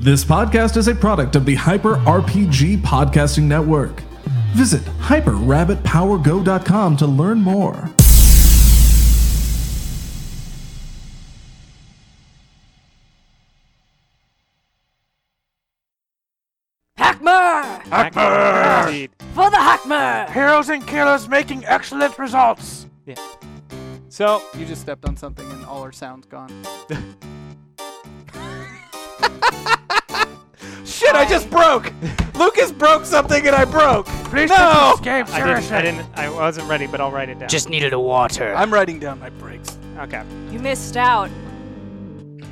This podcast is a product of the Hyper RPG Podcasting Network. Visit hyperrabbitpowergo.com to learn more. Hackmer! Acme! For the Hackmer! Heroes and killers making excellent results. So, You just stepped on something and all our sound's gone. Shit, I just broke. Lucas broke something and I broke. Please take No! this game I didn't, seriously. I didn't. I wasn't ready, but I'll write it down. Just needed a water. I'm writing down my breaks. okay. You missed out.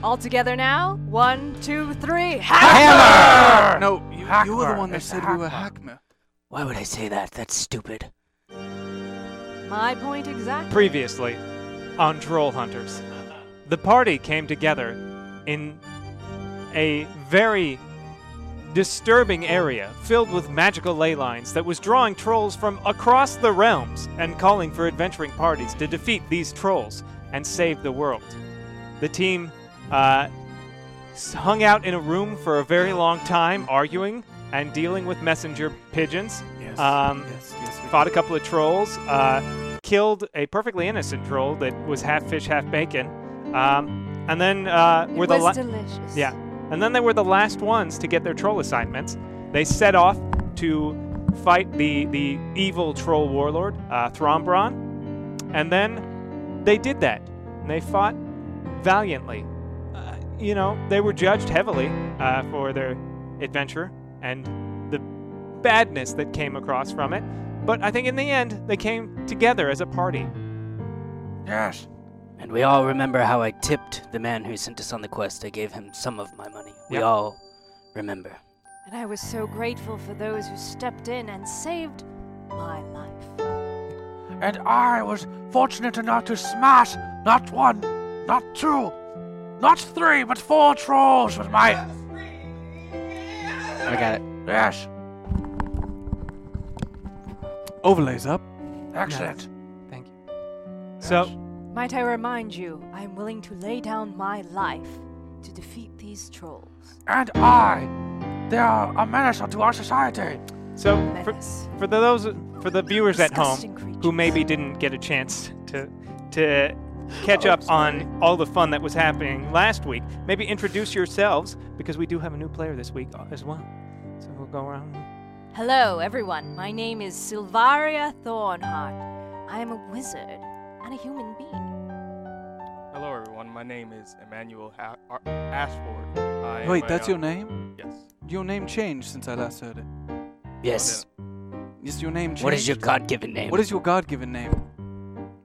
All together now? One, two, three. No, you, you were Hackmer. the one that It's said we were hackmer. Why would I say that? That's stupid. My point exactly. Previously, on Troll Hunters, the party came together in a very disturbing area filled with magical ley lines that was drawing trolls from across the realms and calling for adventuring parties to defeat these trolls and save the world. The team uh, s- hung out in a room for a very long time, arguing and dealing with messenger pigeons. Yes. Um, yes. Yes. we- fought a couple of trolls, uh, killed a perfectly innocent troll that was half fish, half bacon, um, and then uh, It were the la- was delicious. yeah, and then they were the last ones to get their troll assignments. They set off to fight the the evil troll warlord uh, Thrombron, and then they did that. And they fought valiantly. Uh, you know, they were judged heavily uh, for their adventure and the badness that came across from it. But I think in the end, they came together as a party. Yes. And we all remember how I tipped the man who sent us on the quest. I gave him some of my money. We Yep. all remember. And I was so grateful for those who stepped in and saved my life. And I was fortunate enough to smash not one, not two, not three, but four trolls with my. I got it. Yes. Overlays up. Excellent. Thank you. So, Might I remind you, I am willing to lay down my life to defeat these trolls. And I. They are a menace unto our society. so for, Menace. for the, those for the viewers at home Disgusting creatures. who maybe didn't get a chance to to catch up on all the fun that was happening last week, maybe introduce yourselves because we do have a new player this week uh, as well. So we'll go around. Hello, everyone. My name is Silvaria Thornheart. I am a wizard and a human being. Hello, everyone. My name is Emmanuel ha- Ar- Ashford. I am Wait, a, that's uh, your name? Yes. Your name changed since I last heard it. Yes. Is your name changed? What is your God given name? What is your God-given name?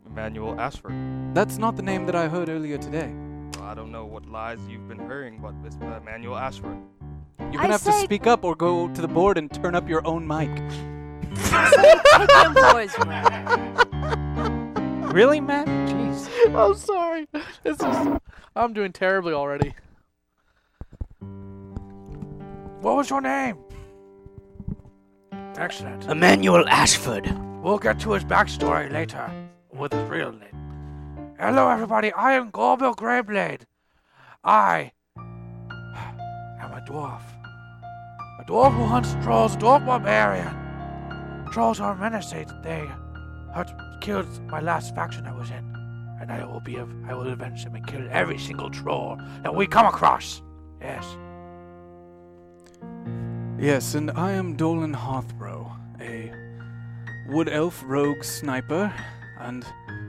Emmanuel Ashford. That's not the name that I heard earlier today. I don't know what lies you've been hearing, but this uh, Emmanuel Ashford. You're I gonna have to said- speak up or go to the board and turn up your own mic. Take them boys away. Really, Matt? Jeez. I'm sorry. This is. I'm doing terribly already. What was your name? Excellent. Um, Emmanuel Ashford. We'll get to his backstory later with his real name. Hello, everybody. I am Gorbel Greyblade. I am a dwarf. A dwarf who hunts trolls, a dwarf barbarian. Trolls are menacing. They hurt, killed my last faction I was in, and I will be. av- I will avenge them and kill every single troll that we come across. Yes. Yes, and I am Dolan Hearthbrow, a wood elf rogue sniper, and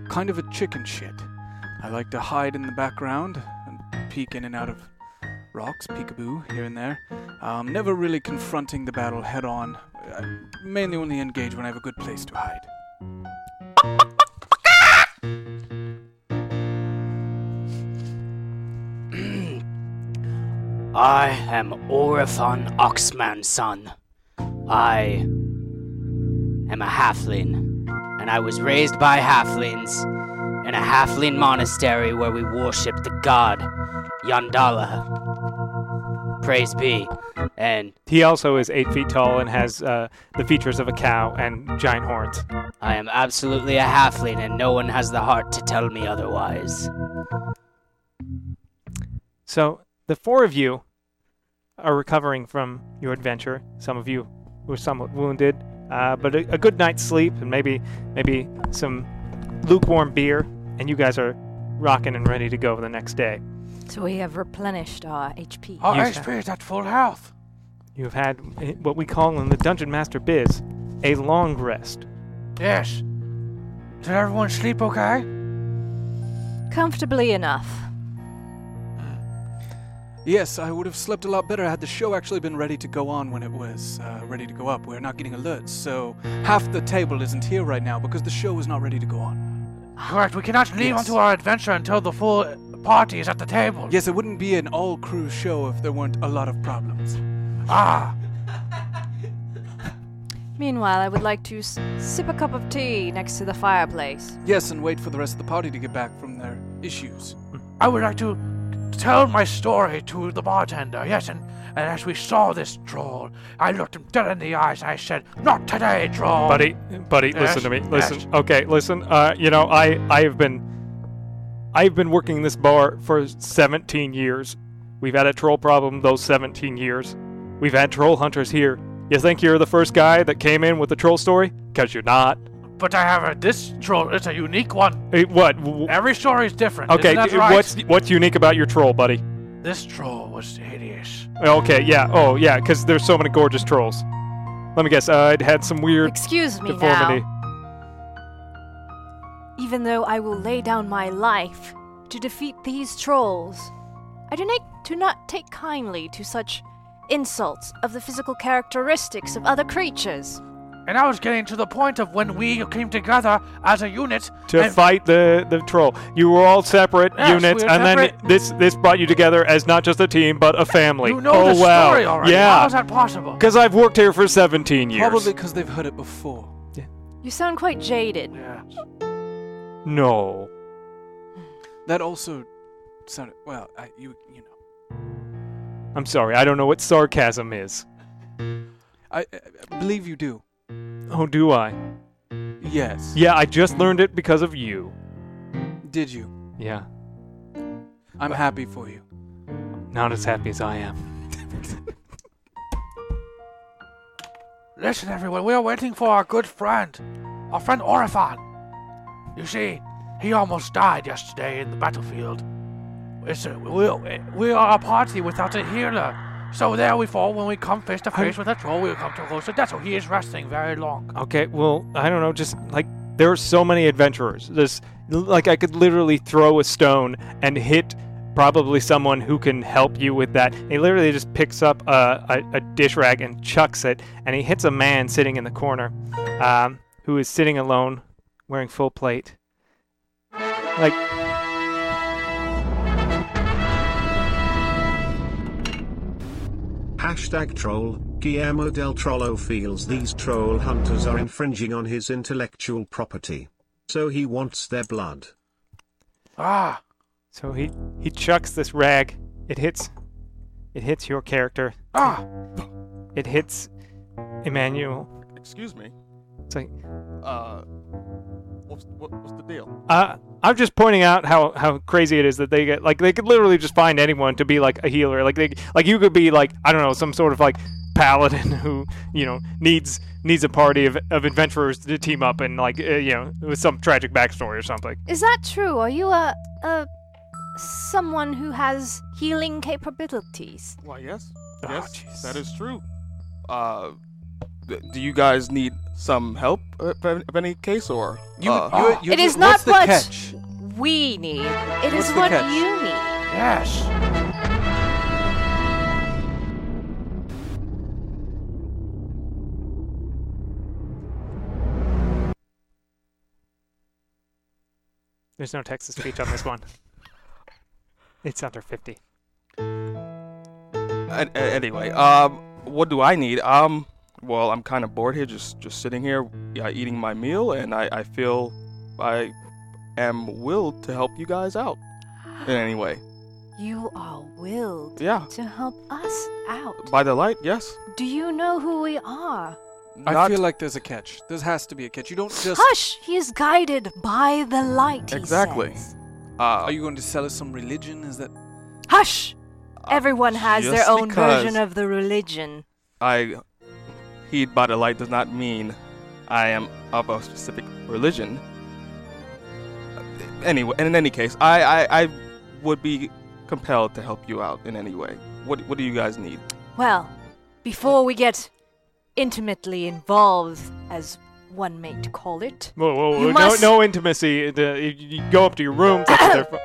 kind of a chicken shit. I like to hide in the background and peek in and out of rocks, peekaboo here and there. Um, never really confronting the battle head on. I mainly only engage when I have a good place to hide. I am Orifon Oxman's son. I am a halfling, and I was raised by halflings in a halfling monastery where we worship the god Yandala. Praise be. And He also is eight feet tall and has uh, the features of a cow and giant horns. I am absolutely a halfling, and no one has the heart to tell me otherwise. So the four of you are recovering from your adventure. Some of you were somewhat wounded, uh, but a, a good night's sleep and maybe maybe some lukewarm beer, and you guys are rocking and ready to go the next day. So we have replenished our HP. Ah. Our Yes, HP is at full health. You have had eh, what we call in the dungeon master biz a long rest. Yes. Did everyone sleep okay? Comfortably enough. Yes, I would have slept a lot better had the show actually been ready to go on when it was uh, ready to go up. We're not getting alerts, so half the table isn't here right now because the show is not ready to go on. Correct. We cannot leave Yes. onto our adventure until the full party is at the table. Yes, it wouldn't be an all crew show if there weren't a lot of problems. Ah, Meanwhile, I would like to s- sip a cup of tea next to the fireplace. Yes, and wait for the rest of the party to get back from their issues. I would like to tell my story to the bartender. Yes, and, and as we saw this troll, I looked him dead in the eyes. I said, "Not today, troll." buddy, buddy, Ash, listen to me. Listen, Ash. okay, listen. Uh, you know, I, I have been, I've been working this bar for 17 years. We've had a troll problem those 17 years. We've had troll hunters here. You think you're the first guy that came in with a troll story? Cause you're not. But I have a this troll. It's a unique one. Eh, what? W- Every story is different. Okay, Isn't that d- right? what's what's unique about your troll, buddy? this troll was hideous. Okay, yeah, oh yeah, because there's so many gorgeous trolls. Let me guess. Uh, it had some weird Excuse me deformity. now. Even though I will lay down my life to defeat these trolls, I do not, do not take kindly to such insults of the physical characteristics of other creatures. And I was getting to the point of when we came together as a unit to and- fight the, the troll. You were all separate Yes, we units, were and then separate. this this brought you together as not just a team but a family. You know oh the wow! story already. How is Yeah, that possible? because I've worked here for 17 years. Probably because they've heard it before. You sound quite jaded. Yes. No. That also sounded well. I, you you know. I'm sorry. I don't know what sarcasm is. I, I believe you do. Oh, do I? Yes. Yeah, I just learned it because of you. Did you? Yeah. I'm Uh, happy for you. Not as happy as I am. Listen, everyone, we are waiting for our good friend, our friend Orifan. You see, he almost died yesterday in the battlefield. It's a, we, we are a party without a healer. So there we fall when we come face to face with a troll, we come too close to death. So he is resting very long. Okay. Well, I don't know. Just like there are so many adventurers. There's like I could literally throw a stone and hit probably someone who can help you with that. He literally just picks up a, a, a dish rag and chucks it, and he hits a man sitting in the corner, um, who is sitting alone, wearing full plate. Like, Hashtag troll, Guillermo del Trollo feels these troll hunters are infringing on his intellectual property. So he wants their blood. Ah, so he he chucks this rag. It hits, it hits your character. ah, It hits Emmanuel. Excuse me. It's like, Uh, what's what, what's the deal? Uh, I'm just pointing out how, how crazy it is that they get like they could literally just find anyone to be like a healer. Like they like you could be like I don't know some sort of like paladin who you know needs needs a party of, of adventurers to team up and like uh, you know with some tragic backstory or something. Is that true? Are you a, a someone who has healing capabilities? Why, yes, Ah, yes, jeez. that is true. Uh, th- do you guys need some help uh, of any- of any case or? You, uh, you, you, It is not what's the what- catch? We need. It is What's the what catch? you need. yes. There's no text to speech on this one. It's under fifty. An- a- anyway, um, what do I need? Um, well, I'm kind of bored here, just just sitting here, yeah, eating my meal, and I I feel I am willed to help you guys out in any way. You are willed Yeah, to help us out. by the light, yes. Do you know who we are? I feel like there's a catch. There has to be a catch. You don't just. Hush! He is guided by the light. he Exactly. says. Uh, Are you going to sell us some religion? Is that Hush! Everyone Uh, has their just own version because- of the religion. I heed by the light does not mean I am of a specific religion. Anyway, and in any case, I, I, I would be compelled to help you out in any way. What what do you guys need? Well, before we get intimately involved, as one may call it, Whoa, whoa, You whoa. must- No, no intimacy. Uh, you, you go up to your room. touch their fo-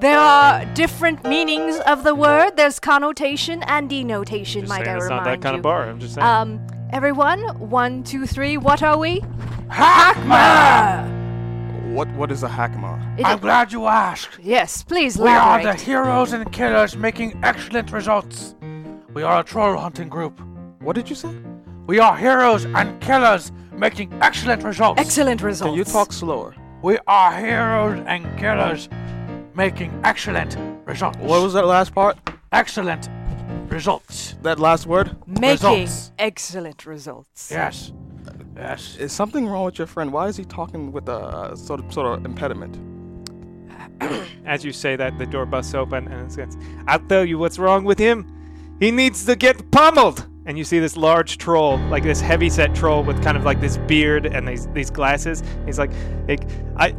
there are different meanings of the word. There's connotation and denotation, Just might saying, I it's remind not that kind you. of bar. I'm just saying. Um, everyone, one, two, three. What are we? Hackma. What what is a hackmar? I'm glad you asked. Yes, please We are the elaborate. heroes and killers making excellent results. We are a troll hunting group. What did you say? We are heroes and killers making excellent results. Excellent results. Can you talk slower? we are heroes and killers making excellent results. What was that last part? excellent results? That last word? Making results? excellent results. Yes. Yes. Is something wrong with your friend? Why is he talking with a sort of sort of impediment? As you say that, the door busts open, and it's, it's, I'll tell you what's wrong with him. He needs to get pummeled. And you see this large troll, like this heavy-set troll with kind of like this beard and these these glasses. He's like, like I,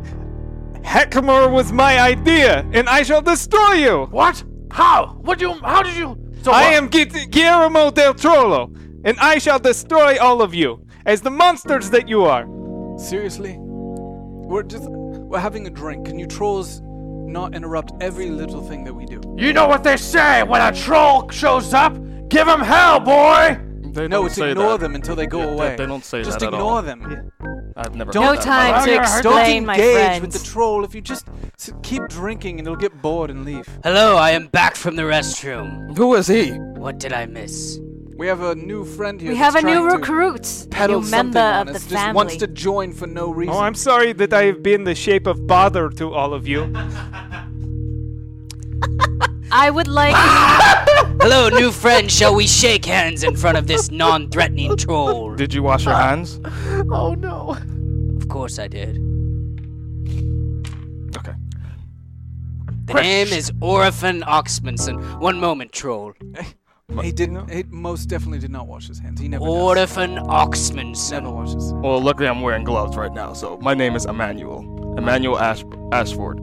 Hecamore was my idea, and I shall destroy you. What? How? What do you? How did you? So I what- am Gu- Guillermo del Trollo, and I shall destroy all of you as the monsters that you are. Seriously? We're just. We're having a drink. Can you trolls not interrupt every little thing that we do? You know what they say when a troll shows up? Give him hell, boy. They No, don't it's say ignore that. them until they go Yeah, they- away. they don't say just that at ignore all. them. I've never. Don't- No heard that in my time life. to Don't explain, my Engage with the friends. troll. If you just s- keep drinking, and it'll get bored and leave. Hello, I am back from the restroom. Who is he? What did I miss? We have a new friend here. We have a that's new trying to recruit, a Peddle new member something on of us, the just family. wants to join for no reason. Oh, I'm sorry that I have been the shape of bother to all of you. I would like. Ah! Hello, new friend. Shall we shake hands in front of this non-threatening troll? Did you wash your hands? Oh no. Of course I did. Okay. The name is Orphan Oxmanson. One moment, troll. He didn't. He most definitely did not wash his hands. He never. does. Orphan Never Oxmanson. washes. Well, luckily I'm wearing gloves right now, so my name is Emmanuel. Emmanuel Ash- Ashford.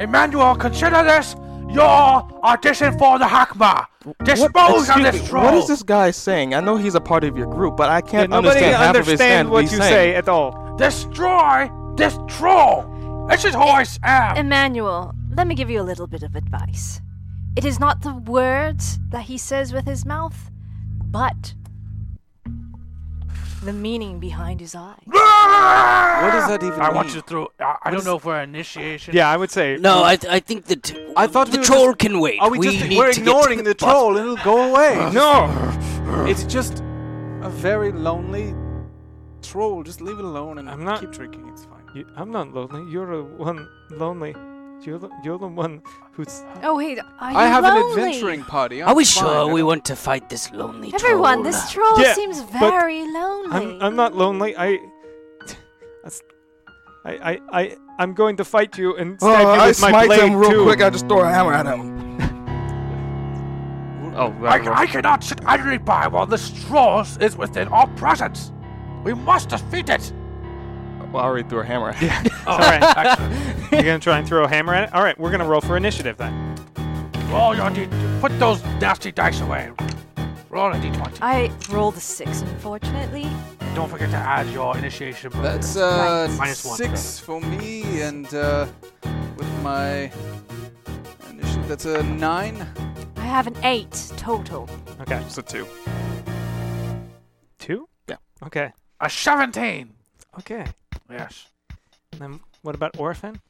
Emmanuel, consider this your audition for the Hakma. Dispose of excuse this me, troll. What is this guy saying? I know he's a part of your group, but I Yeah, can't nobody understand half of his understand stand what he's you say saying. at all. Destroy this troll. This is who I am. Emmanuel, let me give you a little bit of advice. It is not the words that he says with his mouth, but the meaning behind his eyes. What does that even I mean? want you through. I, I don't know if we're initiation. Yeah, I would say. No, I, th- I think the t- I thought the we were troll just- can wait. Are we, just? need we're to get to ignoring the the bus- troll, and it'll go away. No! It's just a very lonely troll. Just leave it alone and I'm not- keep drinking. It's fine. You, I'm not lonely. You're the one lonely. You're the, you're the one who's. Oh wait, are you I have lonely? an adventuring party. I'm Are we uh, fine. sure I we don't- want to fight this lonely Everyone, troll? this troll Yeah, seems but very lonely. I'm, I'm not lonely. I. I, I, I, I'm going to fight you and stab you Oh, I with my smite blade him real too. quick. I just throw a hammer at him. oh, that I, I cannot sit idly by while this troll is within our presence. We must defeat it. well, I already threw a hammer. at him. All right. You're gonna try and throw a hammer at it. All right, we're gonna roll for initiative then. Roll your d. Put those nasty dice away. Roll a d20. I rolled a six, unfortunately. Don't forget to add your initiation. bonus. That's uh, Minus one. six for me, and uh, with my initiative, that's a nine. I have an eight total. Okay. It's a two. Two. Yeah. Okay. a 17. Okay. Yes. Then what about orphan?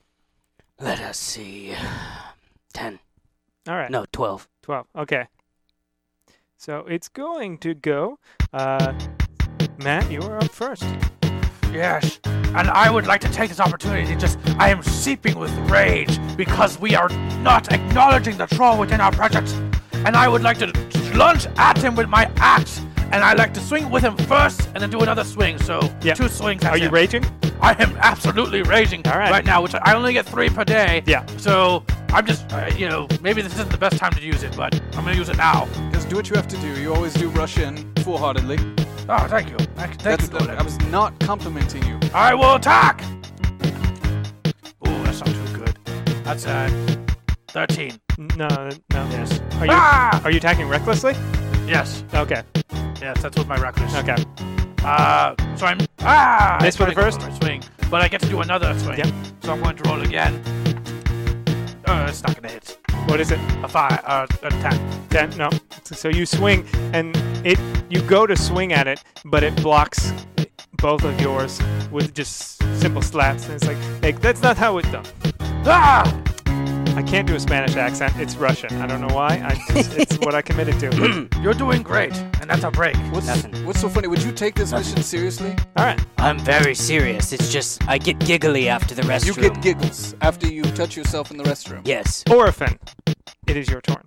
Let us see. Ten. All right. No, twelve. 12. Okay. So it's going to go. Uh, Matt, you are up first. Yes. And I would like to take this opportunity to just. I am seeping with rage because we are not acknowledging the troll within our presence. And I would like to lunge at him with my axe. And I like to swing with him first and then do another swing. So Yeah. two swings at Are you him. raging? I am absolutely raging All right. right now, which I only get three per day. Yeah. So I'm just, uh, you know, maybe this isn't the best time to use it, but I'm gonna use it now. Just do what you have to do. You always do rush in full heartedly. Oh, thank you. Thank, thank That's you, Golem. I was not complimenting you. I will attack! Ooh, that's not too good. That's uh, 13. No, no. Yes. Are you Ah! are you attacking recklessly? Yes. Okay, Yes, that's with my reckless. okay. Uh, so I'm. Ah! Miss I totally with the first? got my Swing. But I get to do another swing. Yep. So I'm going to roll again. Uh, it's not gonna hit. What is it? A five, uh, a 10. Ten? No. So you swing, and it you go to swing at it, but it blocks both of yours with just simple slaps, and it's like, hey, that's not how it's done. Ah! I can't do a Spanish accent. It's Russian. I don't know why. I, it's, it's what I committed to. You're doing great. And that's a break. What's, Nothing. what's so funny? Would you take this mission seriously? All right. I'm very serious. It's just I get giggly after the restroom. You get giggles after you touch yourself in the restroom. Yes. Orphan, it is your turn.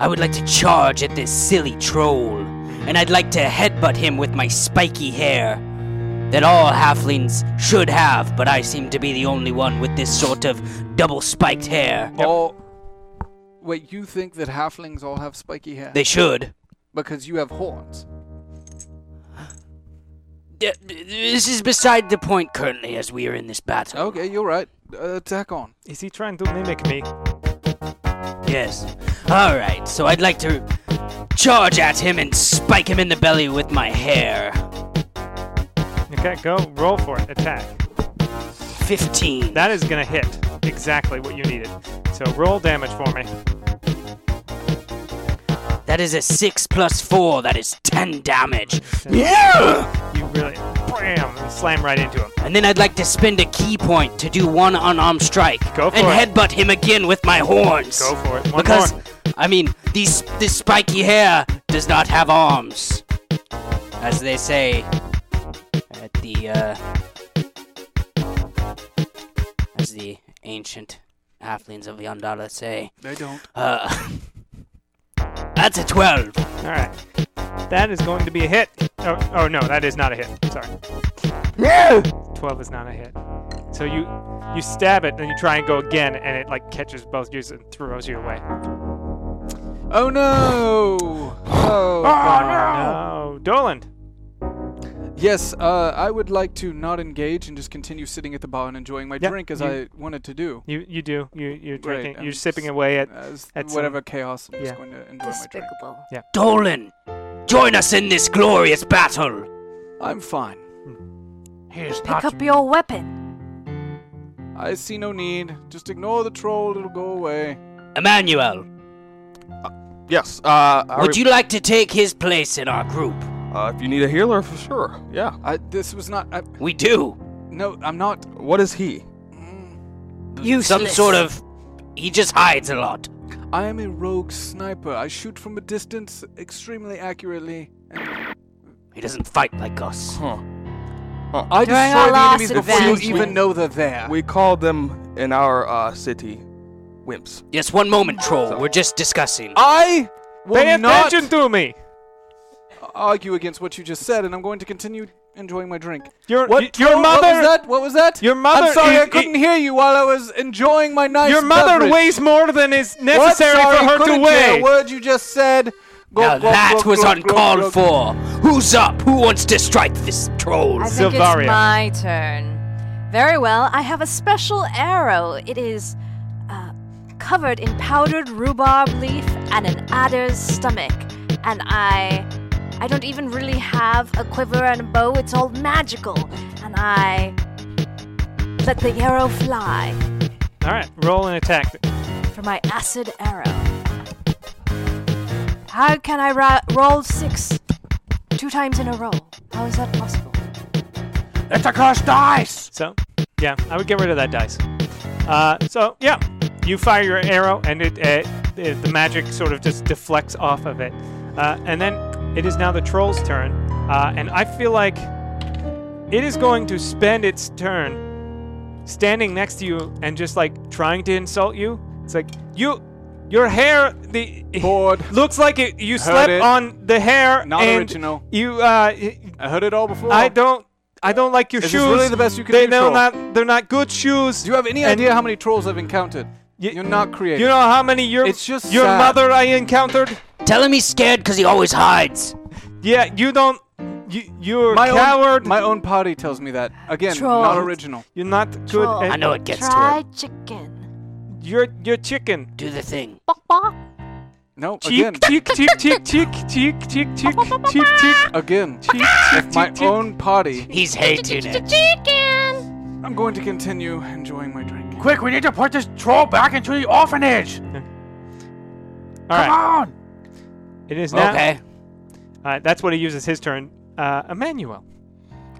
I would like to charge at this silly troll, and I'd like to headbutt him with my spiky hair that all halflings should have, but I seem to be the only one with this sort of double spiked hair. All. Wait, you think that halflings all have spiky hair? They should. because you have horns. D- This is beside the point currently as we are in this battle. Okay, you're right. Uh, attack on. Is he trying to mimic me? Oh, Yes. All right. So I'd like to charge at him and spike him in the belly with my hair. Okay, go roll for it. Attack. 15. That is gonna hit exactly what you needed. So roll damage for me. that is a 6 plus 4. That is 10 damage. Yeah! You really, bam, and slam right into him. And then I'd like to spend a key point to do one unarmed strike. Go for and it. headbutt him again with my horns. Go for it. One because, more. I mean, these, this spiky hair does not have arms. As they say at the, uh. As the ancient halflings of Yondala say. They don't. Uh. That's a 12. All right. That is going to be a hit. Oh, oh no, that is not a hit. Sorry. Twelve is not a hit. So you you stab it, and you try and go again, and it like catches both you and throws you away. Oh no! Oh, Ah, God. No, Doland. Yes, uh, I would like to not engage and just continue sitting at the bar and enjoying my Yeah, drink as you- I wanted to do. You you do. You you're Right, drinking. I'm you're s- sipping away at. As At some- whatever chaos, I'm Yeah. just going to enjoy my drink. Despicable. Dolan, join us in this glorious battle. I'm fine. He is Pick not. up your weapon. I see no need. Just ignore the troll, it'll go away. Emmanuel, Yes. Uh, I would re- you like to take his place in our group? Uh, if you need a healer, for sure. Yeah. I, this was not. I, We do. no, I'm not. What is he? Some Useless. sort of. He just hides a lot. I am a rogue sniper. I shoot from a distance extremely accurately. And He doesn't fight like us. Huh. During our I destroy the last enemies before you advance, even we- know they're there. We call them in our uh, city wimps. Yes, one moment, troll. We're just discussing. I will Pay not attention to me. argue against what you just said, and I'm going to continue enjoying my drink. Your What? y- your troll- mother. What was that? What was that? Your mother I'm sorry, is- I couldn't hear you while I was enjoying my nice. Your mother beverage. weighs more than is What? necessary Sorry, for her to couldn't hear weigh. A word you just said. Go, now go, go, that was go, go, uncalled go. for. Who's up? Who wants to strike this troll? I think Silvaria. it's my turn. Very well, I have a special arrow. It is uh, covered in powdered rhubarb leaf and an adder's stomach. And I. I don't even really have a quiver and a bow, it's all magical. And I. let the arrow fly All right, roll an attack. for my acid arrow. How can I ra- roll six two times in a row? How is that possible? Let the curse dice! So, yeah, I would get rid of that dice. Uh, so yeah, you fire your arrow, and it, it, it the magic sort of just deflects off of it, uh, and then it is now the troll's turn, uh, and I feel like it is going to spend its turn standing next to you and just like trying to insult you. It's like you. Your hair, the Bored. looks like it, you Heard slept it. on the hair. Not and original. You, uh, I heard it all before. I don't. I don't like your Is Oh. this shoes. really the best you can they, do, They're troll? not. They're not good shoes. Do you have any And- idea how many trolls I've encountered? You, You're not creative. you know how many your It's just your sad. mother I encountered? Tell him he's scared because he always hides. Yeah, you don't. You you're my coward. Own, my own party tells me that. Again, not Troll. original. you're not good. Troll. At, I know it gets Try to him. chicken. You're you're chicken. Do the thing. Bok bok. No, Cheek again, cheek cheek cheek cheek cheek cheek cheek cheek cheek. again. Cheek, cheek, If my cheek, cheek. own party. He's hating it. Chicken. I'm going to continue enjoying my drink. Quick, we need to put this troll back into the orphanage. All Come right, on. it is now. Okay. All right, that's what he uses his turn. Uh, Emmanuel.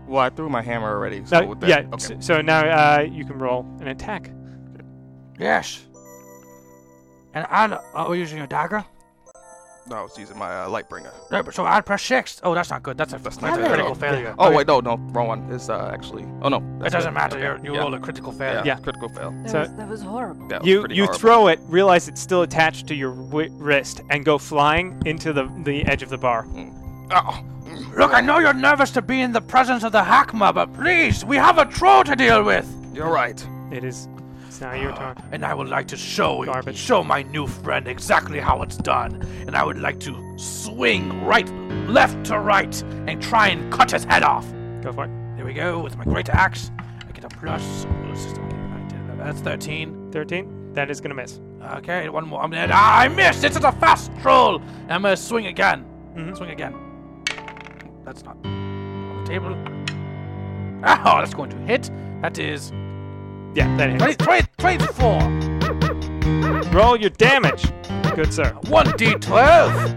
Well, I threw my hammer already. So No, with that- yeah. okay. So, so now uh, you can roll an attack. Yes. And I'll. Oh, we're using a dagger? No, I was using my uh, lightbringer. No, but so I'd press six. Oh, that's not good. That's a, That's not that's a good. critical failure. Oh wait, no, no, wrong one. It's uh, actually. Oh no. It that's doesn't good. matter. Okay, You're, you yeah, rolled a critical yeah, failure. yeah, critical fail. That, So- was, that was horrible. That was You pretty you horrible. throw it, realize it's still attached to your wi- wrist, and go flying into the the edge of the bar. Oh, Look, I know you're nervous to be in the presence of the Hakma, but please, we have a troll to deal with. you're right. It is. It's now your turn. And I would like to show Garbage. show my new friend exactly how it's done. And I would like to swing right, left to right, and try and cut his head off. Go for it. There we go with my great axe. I get a plus. oh, this is- okay, nine, 10, 11, That's 13. Thirteen. That is gonna miss. Okay, one more. I'm dead. Ah, I missed. This is a fast troll. I'm gonna swing again. Mm-hmm. Mhm. Swing again. That's not on the table. Oh, that's going to hit. That is Yeah, that hits. 20, 20, 24. Roll your damage. Good sir. 1d12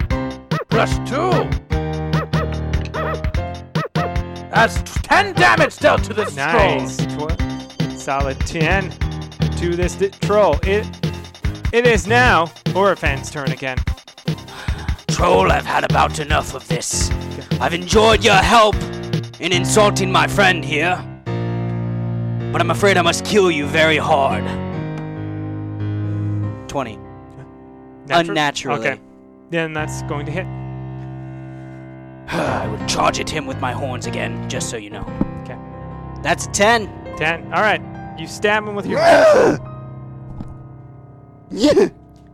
plus 2. That's t- 10 damage dealt to this Nice. troll. Tw- Solid 10 to this di- troll. It it is now Orifan's turn again. Troll, I've had about enough of this. I've enjoyed your help in insulting my friend here, but I'm afraid I must kill you very hard. 20. Unnaturally. Okay. Then that's going to hit. I would charge at him with my horns again, just so you know. Okay. That's a 10. 10. All right. You stab him with your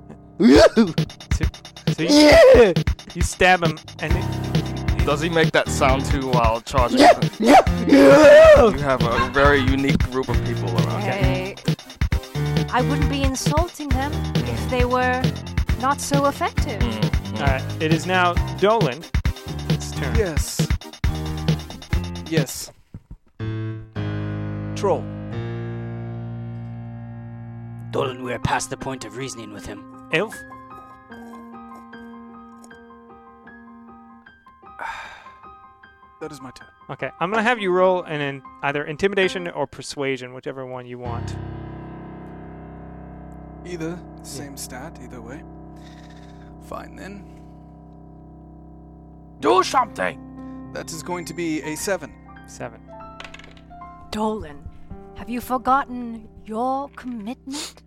so, so you, you stab him and it, Does he make that sound too while charging? You have a very unique group of people around. here. Okay. I wouldn't be insulting them if they were not so effective. all right. It is now Dolan. It's turn. Yes. Yes. Troll. Dolan, we're past the point of reasoning with him. Elf. That is my turn. Okay. I'm gonna have you roll an in, either intimidation or persuasion, whichever one you want. Either same stat, either way. Fine then. Do something. That is going to be a seven. Seven. Dolan, have you forgotten your commitment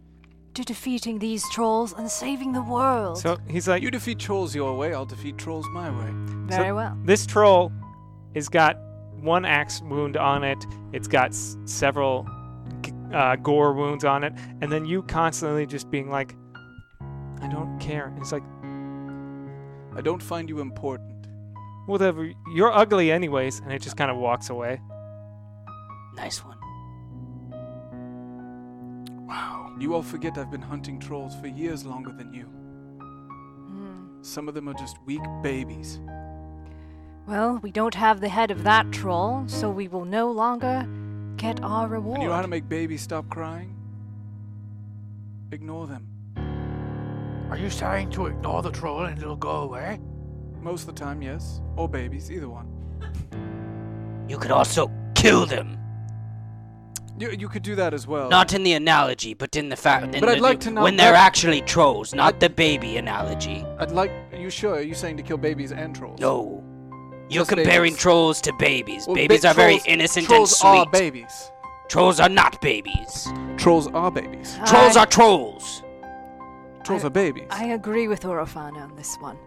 to defeating these trolls and saving the world? So he's like, You defeat trolls your way, I'll defeat trolls my way. Very So- well. This troll has got one axe wound on it. It's got s- several g- uh, gore wounds on it, and then you constantly just being like, "I don't care." And it's like, I don't find you important. "Whatever. You're ugly, anyways." And it just kind of walks away. Nice one. You all forget I've been hunting trolls for years longer than you. Hmm. Some of them are just weak babies. Well, we don't have the head of that troll, so we will no longer get our reward. And you know how to make babies stop crying? Ignore them. Are you saying to ignore the troll and it'll go away? Most of the time, yes. Or babies, either one. You could also kill them. You, you could do that as well. Not in the analogy, but in the fact. Oh. But I'd like to know when they're that- actually trolls, not the baby analogy. I'd like. Are you sure? Are you saying to kill babies and trolls? No. You're Just comparing babies. trolls to babies. Well, babies ba- are very trolls- innocent trolls and are sweet. babies. trolls are not babies. Trolls are babies. I- Trolls are trolls. Trolls are babies. I agree with Orofana on this one.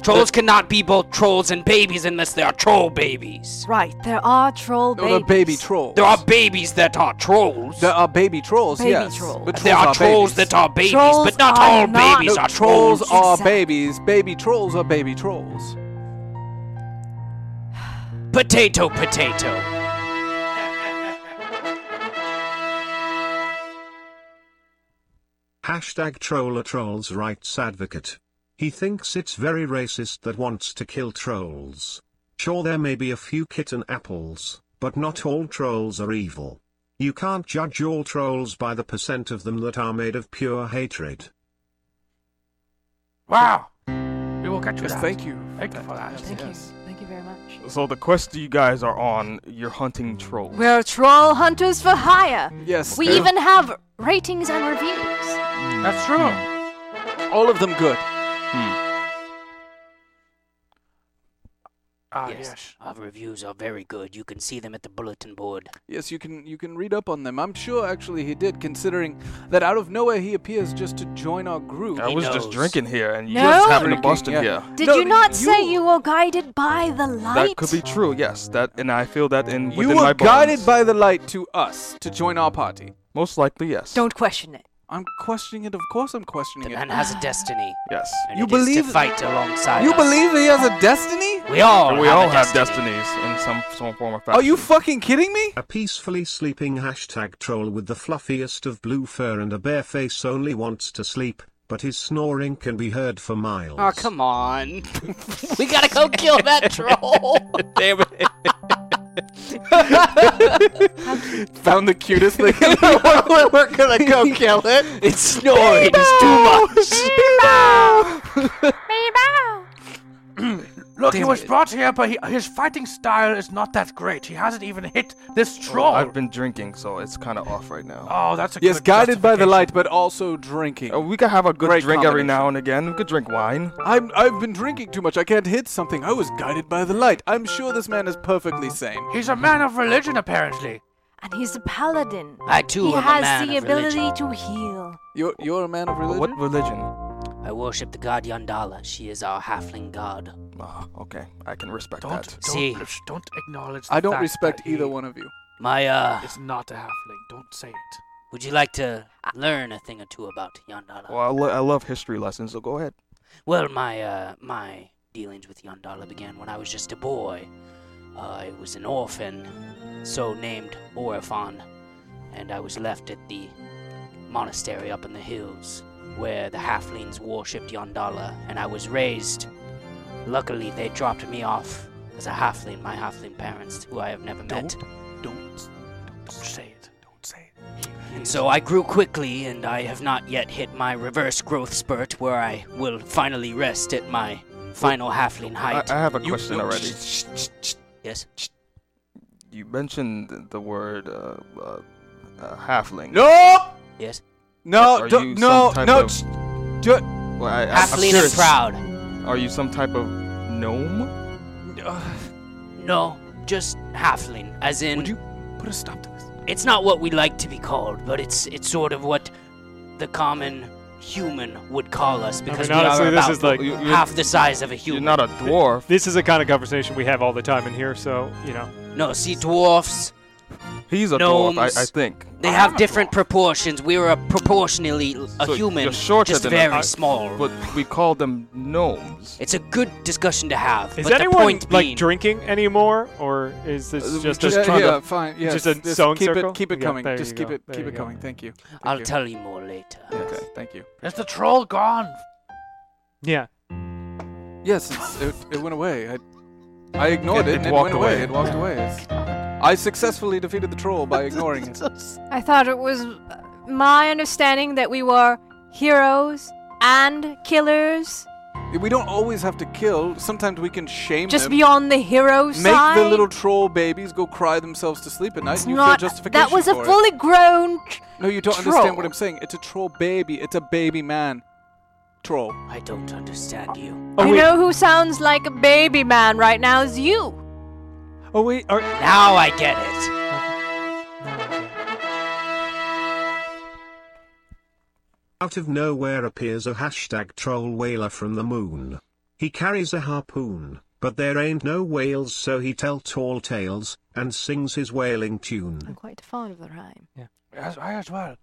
Trolls cannot be both trolls and babies unless they are troll babies. Right, there are troll No, babies. they're baby trolls. There are babies that are trolls. There are baby trolls. Baby yes, trolls. but there are, trolls babies. that are babies, Trolls but not are all not- babies no, are trolls trolls. are Exactly. babies. Baby trolls are baby trolls. Potato, potato. Hashtag troller trolls rights advocate. He thinks it's very racist that wants to kill trolls. Sure, there may be a few kitten apples, but not all trolls are evil. You can't judge all trolls by the percent of them that are made of pure hatred. Wow. We will get you Yes, that. thank you. Thank you for that. Thank you. Thank you very much. So the quest you guys are on, you're hunting trolls. We're troll hunters for hire. Yes, We okay. even have ratings and reviews. That's true. All of them good. Ah, yes. yes. Our reviews are very good. You can see them at the bulletin board. Yes, you can you can read up on them. I'm sure actually he did, considering that out of nowhere he appears just to join our group. I He was just knows. drinking here, and you No. just happened to Drinking, bust in yeah. here. Did No, you not you- say you were guided by the light? That could be true. Yes, that, and I feel that in you within my were bones. guided by the light to us to join our party. Most likely, yes. Don't question it. I'm questioning it. Of course, I'm questioning The it. man has a destiny, Yes. and You it is believe- to fight alongside you us. believe he has a destiny? we all we have all a have destiny. destinies in some, some form or fashion. Are you fucking kidding me? A peacefully sleeping hashtag troll with the fluffiest of blue fur and a bare face only wants to sleep, but his snoring can be heard for miles. Oh come on! we gotta go kill that troll. Damn it. Found the cutest thing. We're gonna go kill it. it's snoring. It's too much. Look, he was brought here, but he, his fighting style is not that great. He hasn't even hit this Oh, troll. I've been drinking, so it's kind of off right Ah, now. oh, that's a Yes, good guided by the justification. light, but also drinking. Uh, Oh. we could have a good Great drink every combination. now and again. We could drink wine. I'm, I've been drinking too much. I can't hit something. I was guided by the light. I'm sure this man is perfectly sane. He's a man of religion, apparently. And he's a paladin. I too he am a has man the of ability religion. to heal. You're, you're a man of religion? What religion? I worship the god Yandala. She is our halfling god. Ah, okay. I can respect Don't, that. don't, See. don't acknowledge. The I don't fact respect that he either one of you. My uh, Is not a halfling. Don't say it. would you like to learn a thing or two about Yandala? Well, I, lo- I love history lessons, so go ahead. Well, my uh, my dealings with Yondala began when I was just a boy. I Uh, was an orphan, so named Orifon, and I was left at the monastery up in the hills where the halflings worshipped Yondala, and I was raised. Luckily, they dropped me off as a halfling, my halfling parents, who I have never met. Don't. Don't say it. Don't say it. And so I grew quickly, and I have not yet hit my reverse growth spurt where I will finally rest at my final halfling I, height. I have a question already. Yes. You mentioned the word uh, uh, uh, halfling. No! Yes. No, Are don't- you no, some type no. of- sh- ju- Well, I, I, I'm Halfling and curious. proud. Are you some type of gnome? No, just halfling. As in, Would you put a stop to this? it's not what we like to be called, but it's it's sort of what the common human would call us because mean, honestly, we are this about is like- You- you're- half the size of a You're human. not a dwarf. This is the kind of conversation we have all the time in here, so, you know. no, see, dwarfs, He's a dwarf, I, I Gnomes. think. they I am have a different dwarf. proportions. We are proportionally a So human, you're shorter just than very us, small. But we call them gnomes. it's a good discussion to have. Is but the anyone, point like, being, drinking anymore, or is Uh, this we just, just a yeah, trying yeah, to- fine. Yes, just a yes, sewing keep circle? It, keep it Yeah, coming. there Just you keep go, it. there Keep you it go. coming. Thank you. Thank I'll you. tell you more later. Okay. Thank you. Is the troll gone? Yeah. Yes, it's, it, it went away. I, I ignored it, It- it and it walked went away. away. It walked away. It's- I successfully defeated the troll by ignoring it. I thought it was uh, my understanding that we were heroes and killers. We don't always have to kill. Sometimes we can shame Just them. be on the hero Make side. the little troll babies go cry themselves to sleep at night, It's and you not- feel justification that was a for it. fully grown. No, you don't understand what troll. I'm saying. It's a troll baby. It's a baby man. Troll. I don't understand you. Oh, I wait. know who sounds like a baby man right now is you. Oh, wait. Are, Now I get it. Out of nowhere appears a hashtag troll whaler from the moon. He carries a harpoon, but there ain't no whales, so he tell tall tales and sings his whaling I'm tune. quite fond of the rhyme. Yes, I as well.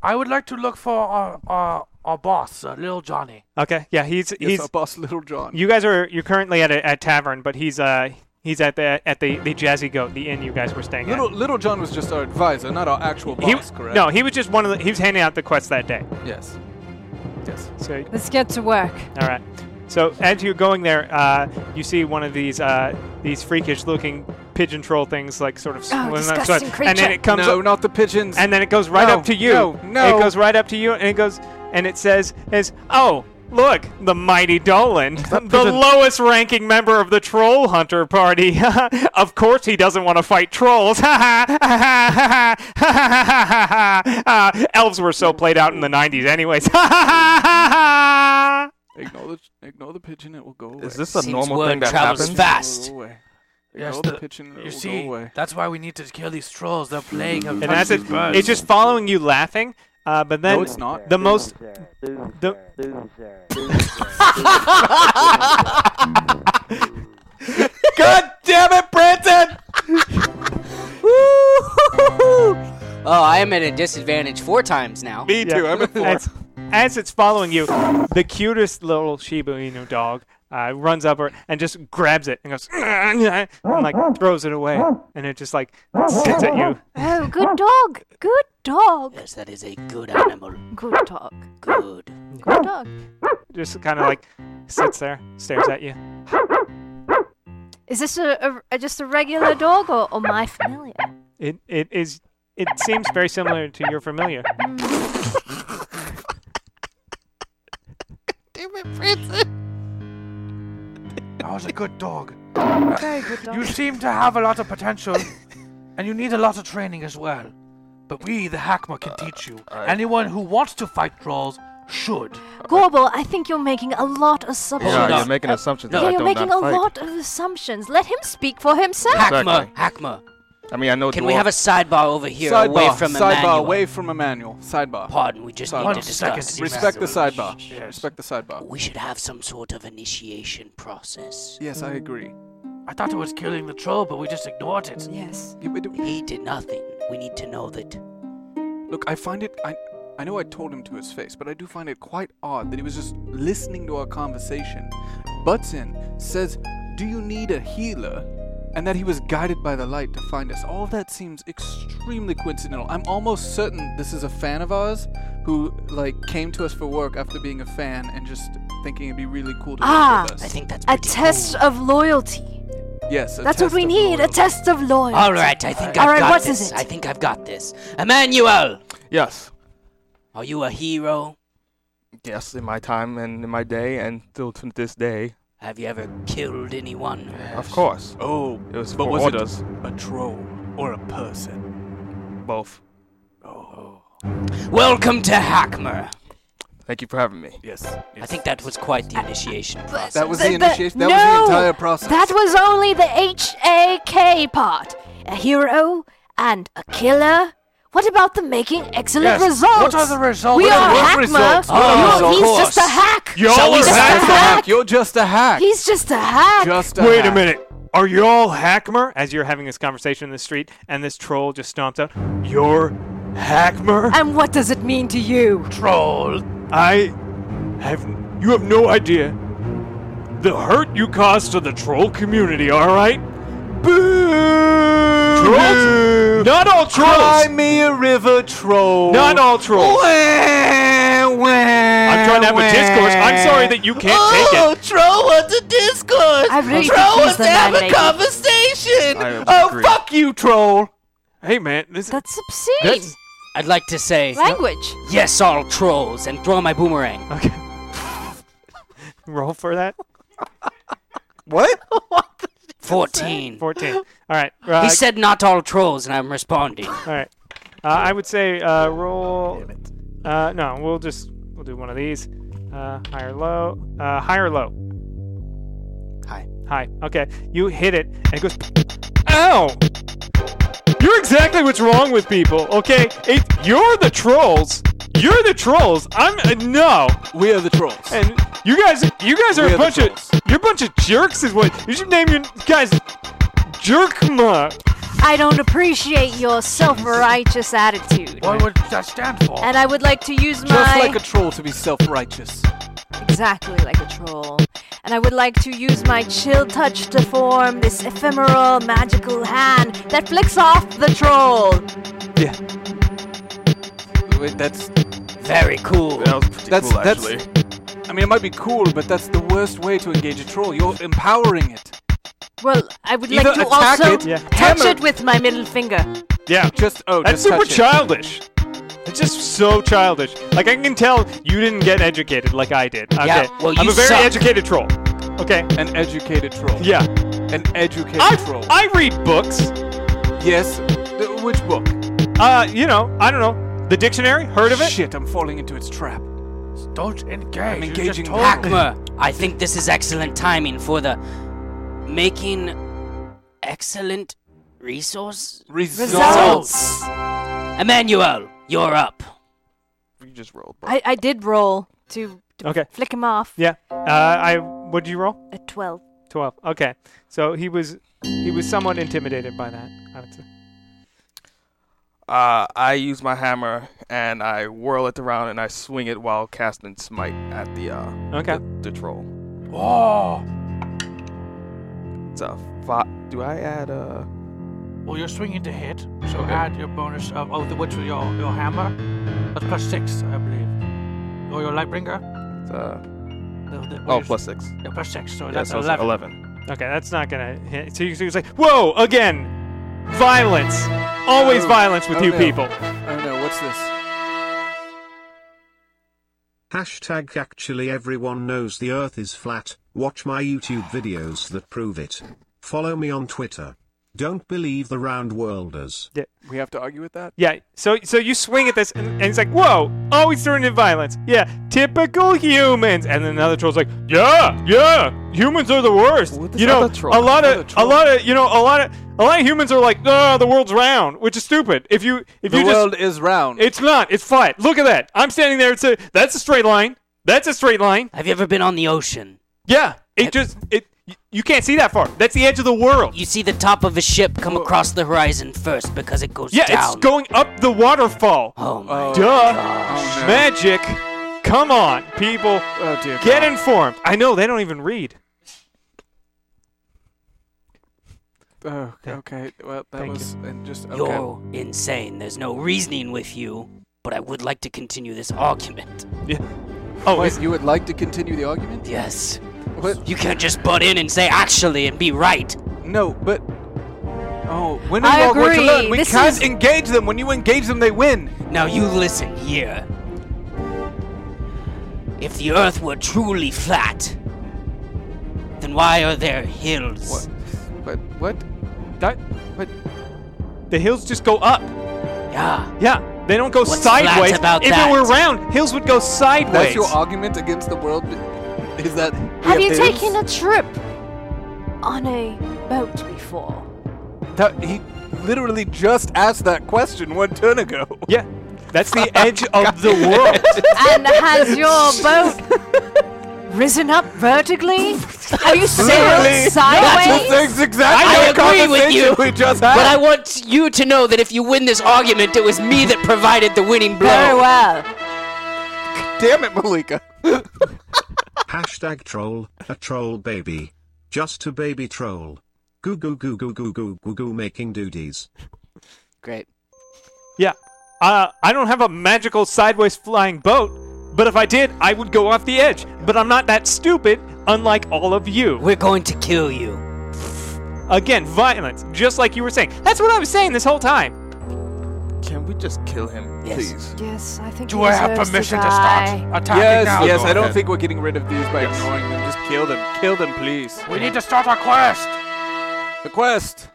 I would like to look for our our, our boss, uh, Little Johnny. Okay, yeah, he's he's Yes, our boss, Little John. You guys are you're currently at a at tavern, but he's uh he's at the at the the Jazzy Goat, the inn you guys were staying Little at. Little John was just our advisor, not our actual He- boss, correct? No, he was just one of the he was handing out the quests that day. Yes. Yes. So Let's get to work. all right. So as you're going there, uh, you see one of these uh, these freakish-looking pigeon troll things, like sort of s- Oh, well, not disgusting sort of- and then creature. it comes no, up, not the pigeons. and then it goes right No, up to you. no, no. It goes right up to you, and it goes and it says is oh look the mighty Dolan, the pigeon- lowest ranking member of the troll hunter party. of course he doesn't want to fight trolls. uh, elves were so played out in the 90s, anyways. ignore the ignore the pigeon. It will go away. Is this a Seems normal word thing that travels happens? fast. It will go away. Yes, Ignore the- the pigeon. It You will see, go away. that's why we need to kill these trolls. They're playing and and that's it. It's just following you laughing. Uh, but then No, it's not. the most the God damn it, Branson! oh, I am at a disadvantage four times now. Me too. Yeah. I'm at four. As, as it's following you, the cutest little Shiba Inu dog uh, runs up her and just grabs it and goes and like throws it away, and it just like sits at you. Oh, good dog. Good dog. Yes, that is a good animal. Good dog. Good. Good dog. Just kind of like sits there, stares at you. Is this a, a- a- just a regular dog or, or my familiar? It it is. It seems very similar to your familiar. That was a good dog. Very good dog. You seem to have a lot of potential, and you need a lot of training as well. But we, the Hackma, can teach you. Uh, Anyone who wants to fight trolls should. Gorbel, I think you're making a lot of Yeah, assumptions. you're making assumptions that Yeah, I you're do making a not fight. lot of assumptions. Let him speak for himself. Hackma, Hackma. I mean, I know. Can dwarf, we have a sidebar over here sidebar. away from sidebar. Emmanuel? Away from Emmanuel. Sidebar. Pardon, we just One need to discuss. second, Respect the Emmanuel. sidebar. Respect the sidebar. We should have some sort of initiation process. Yes, I agree. I thought it was killing the troll, but we just ignored it. Yes. You- but- He did nothing. We need to know that. Look, I find it. I, I know I told him to his face, but I do find it quite odd that he was just listening to our conversation. Butts in, says, Do you need a healer? And that he was guided by the light to find us. All of that seems extremely coincidental. I'm almost certain this is a fan of ours who, like, came to us for work after being a fan and just thinking it'd be really cool to Ah, work with us. I think that's A pretty test of loyalty. yes, a That's what test we of need. A loyalty. test of loyalty. cool. All right, I think All I've right, got what is this. it? I think I've got this. Emmanuel, Yes. are you a hero? Yes, in my time and in my day and still to this day, Have you ever killed anyone? of course. Oh, It was but for was orders. it a troll or a person? Both. Welcome to Hackmer. Thank you for having me. Yes. I think that was quite the initiation process. That was Th- the th- initiation. That was the no! entire process. That was only the H A K part. A hero and a killer. What about the making excellent Yes, results? what are the results? We What are are the Hackma. results? You're- Oh, of he's just a course. hack. You're he's a just hack. a hack. You're just a hack. He's just a hack. just a Wait a hack. minute. Are y'all Hackmer? As you're having this conversation in the street, and this troll just stomps out. You're Hackmer. and what does it mean to you? Troll. I have. You have no idea the hurt you caused to the troll community. All right. Boo! Trolls? Not all trolls. Cry me a river troll. Not all trolls. I'm trying to have a discourse. I'm sorry that you can't Oh, take it. troll wants a discourse. I really Troll think he's wants the to have a man-maker. conversation. I Oh, agree. fuck you, troll. Hey man, this That's obscene. That's- I'd like to say Language. yes, all trolls, and throw my boomerang. okay. Roll for that. What? Fourteen. Fourteen. All right. Uh, He said not all trolls, and I'm responding. all right. Uh, I would say uh, roll. Uh, no, we'll just we'll do one of these. Uh, high or low. Uh, high or low. Hi. Hi. Okay. You hit it and it goes. Ow! You're exactly what's wrong with people. Okay. It, you're the trolls. You're the trolls. I'm uh, no. We are the trolls. And You guys, you guys are We a are the bunch of you're a bunch of jerks, is what you should name your guys. Jerkma. I don't appreciate your self-righteous attitude. What would that stand for? And I would like to use my Just like a troll to be self-righteous. exactly like a troll. And I would like to use my chill touch to form this ephemeral magical hand that flicks off the troll. Yeah. Wait, that's Very cool. That was pretty That's- cool, that's- actually. I mean, it might be cool, but that's the worst way to engage a troll. You're empowering it. Well, I would Either like to attack also it, Yeah. touch hammer- it with my middle finger. Yeah, Just oh, that's just super touch it. childish. It's just so childish. Like I can tell you didn't get educated like I did. Okay. Yeah, well, I'm you a very suck. educated troll. Okay. An educated troll. Yeah. An educated I, troll. I read books. yes. Th- which book? Uh, you know, I don't know. The dictionary? Heard of it? Shit, I'm falling into its trap. Don't engage. I'm you just engaging told back. me. Hakma, I think this is excellent timing for the making excellent resource Results. results. Emmanuel, you're up. You just rolled. bro. I, I did roll to, to Okay. flick him off. Yeah. Uh, I. What'd you roll? At twelve. Twelve. Okay. So he was he was somewhat intimidated by that. I would say. Uh, I use my hammer and I whirl it around and I swing it while casting smite at the uh Okay. the, the troll. Oh, It's a fi- Do I add uh, a? well, you're swinging to hit, so Okay. add your bonus of oh, the which was your your hammer. That's plus six, I believe. Or your lightbringer. It's a The, the, oh, what you- plus six. yeah, plus six. So Yeah, that's so it's eleven. Okay. That's not gonna hit. So he was like, "Whoa! Again, violence. Always Oh. violence with Oh, you no. people." Oh no, what's this? Hashtag actually everyone knows the earth is flat. Watch my YouTube videos that prove it. Follow me on Twitter. Don't believe the round worlders. We have to argue with that. Yeah. So so you swing at this, and, and he's like, "Whoa! Always turning to violence." Yeah. Typical humans. And then another troll's like, "Yeah, yeah. Humans are the worst. What is you know, other troll? a lot Other of a troll? lot of you know a lot of a lot of humans are like, ah, the world's round, which is stupid. If you if The you world just is round. it's not. It's flat. Look at that. I'm standing there. It's a that's a straight line. That's a straight line. Have you ever been on the ocean? Yeah. It just it y- you can't see that far. That's the edge of the world. You see the top of a ship come across the horizon first because it goes Yeah, down. it's going up the waterfall. Oh my. oh, Duh. oh, no. Magic. Come on, people. Oh dear. Get God. informed. I know they don't even read. Oh, okay. Well, that Thank you. was and just Oh, okay. You're insane. There's no reasoning with you, but I would like to continue this argument. Oh, Wait, is- you would like to continue the argument? Yes. What? You can't just butt in and say actually and be right. No, but. Oh, when I are all going to agree. learn? We This can't is- engage them. When you engage them, they win. Now you listen here. If the earth were truly flat, then why are there hills? What? But what? That? But the hills just go up. Yeah. Yeah, they don't go What's flat sideways. about if that? it were round, hills would go sideways. that's your argument against the world. Is that? we Have you hills? taken a trip on a boat before? That, he literally just asked that question one turn ago. yeah, that's the edge of the world. And has your boat risen up vertically? Have you sailed That's sideways? exactly the I agree with conversation you, we just had. Ah. But I want you to know that if you win this argument, it was me that provided the winning blow. Very well. Damn it, Malika. Hashtag troll, a troll baby. Just a baby troll. Goo goo goo goo goo goo goo goo making duties. Great. yeah, uh, I don't have a magical sideways flying boat, but if I did, I would go off the edge. But I'm not that stupid, unlike all of you. We're going to kill you. Again, violence, just like you were saying. That's what I was saying this whole time. Can we just kill him, Yes. please? Yes, I think Do he I have deserves permission to, to, start die. attacking Yes, now? yes. I don't ahead. think we're getting rid of these by ignoring them. Just kill them. Kill them, please. We need to start our quest. The quest.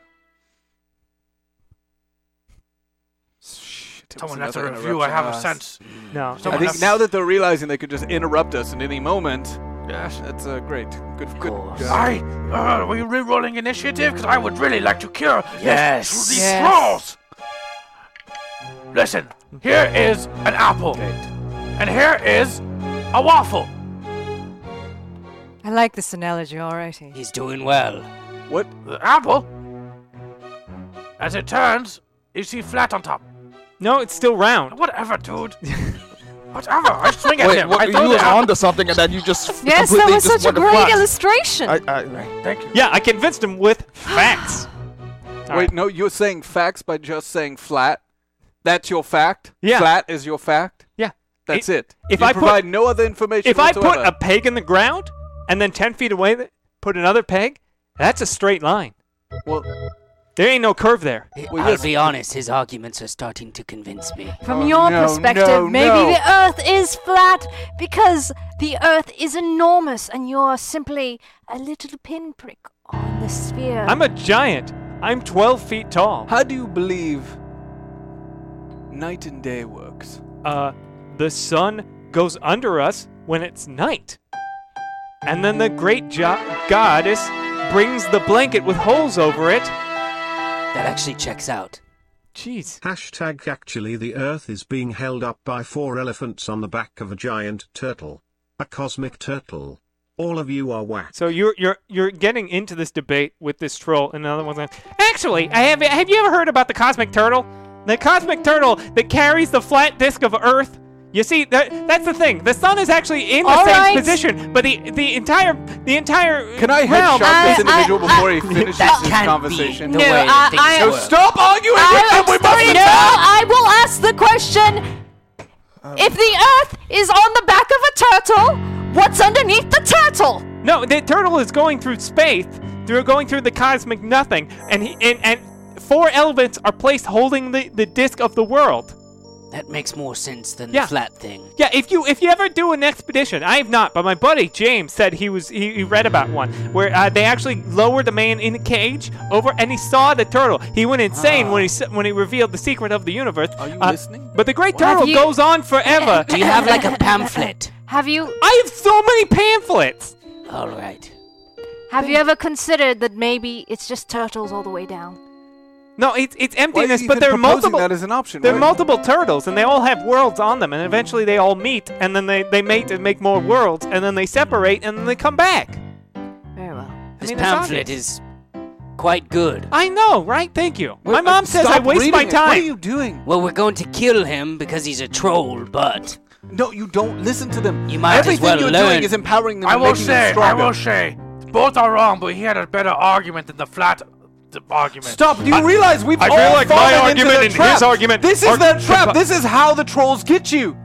Shit, it was Someone has to another review. I have a interruption. sense. No, I Someone think has- now that they're realizing they could just interrupt us at any moment, that's uh, great. Good, good. course. job. I uh, are we re-rolling initiative? Because I would really like to cure this- Yes. these Yes. trolls. Listen, here is an apple, and here is a waffle. I like this analogy already. He's doing well. What? The apple, as it turns, you see flat on top. No, it's still round. Whatever, dude. Whatever. I swing at Wait, him. what, I you throw the were apple. onto something and then you just Yes, that completely was just such a went to great flats. illustration. I, I, Thank you. Yeah, I convinced him with facts. All Wait, right. no, you're saying facts by just saying flat. That's your fact. Yeah. Flat is your fact. Yeah. That's I- it. If You I provide put no other information, if I put whatsoever. a peg in the ground and then ten feet away th- put another peg, that's a straight line. well, There ain't no curve there. Well, I'll yes. be honest, his arguments are starting to convince me. From Oh, your no, perspective, no, maybe no. the Earth is flat because the Earth is enormous and you're simply a little pinprick on the sphere. I'm a giant. I'm 12 feet tall. how do you believe night and day works? Uh, the sun goes under us when it's night, and then the great jo- goddess brings the blanket with holes over it. That actually checks out. Jeez. Hashtag actually the Earth is being held up by four elephants on the back of a giant turtle. A cosmic turtle. All of you are whack. So you're you're you're getting into this debate with this troll, and another one's like, actually, I have have you ever heard about the cosmic turtle? The cosmic turtle that carries the flat disk of Earth. You see, that, that's the thing. The sun is actually in the All same right. position, but the the entire the entire Can I realm. headshot this I- I- individual before he finishes That his can't conversation? be the No, way I- things I- work. Stop arguing with I him. We must no, I will ask the question. if the Earth is on the back of a turtle, what's underneath the turtle? No, the turtle is going through space, through going through the cosmic nothing, and he, and and four elephants are placed holding the the disk of the world. That makes more sense than Yeah. the flat thing. Yeah, if you if you ever do an expedition, I have not, but my buddy James said he was he, he read about one where uh, they actually lowered the man in a cage over, and he saw the turtle. He went insane when he s- when he revealed the secret of the universe. Ah. Are you Uh, listening? But the great Have turtle you- goes on forever. Do you have like a pamphlet? Have you I have so many pamphlets. All right. have you ever considered that maybe it's just turtles all the way down? No, it's it's Why is emptiness, he but even there are proposing multiple. That as an option. There are Why- multiple turtles, and they all have worlds on them, and eventually they all meet, and then they, they mate and make more worlds, and then they separate, and then they come back. Very well. This mean, it's pamphlet is quite good. I know, right? Thank you. Wait, My mom uh, says I stop waste my reading it. What are time. you doing? Well, we're going to kill him because he's a troll, but No, you don't listen to them. You might as Everything well you're learn. doing is empowering them. I and will making them say, I stronger. will say, both are wrong, but he had a better argument than the flat the argument. Stop! Do you realize we've I all feel like my fallen argument into the and trap? his argument This are is their compa- trap. This is how the trolls get you.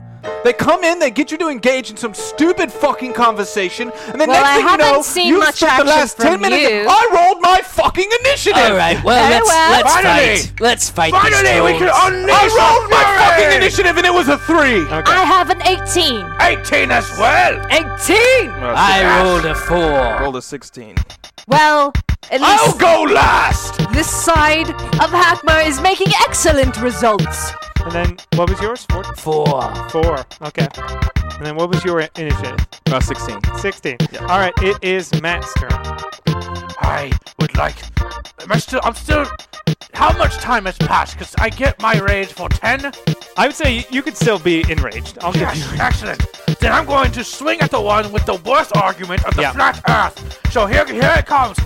They come in, they get you to engage in some stupid fucking conversation, and the Well, next I thing you haven't know, seen you much spent the action last from ten minutes. you. I rolled my fucking initiative. all right. Well, Very let's well. let's Finally! fight. Let's fight. these Finally, we can trolls. unleash I our rolled my fury! fucking initiative, and it was a three. I have an 18. 18 as well. 18. well, I rolled a four. rolled a 16. Well, at I'll least go last. this side of Hackmer is making excellent results. And then, what was yours? Four? Four. Four. Okay. And then, what was your initiative? Uh, 16. 16. All right, it is Matt's turn. I would like. Am I still? I'm still. How much time has passed? Cause I get my rage for 10. I would say you, you could still be enraged. I'll give Yes, you. excellent. Then I'm going to swing at the one with the worst argument of the Yeah. flat Earth. So here, here it comes.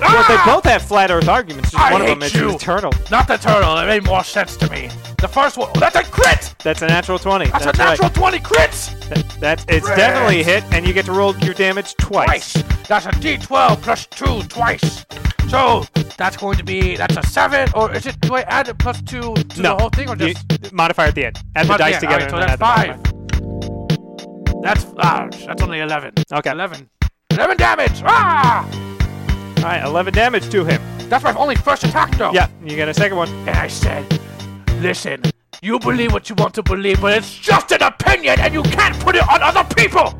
Well, they Ah! both have flat Earth arguments. Just I one of hate them is you. the turtle. Not the turtle. It made more sense to me. The first one. That's a crit. That's a natural 20. That's, That's a right. natural 20 crit. That, that's it's definitely a hit, and you get to roll your damage Twice. That's a D12 plus two twice. So that's going to be that's a seven, or is it? Do I add a plus two to no. the whole thing, or You- just? modifier at the end. Add the Plus dice the- together. alright, and then so add the that's modifier. That's ah, that's only eleven. Okay. Eleven. Eleven damage. Ah! All right, 11 damage to him. That's my only first attack, though. Yeah, you get a second one. And I said, listen, you believe what you want to believe, but it's just an opinion, and you can't put it on other people.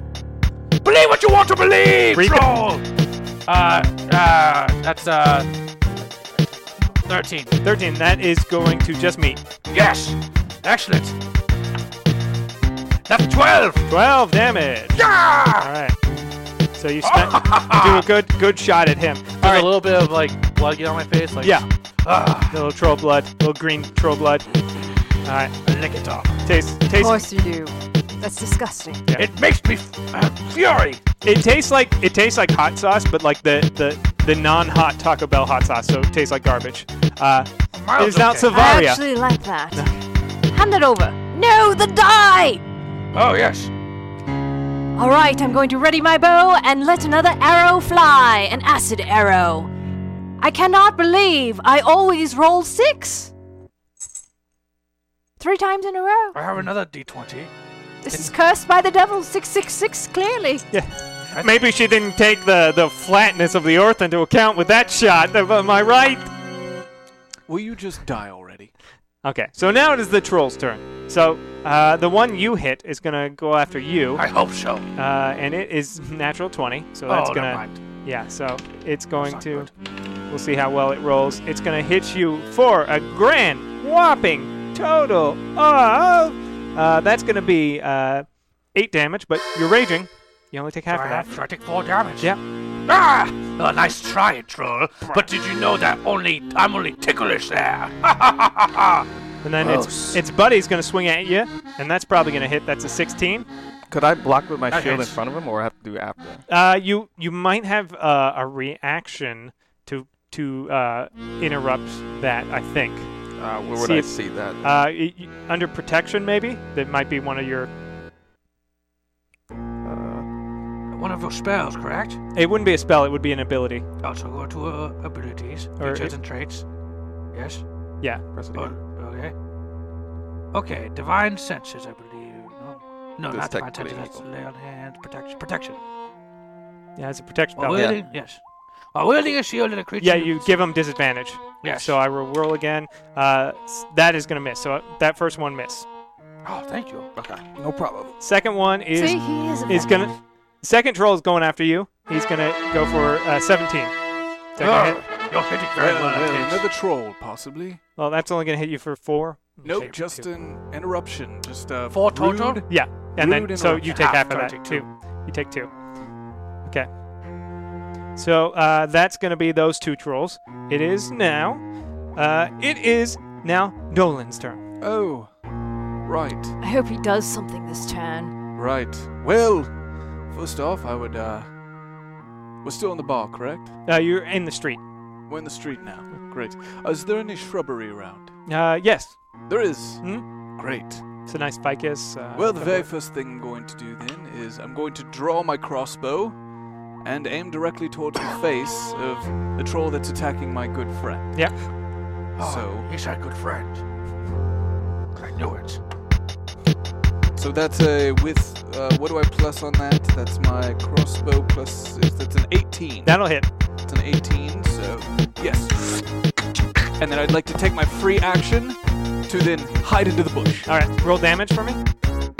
Believe what you want to believe, Read the- troll. Uh, uh, that's uh, thirteen. 13. That is going to just meet. Yes! Excellent! That's 12! 12 damage. All Yeah! right. So you spent you do a good good shot at him. All There's a right. little bit of like blood get on my face, like Yeah. ah, Little troll blood. Little green troll blood. All right. lick it off. Taste Of taste course you do. That's disgusting. It makes me f- uh, fury. It tastes like it tastes like hot sauce, but like the the, the non-hot Taco Bell hot sauce, so it tastes like garbage. Uh, it Miles, is now okay. I Savaria. actually like that. Hand it over. No, the die! Oh yes. All right, I'm going to ready my bow and let another arrow fly an acid arrow. I cannot believe I always roll six. Three times in a row. I have another D20. This is cursed by the devil, 666, clearly. yeah. Maybe she didn't take the, the flatness of the earth into account with that shot. Am I right? Will you just die already? Okay, so now it is the troll's turn. So uh, the one you hit is gonna go after you, I hope so. uh, and it is natural twenty. So that's oh, gonna never mind. yeah. So it's going not to. good. We'll see how well it rolls. It's gonna hit you for a grand whopping total of. Uh, that's gonna be uh, eight damage, but you're raging. You only take half I of that. have, so I take four damage. Yeah. Ah! Oh, nice try, troll. But did you know that only I'm only ticklish there? And then its Gross. its buddy's gonna swing at you, and that's probably gonna hit. That's a 16. Could I block with my That shield hits. in front of him, or I have to do it after? Uh, you you might have uh, a reaction to to uh, interrupt that. I think Uh, where would See I if- see that? uh, y- y- under protection maybe that might be one of your. Uh, One of your spells, correct? It wouldn't be a spell. It would be an ability. Also go to uh, abilities, Or features it- and traits. Yes. Yeah. press it Oh, again. okay. Okay, divine senses, I believe. No, no not That's divine technically senses. That's illegal. lay on hands, protection, protection. Yeah, it's a protection While spell. wielding, yes. While wielding a shield and a creature. Yeah, you give them disadvantage. Yes. So I will roll again. Uh, s- that is gonna miss. So uh, that first one miss. Oh, thank you. No problem. Second one is See, he is a is villain. gonna. Second troll is going after you. He's gonna go for uh, 17. Is that gonna hit? Oh, you're hitting very Well, well. well, yes. another troll, possibly. Well, that's only gonna hit you for four. Nope, Save just two. an interruption. Just uh, Four total? rude- Yeah, and then Rude so you take half interruption. Ah, so I of that. take Two. You take two. Okay. So uh, that's gonna be those two trolls. It is now. Uh, it is now Dolan's turn. Oh, right. I hope he does something this turn. Right. Well, first off, I would, uh. We're still on the bar, correct? Uh, you're in the street. We're in the street now. Great. Uh, is there any shrubbery around? Uh, yes. There is. Hmm? Great. It's a nice ficus. Uh, Well, the that very works. first thing I'm going to do then is I'm going to draw my crossbow and aim directly towards the face of the troll that's attacking my good friend. Yeah. Oh, So, he's our good friend. I knew it. so that's a with. Uh, what do I plus on that? That's my crossbow plus. That's an 18. That'll hit. It's an 18, so yes. And then I'd like to take my free action to then hide into the bush. All right. Roll damage for me.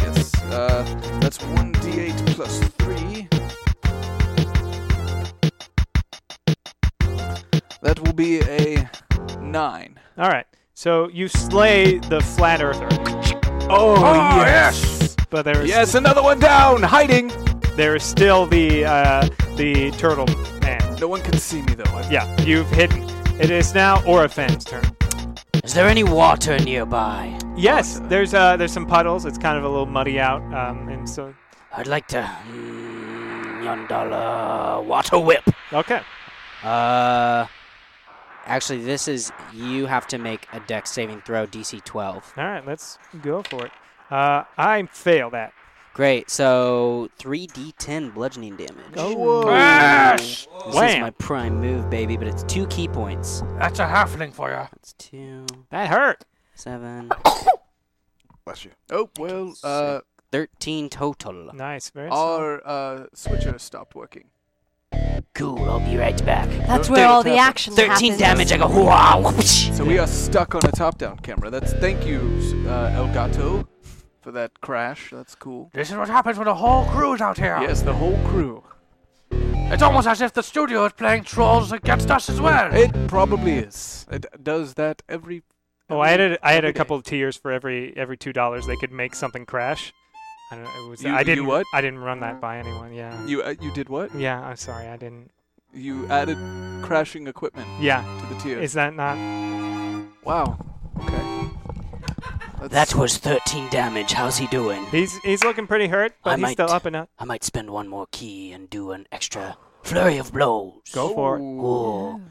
Yes, uh, that's 1d8 plus 3. That will be a 9. All right. So you slay the flat earther, Oh, yes! but there is Yes, another one down! Hiding! there is still the uh, the turtle man. No one can see me though. I'm- Yeah, you've hidden. It is now Orifen's turn. Is there any water nearby? Yes, there's uh, there's some puddles. It's kind of a little muddy out, um, and so I'd like to. Mm, yondala water whip. okay. Uh. Actually, this is. You have to make a deck saving throw, DC 12. All right, let's go for it. Uh, I fail that. Great, so 3d10 bludgeoning damage. Yes! This is Wham. my prime move, baby, but it's two key points. That's a halfling for you. It's two, That hurt. seven, Bless you. Oh, well, uh, 13 total. Nice, very. our uh, switcher stopped working. Cool, I'll be right back. That's Don't where think all it's the happened. action 13 happens. damage, I go, wow! whoosh. So we are stuck on a top-down camera. That's thank you, uh, El Gato, for that crash. That's cool. This is what happens when the whole crew's out here. Yes, the whole crew. It's almost as if the studio is playing trolls against us as well. It probably is. It does that every. Oh, I added I added every a day. couple of tiers for every every two dollars they could make something crash. I don't know. It was, You- I you didn't. what? I didn't run that by anyone. Yeah. You uh, you did what? Yeah. I'm sorry. I didn't. You added crashing equipment Yeah. to the tier. Is that not? wow. Okay. That was 13 damage. How's he doing? He's he's looking pretty hurt, but I he's might- still up and up. I might spend one more key and do an extra flurry of blows. Go for it. Ooh.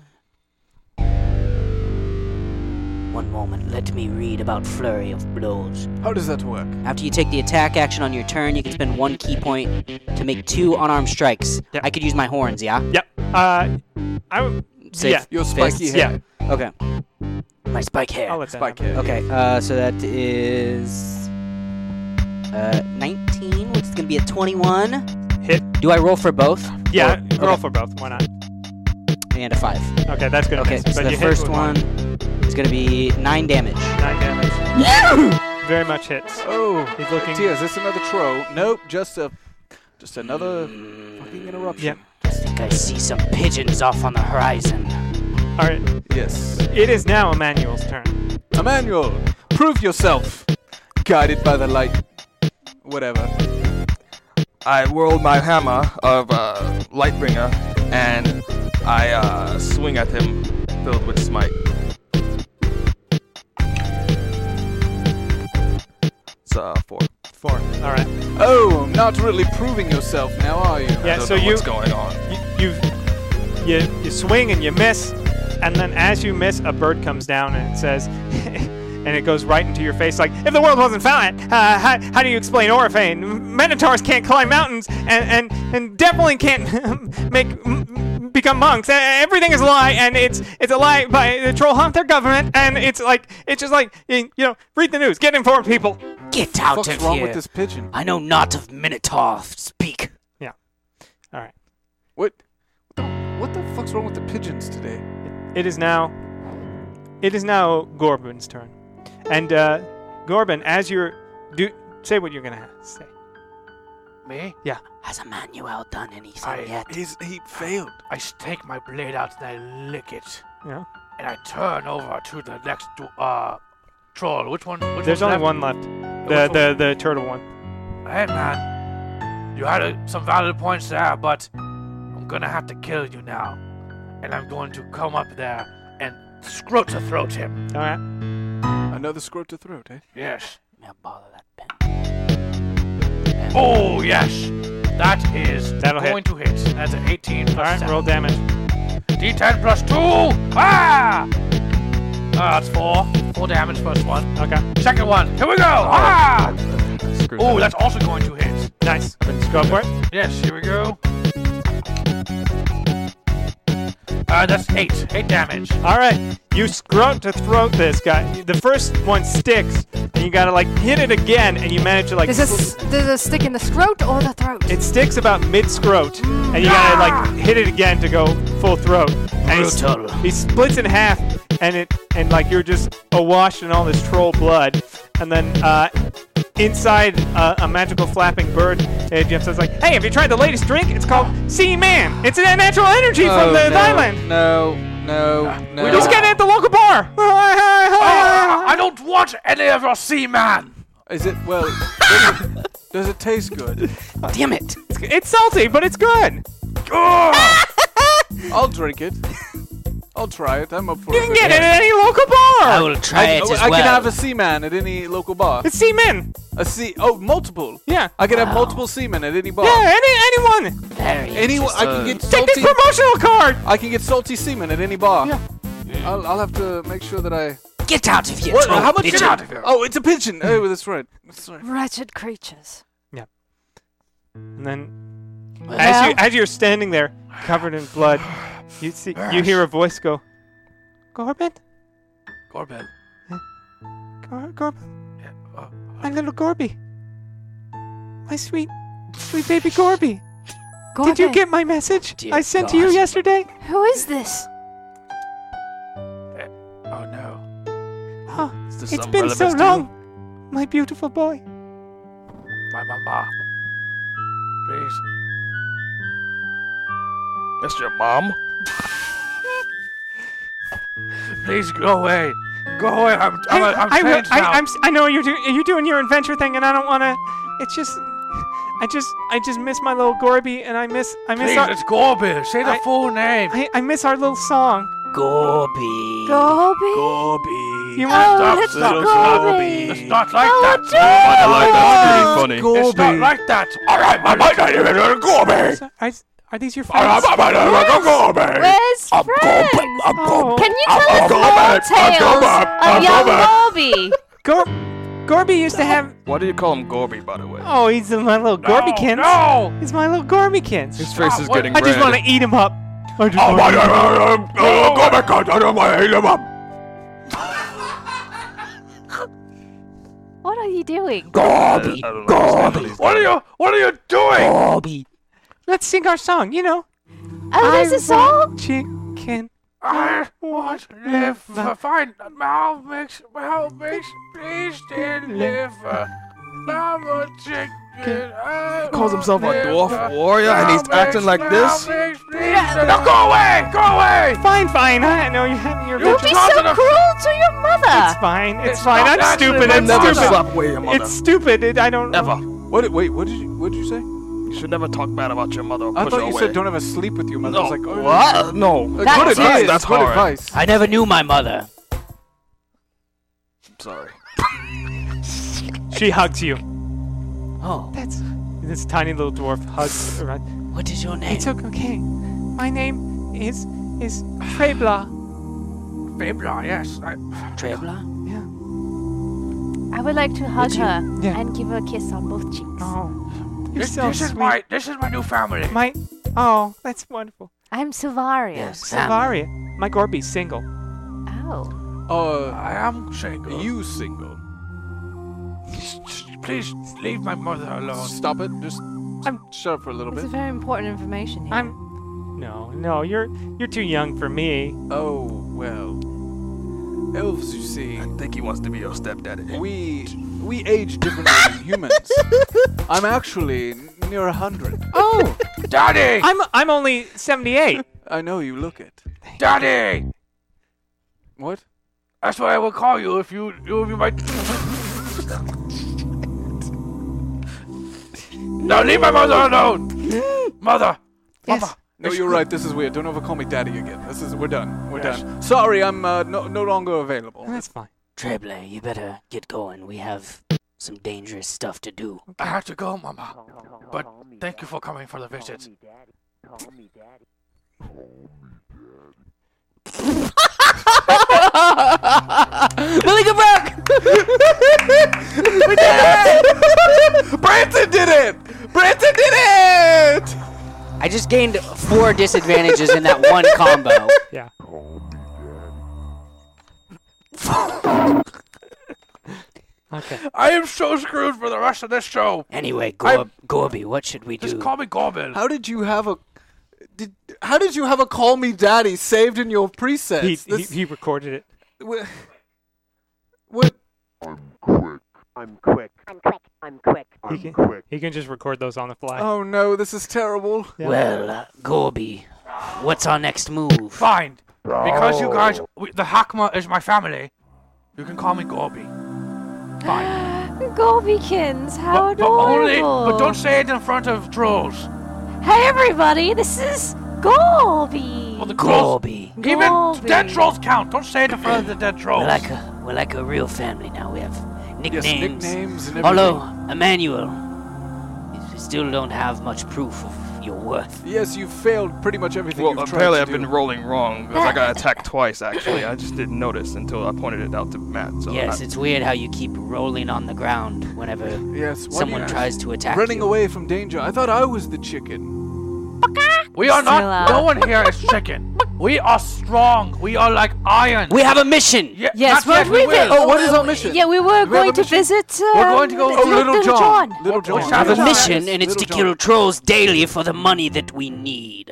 One moment, let me read about flurry of blows. How does that work? After you take the attack action on your turn, you can spend one key point to make two unarmed strikes. Yep. I could use my horns, yeah? Yep. Uh, I w- Safe. yeah. Your spiky Fists. hair. Okay. My spike hair. I'll let that. Spike happen. hair. Okay, uh, so that is uh, 19, which is going to be a 21. Hit. Do I roll for both? Yeah, Or- roll okay, for both. Why not? And a 5. Okay, that's gonna Okay, miss. But so you the hit first with one is going to be 9 damage. Nine damage. Very much hits. Oh, He's looking- Tia, is this another troll? Nope, just a, just another fucking interruption. I think I see some pigeons off on the horizon. All right. Yes. It is now Emmanuel's turn. Emmanuel, prove yourself. Guided by the light. Whatever. I whirl my hammer of uh, Lightbringer and I uh, swing at him filled with smite. It's uh, four. Four. All right. Oh, not really proving yourself now, are you? I Yeah. don't So know you what's going on? you you you swing and you miss, and then as you miss, a bird comes down and it says, and it goes right into your face like, if the world wasn't flat, uh, how, how do you explain Orphane? Minotaurs can't climb mountains, and and, and definitely can't make. M- become monks. E- Everything is a lie, and it's it's a lie by the troll hunt their government, and it's like it's just like you you know read the news, get informed, people. Get out What's of wrong here. with this pigeon? I know not of Minotaur. Speak. All right. What? What the, what the fuck's wrong with the pigeons today? It is now. It is now Gorbin's turn, and uh, Gorbin, as you're, do say what you're gonna ha- say. Me? Has Emmanuel done anything I- yet? He's, he failed. I s- take my blade out and I lick it, Yeah. and I turn over to the next do- uh troll. Which one? Which There's one's only one left. The Which the the turtle one. one? Hey man, you had uh some valid points there, but I'm gonna have to kill you now, and I'm going to come up there and scrote to throat him. All right. Another scrot to throat, eh? Yes. Now bother that pen. Oh yes. That is That'll hit. going to hit. That's an 18 plus All right. seven. Roll damage. D10 plus two. Ah! Ah, that's four. Four damage, first one. Okay. Second one. Here we go. Ah! Screw Oh, that. that's also going to hit. Nice. Let's go for it. Yes, here we go. Uh, that's eight. Eight damage. All right. You scrub to throat this guy. The first one sticks, and you gotta like hit it again, and you manage to like. Does this does it stick in the scrot or the throat? It sticks about mid scrot, and you gotta like hit it again to go full throat. And he, Brutal. he splits in half, and it and like you're just awash in all this troll blood. And then uh, inside uh, a magical flapping bird, uh, Jim says like, "Hey, have you tried the latest drink? It's called Sea Man. It's a natural energy Oh, from the island. No, no, no. Just get it at the local bar." Oh, Ah, I don't want any of your seaman. Is it well? does, it, does it taste good? Damn it. It's salty, but it's good. Ah! I'll drink it. I'll try it. I'm up for You it. can get it at any local bar. I will try I, it as I well. can have a seaman at any local bar. It's Sea Man. A sea. Oh, multiple. Yeah. I can have multiple seamen at any bar. Yeah, any anyone. Very Anyone. I can get Take this salty. promotional card. I can get salty seamen at any bar. Yeah. I'll, I'll have to make sure that I. Get out of here. What? troll How much? pigeon. out of here. Oh, it's a pigeon. Oh, that's right. That's right. Wretched creatures. And then, Well- as you as you're standing there, covered in blood, you see you hear a voice go, "Gorbin, Corbin. Gor- Gorbin, Yeah, uh, my little Gorby, my sweet, sweet baby Gorby. Did you Gorbin, get my message Dear I sent to you God. yesterday? Who is this? Oh no. Oh, Is this it's some been so relevance to you? long, my beautiful boy. My mama. Please. That's your mom? Please go away. Go away. I'm, I'm, I, am i am I, will- changed I, now. I'm s- I know you're do, you're doing your adventure thing, and I don't want to. It's just, I just I just miss my little Gorby, and I miss I miss Please, our, it's Gorbil. Say the I- full name. I, I miss our little song. Gorby. Gorby? Gorby. You must Oh, stop, it's stop, Gorby. It's not like Oh, that. dear. It's like that. Pretty funny. It's not like that. All right, my mind not even a Gorby. Are, are these your All right, friends? my mind not even a Gorby. Where's I'm friends? Gorby. I'm Oh, Gorby. Can you I'm tell us Gorby. more I'm tales Gorby. I'm of young Gorby. Gorby? Gor- Gorby used to have. Why do you call him Gorby, by the way? Oh, he's my little Gorbykins. Oh, No. He's my little Gorbykins. His face is what- getting I just red. want to eat him up. I just Oh wanna my eat 'em up. God! Oh my God! I don't want to eat him up. What are you doing? Gorby. I don't Gorby. What are you? What are you doing? Bobby. Let's sing our song, you know. Oh, there's a song? want Chicken. I want liver. Fine. Mal mix. Mal mix. Please in liver. Mal a chicken. I Calls himself a want dwarf liver. warrior and he's Mal mix, acting like mal this? mix, please in- No, go away! Go away! Fine, fine. I know you have your Don't be ritual. so cruel to your It's mother! fine. It's, It's fine. not I'm actually stupid. my I'm Never stupid. slap away your mother. It's stupid. It, I don't. Never. What? Wait. What did you? What did you say? You should never talk bad about your mother. Or I push thought her you away. said don't ever sleep with your mother. I was like, oh, What? That's No. good That's- advice. that's good horrid. advice. I never knew my mother. Sorry. She hugs you. Oh, That's this tiny little dwarf hugs around. what is your name? It's okay. okay. My name is is Trebla. Fibla, yes. I, Trebla? Yeah. I would like to hug her Yeah. and give her a kiss on both cheeks. Oh, you're this so this is sweet. my this is my new family. My- Oh, that's wonderful. I'm Silvaria. Savaria. My Gorby's single. Oh. Uh, I am single. you single? please leave my mother alone. Stop it. Just I'm- shut up for a little This bit. is very important information here. I'm. No, no, you're you're too young for me. Oh well. Elves, you see, I think he wants to be your stepdaddy. we we age differently than humans. I'm actually n- near a hundred. Oh, Daddy! I'm I'm only 78. I know you look it. Daddy! What? That's what I will call you if you you would be my. now leave my mother alone. Mother. yes. Mama. No, It's- you're right. This is weird. Don't ever call me daddy again. This is we're done. We're done. Sorry, I'm uh, no no longer available. That's fine. Trebla, you better get going. We have some dangerous stuff to do. I have to go, Mama. But thank you for coming for the visit. Branson did it. Branson did it. I just gained four disadvantages in that one combo. Yeah. Okay. I am so screwed for the rest of this show. Anyway, I'm- Gor- Gorby, what should we Just do? call me Gorbel. How did you have a? Did how did you have a call me daddy saved in your presets? He, he This- he recorded it. wha- what? He can, he can just record those on the fly. Oh no, this is terrible. Yeah. Well, uh, Gorby, what's our next move? Fine. Because you guys, we, the Hakma is my family. You can call me Gorby. Fine. Gorbykins, how but, but adorable. only, but don't say it in front of trolls. Hey everybody, this is Gorby. Well, the trolls. Gorby. Even Gorby. dead trolls count. Don't say it in front of the dead trolls. We're like a we're like a real family now. We have nicknames. nicknames and Although Emmanuel, you still don't have much proof of your worth. Yes, you failed pretty much everything Well, you've apparently tried I've to been do. rolling wrong because I got attacked twice. Actually, I just didn't notice until I pointed it out to Matt. So yes, I, it's weird how you keep rolling on the ground whenever yes, why someone do you- tries to attack running you. away from danger. I thought I was the chicken. we are Chill not. out. No one here is chicken. We are strong. We are like iron. We have a mission. Ye- Yes, not but yet, we we will. will- Oh, what is our mission? Yeah, we were Do we have going a to mission? visit. Um, We're going to go- Oh, Little John. Little What- John. what's We have a Little John. mission, and it's to Little kill John. trolls daily for the money that we need.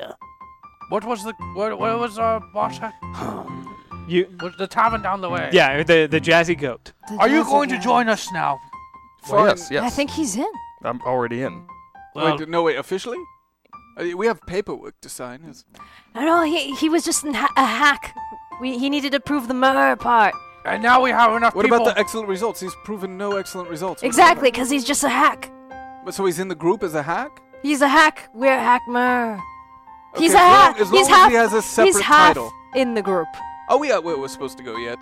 What was the? What, what was our boss? You. Was the tavern down the way? Yeah, the the jazzy goat. Are you going to join us now? well, Fine. yes, yes. I think he's in. I'm already in. Well- wait, no, wait, officially? Uh, We have paperwork to sign. It's- No, no, he, he was just an ha- a hack. We, he needed to prove the murder part. And now we have enough What people. about the excellent results? He's proven no excellent results. What about Exactly, because he's just a hack. that? But so he's in the group as a hack? He's a hack. We're a hackmer. He's Okay, a as long- hack. As long he's as half. he has a he's separate half. title. in the group. Oh, we are, we we're supposed to go yet.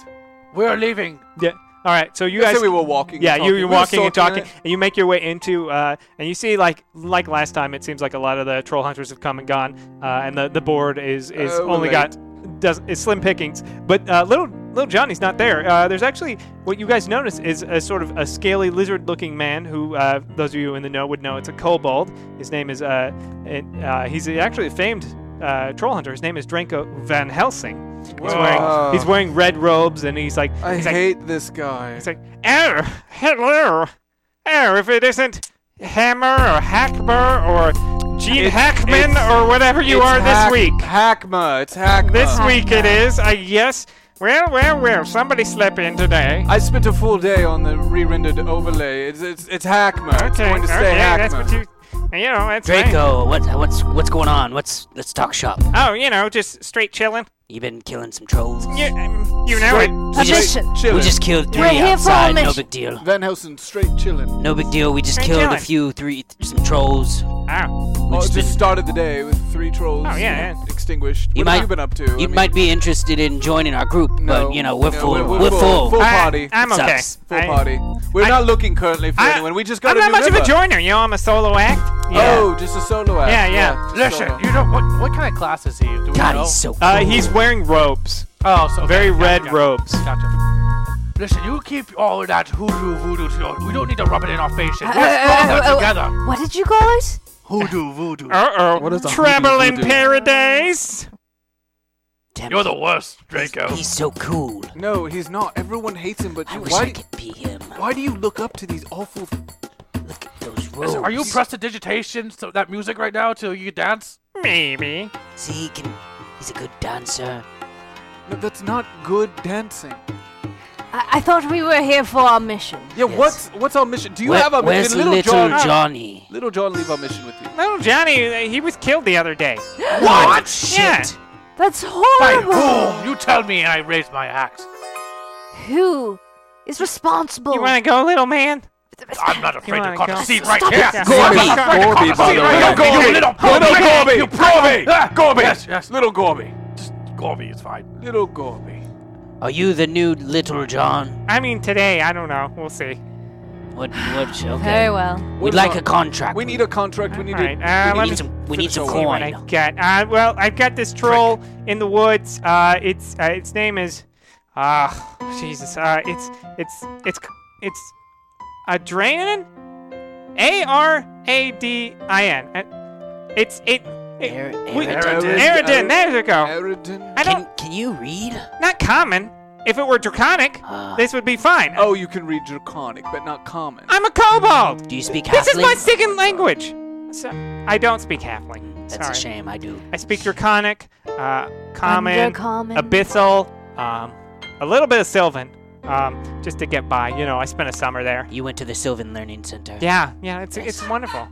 We're leaving. Yeah. All right. So you I said guys. we were walking and Yeah, talking. you We you're were walking and sorting talking, it. and you make your way into, uh, and you see like like last time, it seems like a lot of the troll hunters have come and gone, uh, and the, the board is is Oh, only late. got does is slim pickings. But uh, little little Johnny's not there. Uh, there's actually what you guys notice is a sort of a scaly lizard-looking man who uh, those of you in the know would know it's a kobold. His name is uh, and, uh he's actually a famed uh, troll hunter. His name is Dranko Van Helsing. He's Whoa. wearing, he's wearing red robes and he's like I he's like, hate this guy. it's like, oh, hello. Oh, if it isn't Hammer or Hackmer or Gene It's- Hackman it's- or whatever you it's are hack- Uh-huh. this week. Hackma. It's Hackma. This week it is, I yes. Well, well, well, somebody slept in today. I spent a full day on the re-rendered overlay. It's it's, it's Hackma. it's Okay, going to okay, stay that's Hackma. what you, you know, that's fine. Draco, what, what's what's going on? What's let's talk shop. Oh, you know, just straight chilling. You been killing some trolls? You, um, you know it. We just, Ambition. we just killed 3 We're here for outside. No ambition. big deal. Van Helsing straight chilling. No big deal. We just Straight killed a chilling. few three some trolls. Oh, We've Oh, it just been- just started the day with three trolls. Oh, yeah, uh, yeah. Extinguished. You what might- have you been up to? I you mean, might be interested in joining our group, No, but you know we're no, full. we're- we're full. full. Full I, party. I'm okay. Sucks. full I- party. We're I- not looking currently for I- anyone. We just got I'm a not new much of a member. joiner, you know. I'm a solo act. Oh, just a solo act. Yeah, yeah. just a Listen, solo. you don't. What, what kind of class is he? Do we God, know? he's so. Uh, cool. he's wearing robes. Oh, so okay, Very gotcha, red gotcha, robes. Gotcha. Listen, you keep all of that hoodoo voodoo to your. We don't need to rub it in our faces. We're Uh, uh, stronger uh, uh, together. What did you call it? Hoodoo voodoo. Uh What oh. is the Trouble hoodoo in voodoo? paradise. Damn You're it. the worst, Draco. He's so cool. No, he's not. Everyone hates him, but I you. wish Why, I do- could be him. why do you look up to these awful? Look at those robes. Listen, are you prestidigitation so that music right now till you dance? Maybe. See, he can. He's a good dancer. No, that's not good dancing. I, I thought we were here for our mission. Yeah, Yes. what's what's our mission? Do you Where- have a where's mission? Little, little John. Johnny? Little John, leave our mission with you. Little Johnny, uh, he was killed the other day. What? Shit. Yeah. That's By horrible. whom? You tell me, and I raise my axe. Who is responsible? You want to go, little man? I'm not afraid wanna to cut go? a seat right Stop here. it. I'm not afraid Gorby, to Gorby, cut a seat by the right way. here. You little Gorby, little Gorby, You Gorby. ah, Gorby. Yes, yes. Little Gorby. Just Gorby is fine. Little Gorby. Are you the new Little John? I mean, today, I don't know. We'll see. What? What? Okay. Very well. We'd What like about- a contract. We need a contract. We need. Alright, a, uh, we let need me some- we need finish some our See work. what I Coin. got. Uh, well, I've got this troll in the woods. Uh, it's uh, its name is, ah, Jesus. Uh, it's it's it's it's Adranin, A R A D I N. Uh, It's it. Ar- it we- Aradin. Aradin, There you go. Aridin. I Can, don't. can you read? Not common. If it were draconic, Ah. this would be fine. Oh, you can read draconic, but not common. I'm a kobold. Do you speak This is Halfling? my second language. So, I don't speak halfling. That's Sorry. a shame. I do. I speak Draconic, uh, Common, Undercommon. Abyssal, um, a little bit of Sylvan, um, just to get by. You know, I spent a summer there. You went to the Sylvan Learning Center. Yeah, yeah, it's it's wonderful.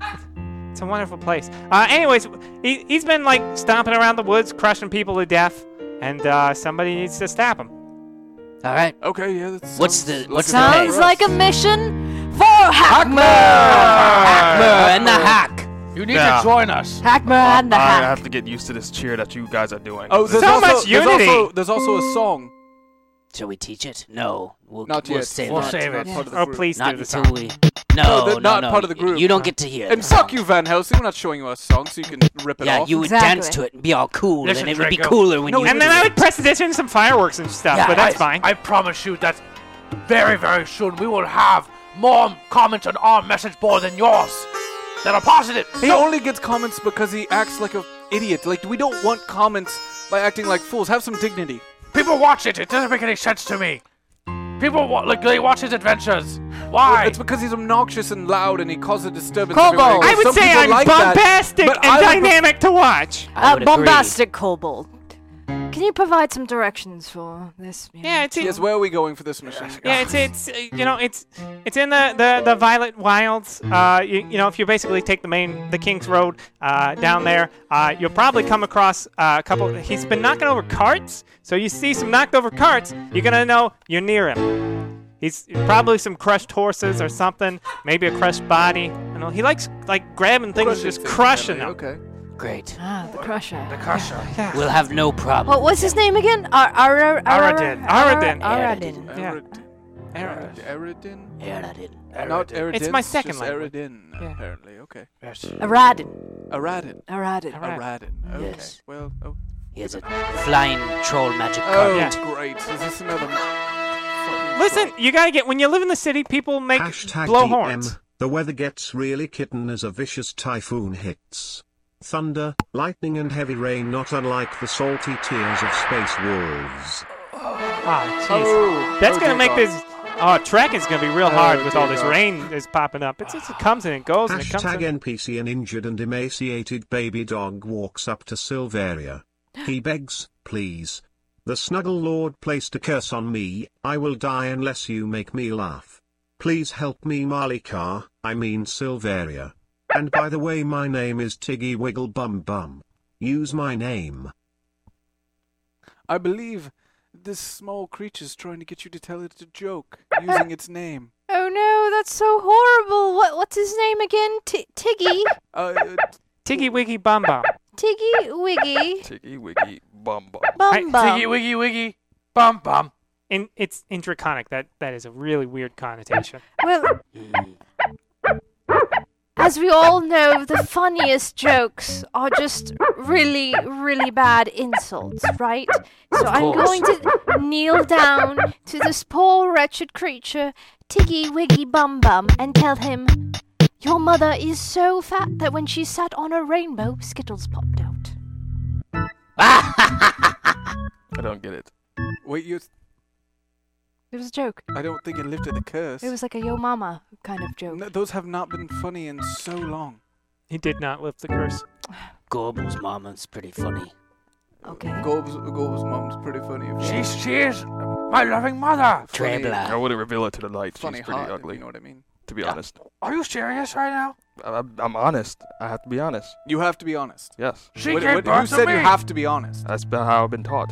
It's a wonderful place. Uh, anyways, he, he's been like stomping around the woods, crushing people to death, and uh, somebody needs to stab him. All right. Okay, yeah. That's What's the- what's the pay? Sounds like a mission for Hackmer. Uh, Hackmer and the hack. You need Yeah. to join us. Hackmer and the Um, I hack. have to get used to this cheer that you guys are doing. Oh, there's So also, much there's unity. Also, there's also a song. Shall we teach it? No. We'll, Not we'll yet. save We'll that. save it. Not part of the Oh, group. please Not do the until song. we. No, No, they're no, not no. part of the y- group. You don't get to hear. And the suck song. you, Van Helsing. We're not showing you our song, so you can rip it Yeah, off. you would Exactly. dance to it and be all cool, Listen, and it would be Draco. cooler when you. And do then I would it. presentation some fireworks and stuff, Yeah, but that's I- fine. I promise you that very, very soon we will have more comments on our message board than yours that are positive. He only gets comments because he acts like an idiot. Like we don't want comments by acting like fools. Have some dignity. People watch it. It doesn't make any sense to me. People wa- like they watch his adventures. Why? It's because he's obnoxious and loud and he causes a disturbance. Kobold. everywhere he goes. I would Some say people I'm like that, bombastic but and I would pref- dynamic to watch. I Uh, would agree. bombastic kobold. Can you provide some directions for this? you know? Yeah, it's Yes, where are we going for this mission? Yeah, it's it's uh, you know it's it's in the the, the Violet Wilds. Uh, you, you know if you basically take the main the King's Road uh, down there, uh, you'll probably come across uh, a couple. He's been knocking over carts, so you see some knocked over carts, you're gonna know you're near him. He's probably some crushed horses or something, maybe a crushed body. You know he likes like grabbing things, and just things, crushing them, apparently. Okay. Great. Ah, the Crusher. The Crusher. We'll have no problem. What was his name again? Ar- Ar- Ar- Ar- Aradin. Ar- Aradin. Aradin. Yeah. Arid- Aridin? Aradin. Not Aridin. It's my second just language. Aridin, apparently. Okay. Aradin. Aradin. Aradin. Aradin. Okay. Yes. Well, oh. He has a flying troll magic Oh, card. great. Is this another. fucking Listen, you gotta get when you live in the city, people make Hashtag blow DM, horns. The weather gets really kitten as a vicious typhoon hits. Thunder, lightning, and heavy rain, not unlike the salty tears of space wolves. Ah, jeez. Oh, That's oh, gonna dear make God. this. Oh, track is gonna be real hard with dear all this God. rain is popping up. It's, it's, it comes and it goes and it comes. Hashtag And, NPC an injured and emaciated baby dog walks up to Silveria. He begs, please. The snuggle lord placed a curse on me, I will die unless you make me laugh. Please help me Malika, I mean Silveria. And by the way my name is Tiggy Wiggle Bum Bum. Use my name. I believe this small creature's trying to get you to tell it a joke using its name. Oh no, that's so horrible. What what's his name again? T- Tiggy. Uh, uh, Tiggy wiggy bum bum. Tiggy Wiggy. Tiggy wiggy bum bum. Bum Tiggy bum. wiggy wiggy. Bum bum. In, it's intraconic. That that is a really weird connotation. Well, as we all know, the funniest jokes are just really, really bad insults, right? So I'm course. going to kneel down to this poor wretched creature, Tiggy Wiggy Bum Bum, and tell him, Your mother is so fat that when she sat on a rainbow, Skittles popped out. I don't get it. wait, you. It was a joke. I don't think it lifted the curse. It was like a yo mama kind of joke. No, those have not been funny in so long. He did not lift the curse. Gorble's mama's pretty funny. Okay. Gorb's, Gorb's mom's pretty funny. If She, she is my loving mother. I Trebla. wouldn't reveal it to the light. funny She's pretty hard, if ugly, You know what I mean? to be honest. Are you serious right now? I, I'm- I'm honest. I have to be honest. You have to be honest. Yes. She What- gave what- birth who to said me. you have to be honest? That's been how I've been taught.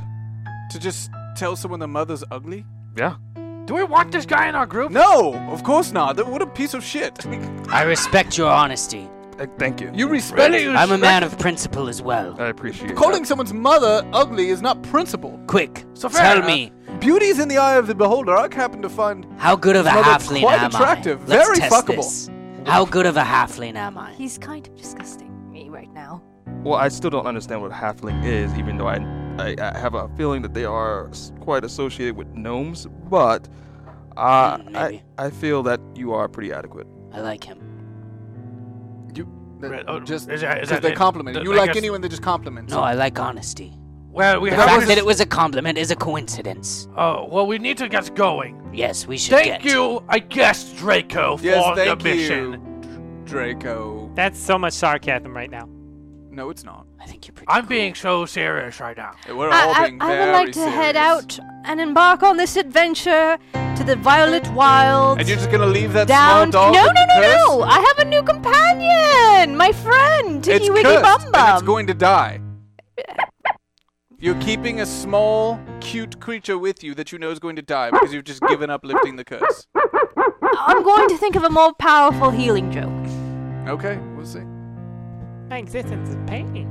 To just tell someone their mother's ugly? Yeah. Do we want this guy in our group? No, of course not. That- What a piece of shit. I respect your honesty. Uh, Thank you. you respect Really? I'm a man of principle as well. I appreciate calling someone's mother ugly is not principle. Quick, So fair tell enough. me, Beauty is in the eye of the beholder. I happen to find how good of a Mother, halfling uh, quite am attractive, I? Let's very test fuckable. this. How good of a halfling am I? He's kind of disgusting me right now. that. Well, I still don't understand what halfling is, even though I, I, I have a feeling that they are s- quite associated with gnomes. But uh, Hmm, I, maybe. I feel that you are pretty adequate. I like him. you uh, Right, oh, just is that- is 'cause that they it? compliment you. Th- You I like guess- anyone that just compliments. No, I like honesty. Well, we The have. fact that this- it was a compliment is a coincidence. Oh, well, we need to get going. Yes, we should Thank get. you, I guess, Draco, for Yes, the thank mission. you, Draco. That's so much sarcasm right now. No, it's not. I think you're pretty. I'm cool. being so serious right now. We're all I, being I, I very would like to head serious. out and embark on this adventure to the violet wilds. And you're just gonna leave that down. small dog? no, with no, the no, curse? no! I have a new companion, my friend, Tiggy It's Wiggy cursed, Bum and it's Bum. going to die. You're keeping a small, cute creature with you that you know is going to die because you've just given up lifting the curse. I'm going to think of a more powerful healing joke. Okay, we'll see. My existence is pain.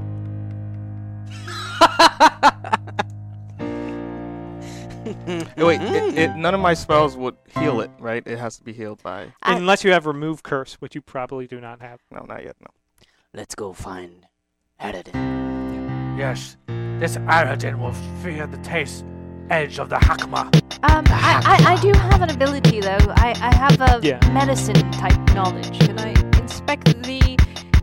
No, wait, it, Mm. it, none of my spells would heal it, right? It has to be healed by. I- Unless you have remove curse, which you probably do not have. No, not yet. No. Let's go find Aradin. Yes, this Aradin will fear the taste edge of the Hakma. Um, I, I, I do have an ability though. I, I have a Yeah. medicine type knowledge. Can I inspect the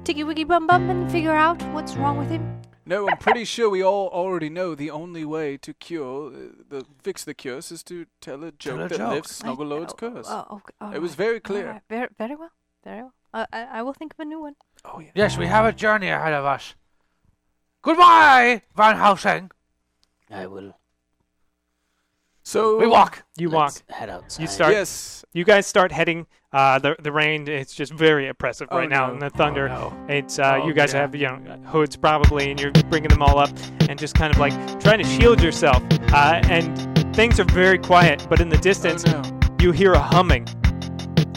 Tiggy Wiggy Bum Bum and figure out what's wrong with him? No, I'm pretty sure we all already know the only way to cure, uh, the fix the curse is to tell a joke a that joke. lifts I- Snuggle Lord's oh, curse. oh, okay, It alright, was very clear. alright, Very, very well. Very well. I I, I will think of a new one. Oh yeah. Yes, we have a journey ahead of us. Goodbye, Van Helsing. I will. So We walk. You let's walk. Head outside. You start. Yes. You guys start heading. Uh, the the rain. It's just very oppressive Oh, right now, no. and the thunder. no. It's uh, Oh, you guys yeah. have you know hoods probably, and you're bringing them all up, and just kind of like trying to shield yourself. Uh, and things are very quiet, but in the Oh, distance no. you hear a humming,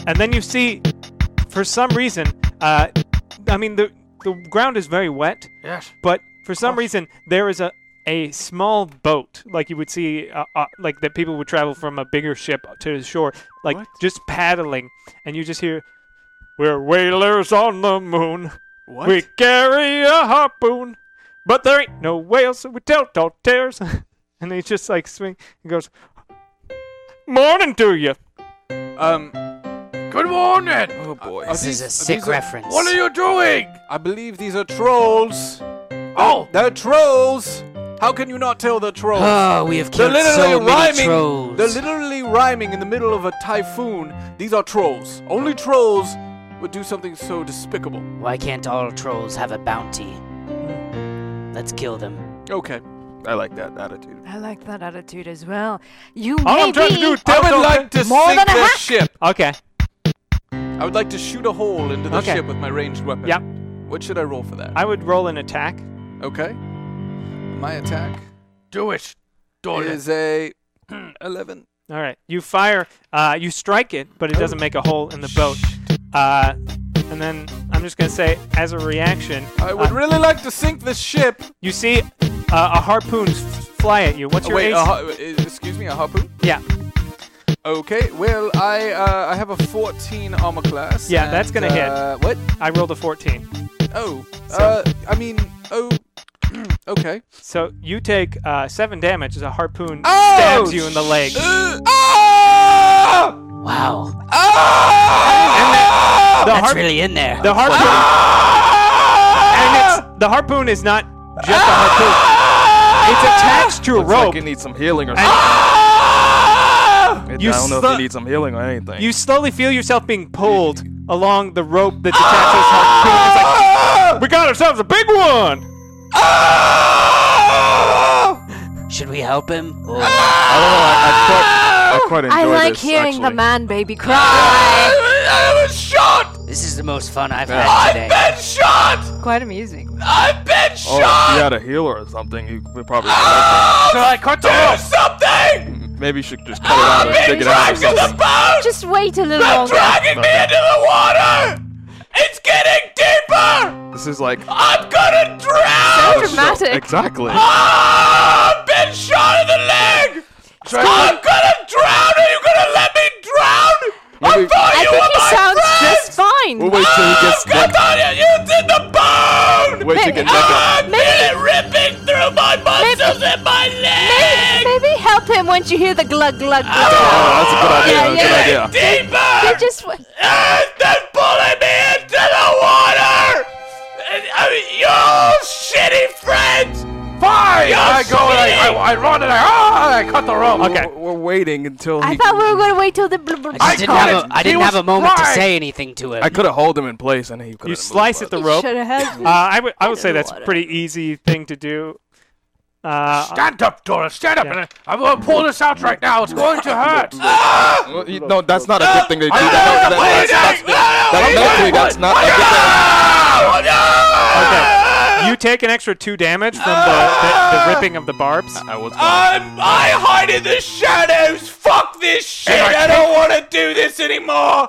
and then you see, for some reason, uh, I mean the the ground is very wet. Yes. But for some reason, there is a a small boat like you would see, uh, uh, like that people would travel from a bigger ship to the shore, like just paddling, and you just hear, "We're whalers on the moon. What? We carry a harpoon, but there ain't no whales, so we tell tall tales." and he just like swing. He goes, "Morning to you." Um. Good morning. Oh boy. This is a sick reference. What are you doing? I believe these are trolls. Oh, They're trolls. How can you not tell they're trolls? Oh, we have They're killed so literally many rhyming. trolls. They're literally rhyming in the middle of a typhoon. These are trolls. Only trolls would do something so despicable. Why can't all trolls have a bounty? Let's kill them. Okay. I like that attitude. I like that attitude as well. You All may I'm trying to be do is I tell would tall like to tales. more sink than a their hack. ship. Okay. I would like to shoot a hole into the Okay. ship with my ranged weapon. Yep. What should I roll for that? I would roll an attack. okay. My attack Do it. Do it. is a 11. All right. You fire. Uh, you strike it, but it doesn't make a hole in the boat. Uh, and then I'm just gonna say, as a reaction, I would uh, really like to sink this ship. you see uh, a harpoon f- fly at you. What's Oh, your wait, AC? a har- uh, excuse me, a harpoon? yeah, Okay, well, I uh, I have a 14 armor class. Yeah, that's and, gonna hit. uh, What? I rolled a 14. Oh, uh, I mean, oh, okay. So you take uh, seven damage as a harpoon Oh! stabs you in the leg. Uh, ah! Wow. Ah! The, That's har- really in there. the harpoon. Ah! And it's, the harpoon is not just a harpoon. It's attached to a Looks rope. like it needs some healing or and- something. It- You I don't know slu- if it needs some healing or anything. You slowly feel yourself being pulled along the rope that's attached to this harpoon. It's like, we got ourselves a big one! Should we help him? Or I don't know. I, I, quite, I quite enjoy I like this, hearing actually. the man baby cry. This is the most fun I've had today. Quite amusing. Oh, if you had a healer or something, you would probably. something! Maybe you should just cut it out and dig it out. Or something. Just wait a little longer. This is like. So dramatic. Exactly. Maybe- I think he sounds just fine. We'll wait till he gets. naked. Wait till he gets naked. Maybe, maybe help him once you hear the glug glug glug. Oh, that's a good idea. Yeah, that's a good yeah. idea. They just w- Fine. I go and I, I, I run and I, ah, and I cut the rope. Okay. We're waiting until I he. thought we were gonna wait till the blub blub. I blub. just didn't caught have it. a, I He didn't have was a moment right. to say anything to him. I could have held him in place and he could You slice at the You rope. shoulda had Uh, I would I would say Under that's a water. pretty easy thing to do. Uh, Stand up, Dora. Stand up, Yeah. and I, I'm gonna pull this out right now. It's going to hurt. Well, you- No, that's not a good thing to do. That, that, that's, that's, that, mentally, that's not a good thing. okay. You take an extra two damage from the, the, the ripping of the barbs. I was gonna- Shit, I don't want to do this anymore.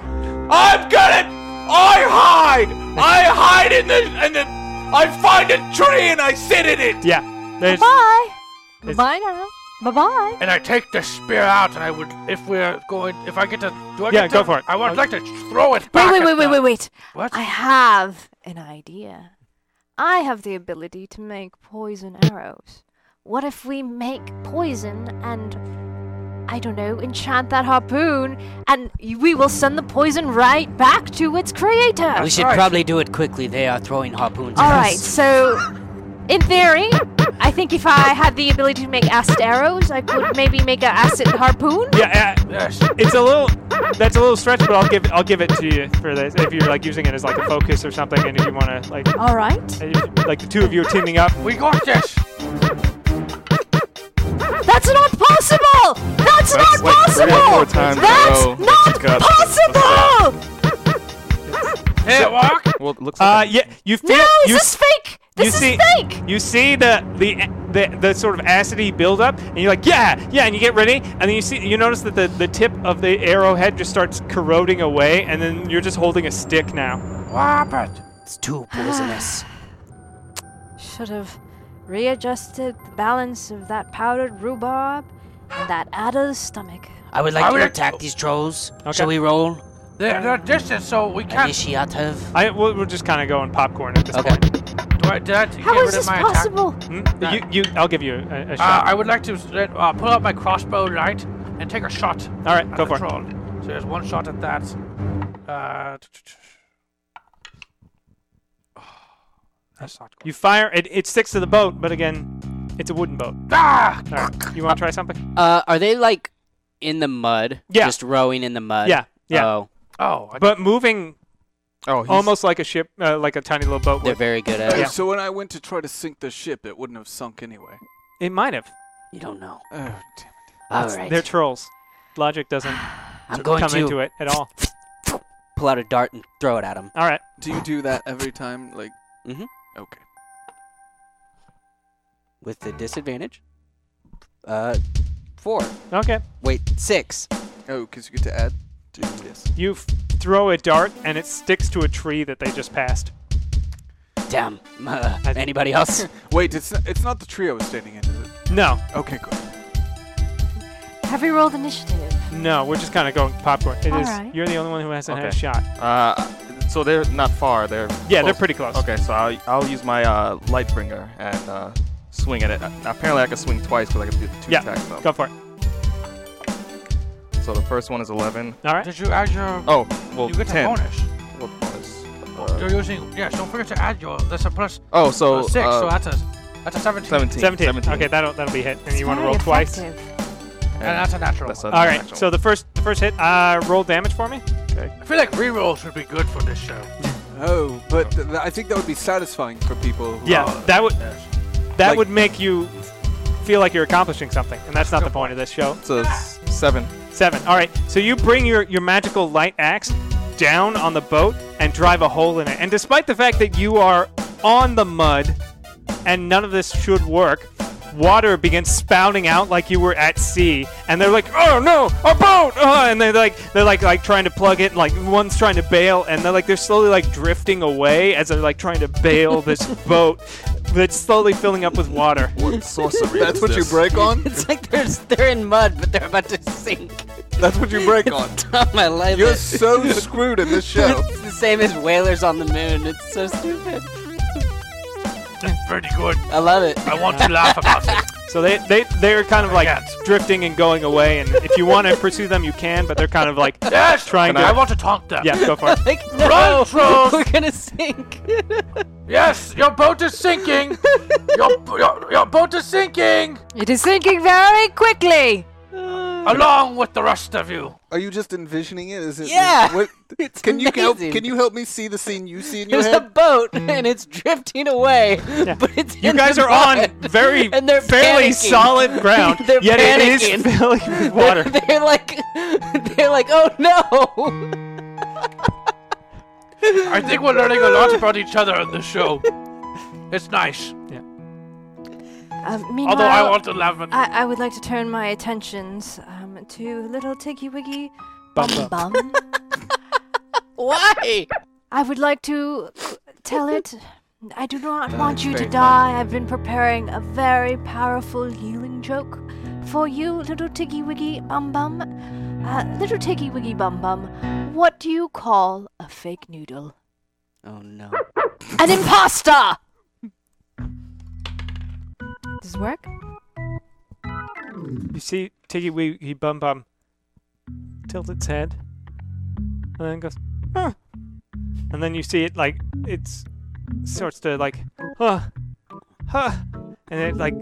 I'm gonna. I hide. I hide in the in the. I find a tree and I sit in it. Yeah. There's, Bye. It's- Bye now. Bye bye. And I take the spear out, and I would, if we're going, if I get to, do I Yeah, get go to- for it. I would like to throw it back. Wait, wait, wait, at wait, the- wait, wait. What? I have an idea. I have the ability to make poison arrows. What if we make poison and I don't know, enchant that harpoon and we will send the poison right back to its creator. we should right. probably do it quickly. They are throwing harpoons All at right, us. so in theory, I think if I had the ability to make acid arrows, I could maybe make an acid harpoon. yeah, uh, Yes. it's a little that's a little stretch, but I'll give I'll give it to you for this if you're like using it as like a focus or something, and if you want to like All right. if- like the two of you are teaming up. We got this. That's not possible! That's, That's not like three or possible! four times in a That's row. not Cut. possible! Did it work? Well, it looks Uh, like. yeah, you feel No, is you this fake? This you is see, fake! You see the the the, the sort of acidy buildup, and you're like, yeah, yeah, and you get ready, and then you see you notice that the, the tip of the arrowhead just starts corroding away, and then you're just holding a stick now. What happened? It's too poisonous. Should have readjusted the balance of that powdered rhubarb and that Ada's stomach. I would like to attack these trolls. Shall we roll? They're, they're distant, so we can't. Initiative. I we'll, we're just kind of going popcorn at this point. Hmm? Do I, did I t- How get is rid this of my possible? attack? No. You, you, I'll give you a, a Uh, shot. I would like to uh, pull out my crossbow light and take a shot. All right, at go the for it. troll. So there's one shot at that. Uh, t- t- t- that's not you fire it. It sticks to the boat, but again, it's a wooden boat. Ah! All right. You want to try something? Uh, are they like in the mud? Yeah. Just rowing in the mud. Yeah, yeah. Oh, Oh, I- But moving, oh, almost like a ship, uh, like a tiny little boat. they're Would. very good at it. Yeah. So when I went to try to sink the ship, it wouldn't have sunk anyway. It might have. You don't know. Oh, damn. All It's- right. They're trolls. Logic doesn't I'm t- going come to into it at all. pull out a dart and throw it at them. All right. Do you do that every time? Like, Mm-hmm. Mhm. Okay. with the disadvantage. Uh, four. Okay. Wait, six. Oh, because you get to add. Two. Yes. You f- throw a dart and it sticks to a tree that they just passed. Damn. Uh, anybody else? Wait, it's not, it's not the tree I was standing in, is it? No, Okay, good. Have we rolled initiative? no, we're just kind of going popcorn. It All is- right. You're the only one who hasn't had a Okay. shot. Uh, so they're not far. They're Yeah, they're pretty close. Okay, so I'll, I'll use my uh, Lightbringer and uh, swing at it. Uh, apparently, I can swing twice because I can do the two Yeah, attacks. Though. Go for it. So the first one is 11. All right. Did you add your? Oh, well, you get 10. a bonus. What bonus? You're using yes. Don't forget to add your. That's a plus uh, Oh, so uh, six. uh, so that's a that's a seventeen. 17. 17. Okay, that'll that'll be hit, and you want to Very roll twice. effective. And that's a natural. That's one. a All right. natural. So the first the first hit, uh, roll damage for me. I feel like rerolls would be good for this show. Oh, but th- th- I think that would be satisfying for people. Who Yeah, Uh, that would Yes. that Like- would make you feel like you're accomplishing something, and that's not the point of this show. So it's seven. Seven. All right. So you bring your, your magical light axe down on the boat and drive a hole in it. And despite the fact that you are on the mud and none of this should work, water begins spouting out like you were at sea. And they're like, "Oh no, a boat!" Oh, and they're like they're like like trying to plug it. And like one's trying to bail, and they're like they're slowly like drifting away as they're like trying to bail this boat that's slowly filling up with water. What sorcery? That's what you break on. It's like they're, they're in mud, but they're about to sink. That's what you break on. Tom, I like You're it. so screwed in this show. it's the same as whalers on the moon. It's so stupid. Pretty good. I love it. I want to laugh about it. So they they they're kind of like can't. drifting and going away, and if you want to pursue them, you can. But they're kind of like Yes, trying I to. want to taunt them. Yeah, go for it. Like, Run, no, trolls! we're gonna sink. Yes, your boat is sinking. your, your your boat is sinking It is sinking very quickly. along with the rest of you. Are you just envisioning it? Is it? Yeah. What, It's can you help? amazing. Can you help me see the scene you see in your There's a head? boat and it's drifting away, but it's Mm. You in guys the are on mud. very and they're fairly panicking. solid ground, They're yet it is panicking. filling with They're, water. they're like, they're like, oh no. I think we're learning a lot about each other on this show. It's nice. Um, meanwhile, Although I want to laugh at I, I would like to turn my attentions um, to little Tiggy Wiggy Bum Bum Bum. Why? I would like to tell it. I do not want you to die. I've been preparing a very powerful healing joke for you, little Tiggy Wiggy Bum Bum. Uh, little Tiggy Wiggy Bum Bum, what do you call a fake noodle? Oh no. An imposter! Does this work? You see Tiggy Wiggy Bum Bum tilt its head, and then goes, huh. and then you see it like it's starts to like, huh, huh, and it like,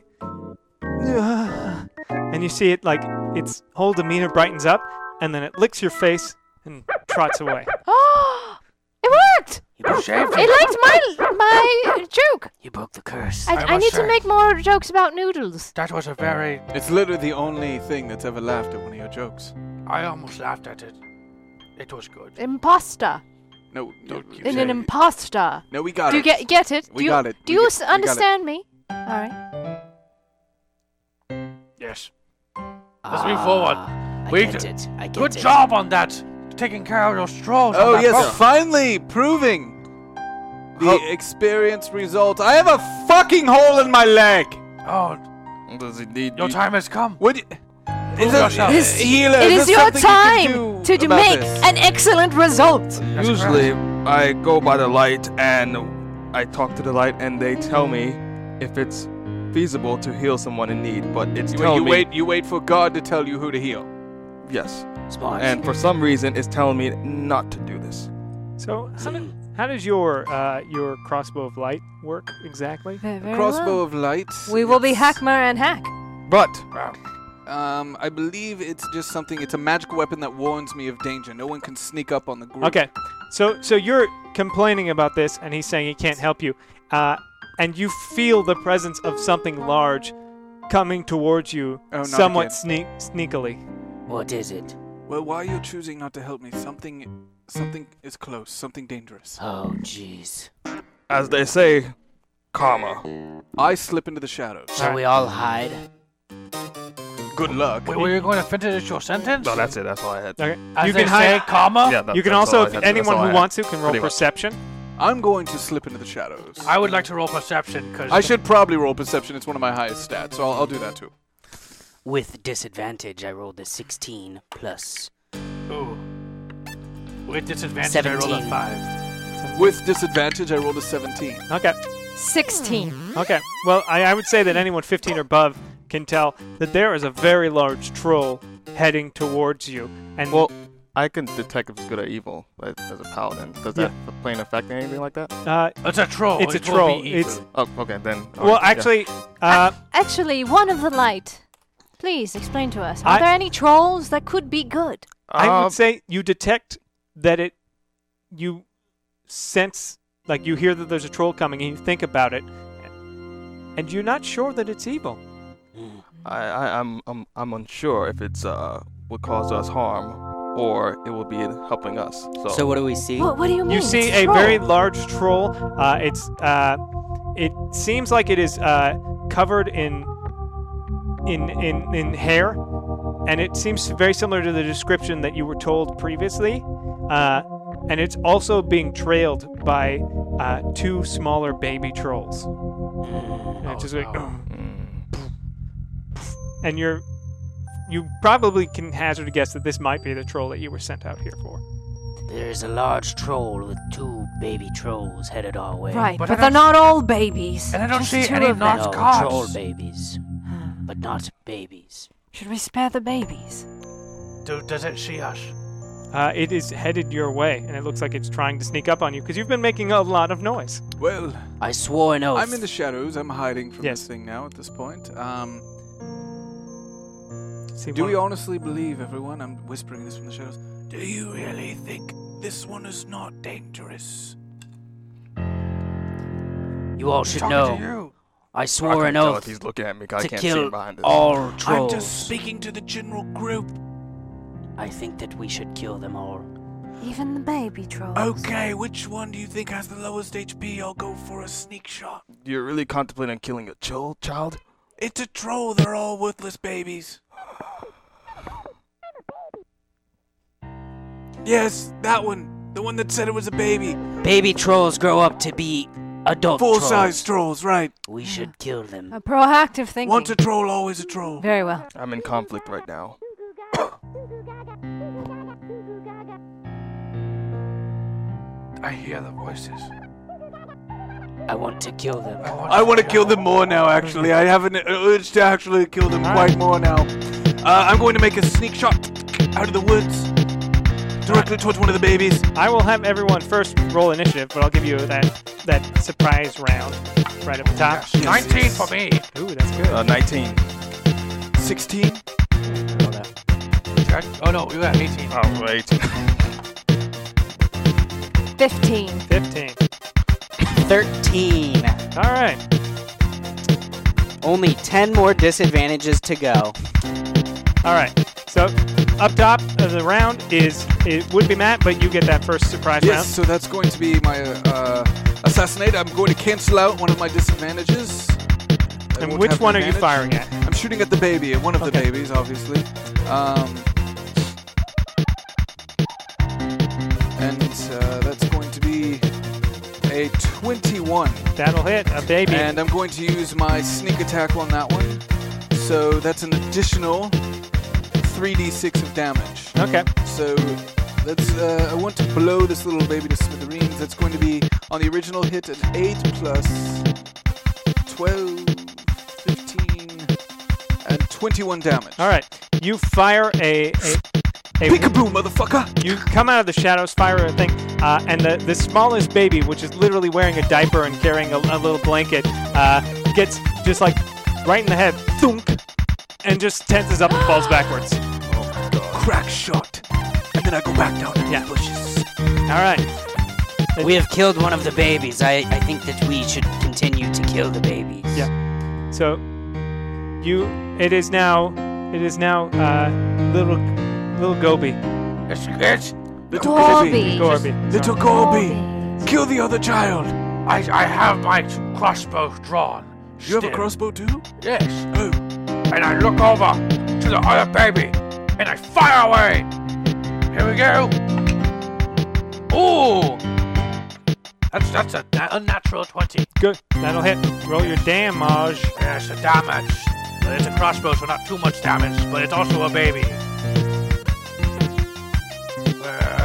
and you see it like its whole demeanor brightens up, and then it licks your face and trots away. Oh, it worked! you. Shaved It liked my my joke. You broke the curse. I, I I, need must to say. make more jokes about noodles. That was a very. It's literally the only thing that's ever laughed at one of your jokes. I almost laughed at it. It was good. Imposter. No, no, Don't you keep In say- an imposter. No, we got Do you it. get get it? We do you, got it. Do We you get- s we got it. understand me? All right. Yes. Let's move forward. Ah, I We get d- it. I get Good it. job on that. Taking care of your straws. on oh that yes, boat. finally proving The experience result. I have a fucking hole in my leg. Oh. Does it need Your time has come. Would you, Prove is it- yourself. is- Healer, it there's is your something you can time do to do about make this. an excellent result. Usually, I go by the light and I talk to the light, and they tell me if it's feasible to heal someone in need. But it's You, telling you me wait. You wait for God to tell you who to heal. yes, Spies. and for some reason, it's telling me not to do this. So, how, did, how does your uh, your crossbow of light work exactly? Very well. Crossbow of light. We will be Hackmer and Hack. But um, I believe it's just something. It's a magic weapon that warns me of danger. No one can sneak up on the group. Okay, so so you're complaining about this, and he's saying he can't help you, uh, and you feel the presence of something large coming towards you, Oh, not somewhat again. sneak sneakily. What is it? Well, why you're choosing not to help me? Something, something is close. Something dangerous. Oh, jeez. As they say, karma. I slip into the shadows. Shall we all hide? Good luck. Wait, were you going to finish your sentence? No, that's it. That's all I had. Okay, As you they can hide. say, comma. Yeah, that- you can that's all also, I if had- that's all anyone I who had. wants to, can roll Pretty much. perception. I'm going to slip into the shadows. I would like to roll perception because I should probably roll perception. It's one of my highest stats, so I'll, I'll do that too. With disadvantage, I rolled a 16 plus. Ooh. With disadvantage, I rolled a Seventeen. five. With disadvantage, I rolled a 17. Okay, Hmm. 16. Hmm? okay. Well, I, I would say that anyone 15 or above can tell that there is a very large troll heading towards you, and Well, I can detect if it's good or evil like, as a paladin. Does Yeah. that plane affect anything like that? uh, It's a troll. It's a it will troll. be evil. It's- Oh, okay, then. all well, right, yeah. actually, uh, Actually, one of the light. Please explain to us. Are I- there there any trolls that could be good? I Um, would say you detect that it, you sense, like you hear that there's a troll coming and you think about it, and you're not sure that it's evil. I, I, I'm, I'm, I'm unsure if it's uh would cause us harm or it will be helping us. So, So what do we see? What, what do you mean? You see a very large troll. Uh, it's, uh, it seems like it is uh, covered in, in, in, in hair, and it seems very similar to the description that you were told previously. Uh, and it's also being trailed by uh, two smaller baby trolls. And it's just like, and you're you probably can hazard a guess that this might be the troll that you were sent out here for. There's a large troll with two baby trolls headed our way. Right, But but, I they're don't- not all babies. And I don't Just see two any of them. not no, troll cards. babies, but not babies. Should we spare the babies? Do, does it see us? Uh, it is headed your way, and it looks like it's trying to sneak up on you because you've been making a lot of noise. Well, I swore an oath. I'm in the shadows. I'm hiding from Yes. this thing now at this point. Um, See, do one- we honestly believe, everyone? I'm whispering this from the shadows. Do you really think this one is not dangerous? you all should Talking to know. you. I I swore can an tell if oath he's looking at me. 'cause I to can't see kill him behind it. all I'm trolls. just speaking to the general group. I think that we should kill them all. Even the baby trolls. Okay, which one do you think has the lowest HP? I'll go for a sneak shot. You're really contemplating on killing a chill child? It's a troll. They're all worthless babies. Yes, that one. The one that said it was a baby. Baby trolls grow up to be adult Full trolls. size trolls, right. We should kill Um, them. A proactive thinking. Once a troll, always a troll. Very well. I'm in conflict right now. I hear the voices. I want to kill them. I want to kill them more now, actually. I have an urge to actually kill them quite more now. Uh, I'm going to make a sneak shot out of the woods directly towards one of the babies. I will have everyone first roll initiative, but I'll give you that that surprise round right up the top. Nineteen for me. Ooh, that's good. Uh, 19. 16. Oh no, you got eighteen. Oh, wait. 15. Fifteen. Thirteen. All right. Only ten more disadvantages to go. All right. So up top of the round is it would be Matt, but you get that first surprise Yes, so that's going to be my uh, assassinate. I'm going to cancel out one of my disadvantages. I round. And won't which have one are you advantage. firing at? I'm shooting at the baby, at one of the Okay. babies, obviously. Um, and uh, that's going to be a a 21. That'll hit, a baby. And I'm going to use my sneak attack on that one. So that's an additional 3d6 of damage. Okay. So that's uh, I want to blow this little baby to smithereens. That's going to be on the original hit an 8 plus 12, 15, and 21 damage. All right. You fire a. a a Peekaboo, motherfucker! You come out of the shadows, fire a thing, uh, and the, the smallest baby, which is literally wearing a diaper and carrying a, a little blanket, uh, gets just like right in the head, thunk, and just tenses up and falls backwards. Crack shot. And then I go back down in yeah. the bushes. All right. We have killed one of the babies. I, I think that we should continue to kill the babies. Yeah. So you it is now it is now uh little little Gobi. It's, it's Little Gorby. Gorby. Gorby. Little sorry. Gorby. Kill the other child. I, I have my t- crossbow drawn. You have a still. crossbow too? Yes. Oh. And I look over to the other baby and I fire away. Here we go. Ooh. That's that's a, na- a natural 20. Good. That'll hit. Roll your damage. Yes, a damage. But it's a crossbow, so not too much damage, but it's also a baby. Uh,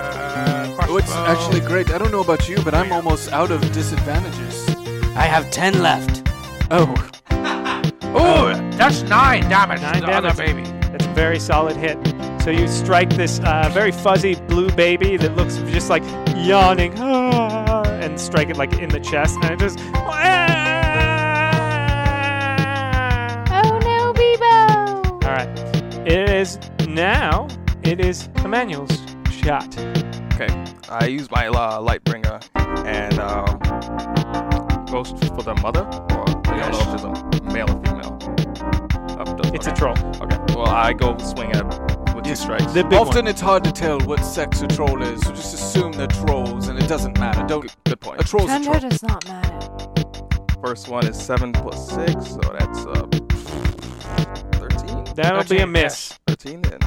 Oh, it's crossbow. actually great. I don't know about you, but I'm almost out of disadvantages. I have 10 left. Oh. Ooh, Oh, that's nine damage Nine to the damage. other baby. That's a very solid hit. So you strike this uh, very fuzzy blue baby that looks just like yawning, "Ah," and strike it like in the chest, and it just. "Ah." Oh no, Bebo! All right. It is now. It is Emmanuel's shot. Okay, I use my uh, Lightbringer and um, Ghost for the mother? Or I don't know if it's a male or female. Up to- It's a okay. troll. Okay, well, I go swing at with two strikes. The big Often one. it's hard to tell what sex a troll is, so just assume they're trolls, and it doesn't matter. Don't. Good A point. troll's a Gender troll. does not matter. First one is 7 plus 6, so that's uh, 13. That'll be a Okay, miss. 13 and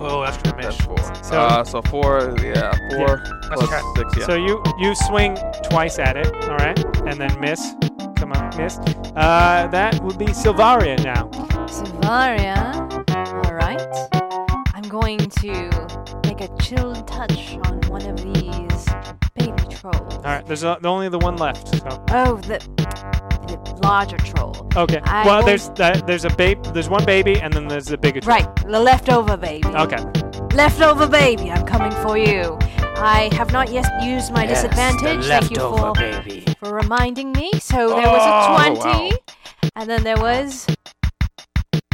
Oh, that's gonna miss. that's 4. So- uh, so 4, yeah, 4 plus okay. 6, yeah. So you you swing twice at it, all right, and then miss. Come on, miss. Uh, that would be Silvaria now. Savaria. Alright. I'm going to make a chill touch on one of these baby trolls. All right, there's o- only the one left. So. Oh, the, the larger troll. Okay. I well, will- there's that there's a babe, there's one baby, and then there's the bigger troll. Right, the leftover baby. Okay. Leftover baby, I'm coming for you. I have not yet used my Yes, the disadvantage. Thank you for, leftover baby. for reminding me. So there was a 20, wow. and then there was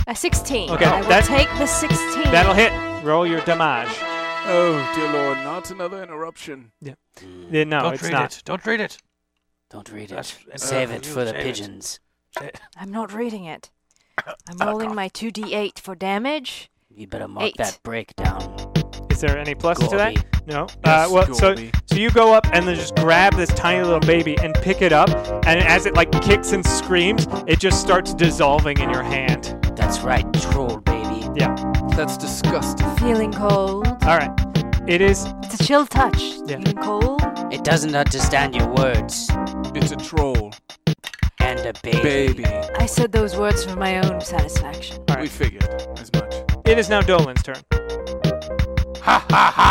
a 16. Okay, I will that- take the 16. That'll hit. Roll your damage. Uh, Oh, dear lord, not another interruption. Yeah, no, Don't it's read not. it. Don't read it. Don't read it. That's- that's Save for it you, for the save it. pigeons. I'm not reading it. I'm rolling my 2d8 for damage. You better mark Eight. that breakdown. Is there any pluses to that? Gorby. No. Yes, uh, well, so Gorby. so you go up and then just grab this tiny little baby and pick it up, and as it like kicks and screams, it just starts dissolving in your hand. That's right, troll baby. Yeah. That's disgusting. Feeling cold. All right. It is It's a chill touch. Yeah. Feeling cold. It doesn't understand your words. It's a troll. And a baby. Baby. I said those words for my own satisfaction. all right. We figured as much. It is now Dolan's turn. Ha ha ha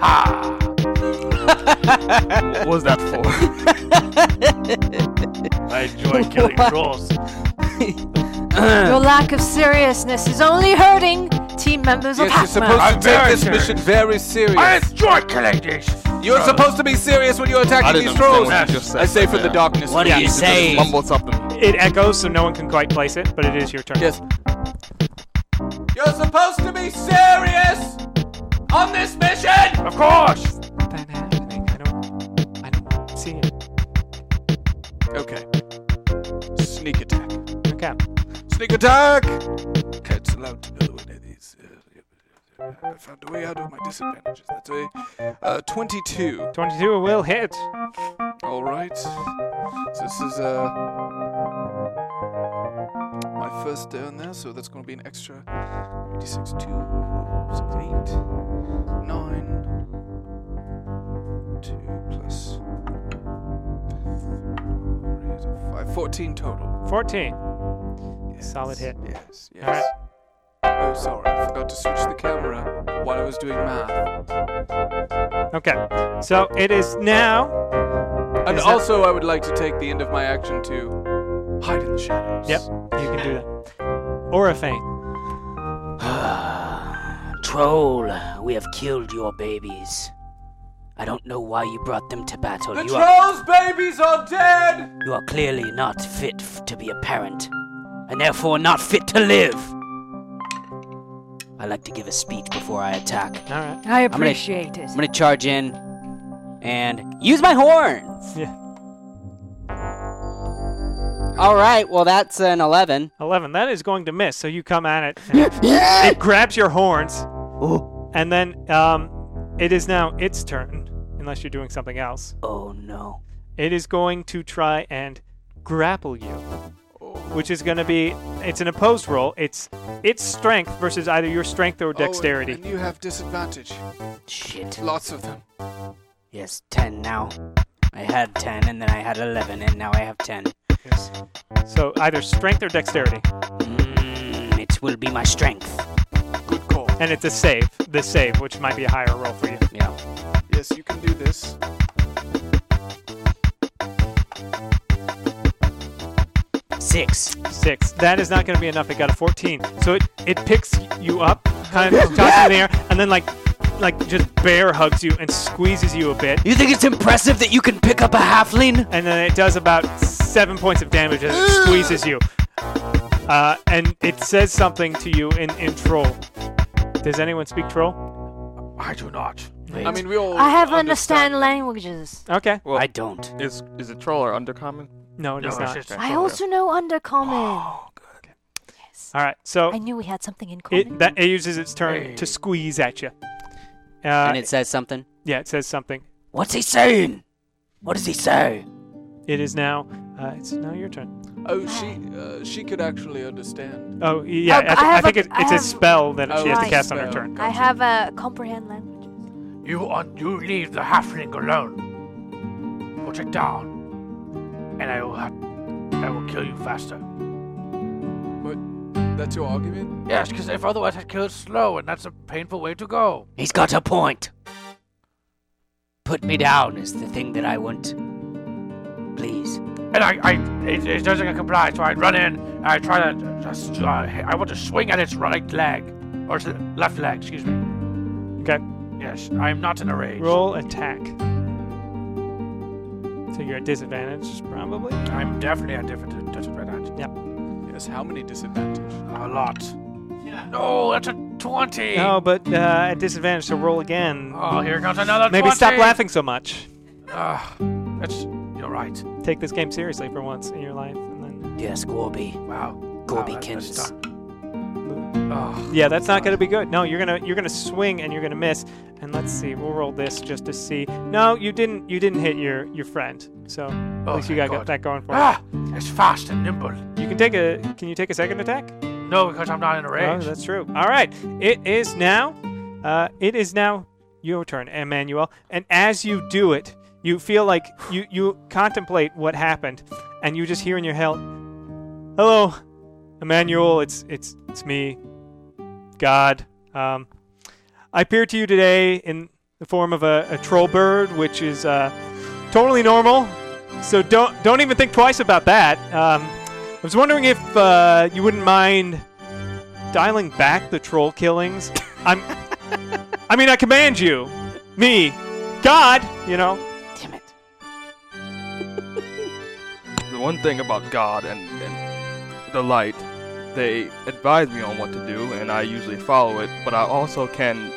ha. what was that for? I enjoy killing trolls. Your lack of seriousness is only hurting team members of Yes, you're Hackman. supposed I'm to take very this serious. mission very I serious. enjoy killing these. You're supposed to be serious when you're I attacking didn't these understand trolls. what you just said I say right from the there. darkness. What Yeah, do you you You just say? mumbled something. It echoes, so no one can quite place it, but it is your turn. Yes. You're supposed to be serious on this mission. Of course. That happening. I don't. I don't see it. Okay. Sneak attack. Okay. Sneak attack! Okay, it's allowed to know when it is. Uh, I found a way out of my disadvantages. That's a uh, 22. Twenty-two will hit. All right. So this is uh, my first day on there, so that's going to be an extra d6, 2, 6, 8, 9, Two plus. Five. Fourteen total. 14. Solid hit. Yes, yes. All right. Oh, sorry. I forgot to switch the camera while I was doing math. Okay. So it is now. And Is that- also, I would like to take the end of my action to hide in the shadows. Yep, you can do that. Or a faint. Troll, we have killed your babies. I don't know why you brought them to battle. The you are, troll's babies are dead! you are clearly not fit f- to be a parent, and therefore not fit to live. I like to give a speech before I attack. All right. I appreciate it. I'm gonna charge in and use my horn. Yeah. All right. Well, that's an eleven. 11. That is going to miss. So you come at it. and it grabs your horns. And then um, it is now its turn, unless you're doing something else. Oh, no. It is going to try and grapple you, which is going to be it's an opposed roll. It's its strength versus either your strength or Oh, and- dexterity. and you have disadvantage. Shit. Lots of them. Yes, ten now. I had ten, and then I had eleven, and now I have ten. Yes. So either strength or dexterity. Mm, it will be my strength. Good call. And it's a save, the save, which might be a higher roll for you. Yeah. Yes, you can do this. Six. Six. That is not going to be enough. It got a 14. So it, it picks you up, kind of tosses you in the air, and then like like just bear hugs you and squeezes you a bit. You think it's impressive that you can pick up a halfling? And then it does about seven points of damage as it squeezes you. Uh, and it says something to you in, in troll. Does anyone speak troll? I do not. I mean, we all. I have understand, languages. Okay. Well, I don't. Is is it troll or undercommon? No, it No, is it's not. just- I also know Undercommon. All right. So I knew we had something in common. it that it uses its turn Hey. to squeeze at you. Uh, and it says something. yeah, it says something. What's he saying? What does he say? It Mm. is now. Uh, it's now your turn. Oh, she uh, she could actually understand. Oh y- yeah, Oh, I, but th- I I have think a- it, I it's a have- spell that Oh, she has to right. cast on her spell. turn. I have a comprehend language. You un- you leave the halfling alone. Put it down, and I will ha- I will kill you faster. But that's your argument. Yes, because if otherwise I'd kill it slow, and that's a painful way to go. He's got a point. Put me down is the thing that I want. Please. And I, I it, it doesn't comply, so I run in. And I try to just uh, I want to swing at its right leg or its left leg, excuse me. Okay. Yes, I am not in a rage. Roll attack. So you're at disadvantage, probably. I'm definitely a different disadvantage. Yes. How many disadvantage? A lot. No, that's a twenty. No, but uh, at disadvantage, so roll again. Oh, here comes another Maybe stop 20. laughing so much. Ugh, that's you're right. Take this game seriously for once in your life, and then Yes, Gorby. Wow. Gorbykins. Oh, yeah, that's not going to be good. No, you're gonna you're gonna swing and you're gonna miss. And let's see, we'll roll this just to see. No, you didn't you didn't hit your your friend, so at Oh, least you got thank got God. that going for you. ah, it's fast and nimble. You can take a can you take a second attack? No, because I'm not in a Oh, rage. that's true. All right, it is now. Uh, it is now your turn, Emmanuel. And as you do it, you feel like you you contemplate what happened, and you just hear in your head, "Hello, Emmanuel. It's it's it's me, God. Um, I appear to you today in the form of a, a troll bird, which is uh, totally normal. So don't don't even think twice about that. Um, I was wondering if uh, you wouldn't mind dialing back the troll killings. I'm. I mean, I command you, me, God. You know. Damn it. The one thing about God and, and the light, they advise me on what to do, and I usually follow it. But I also can,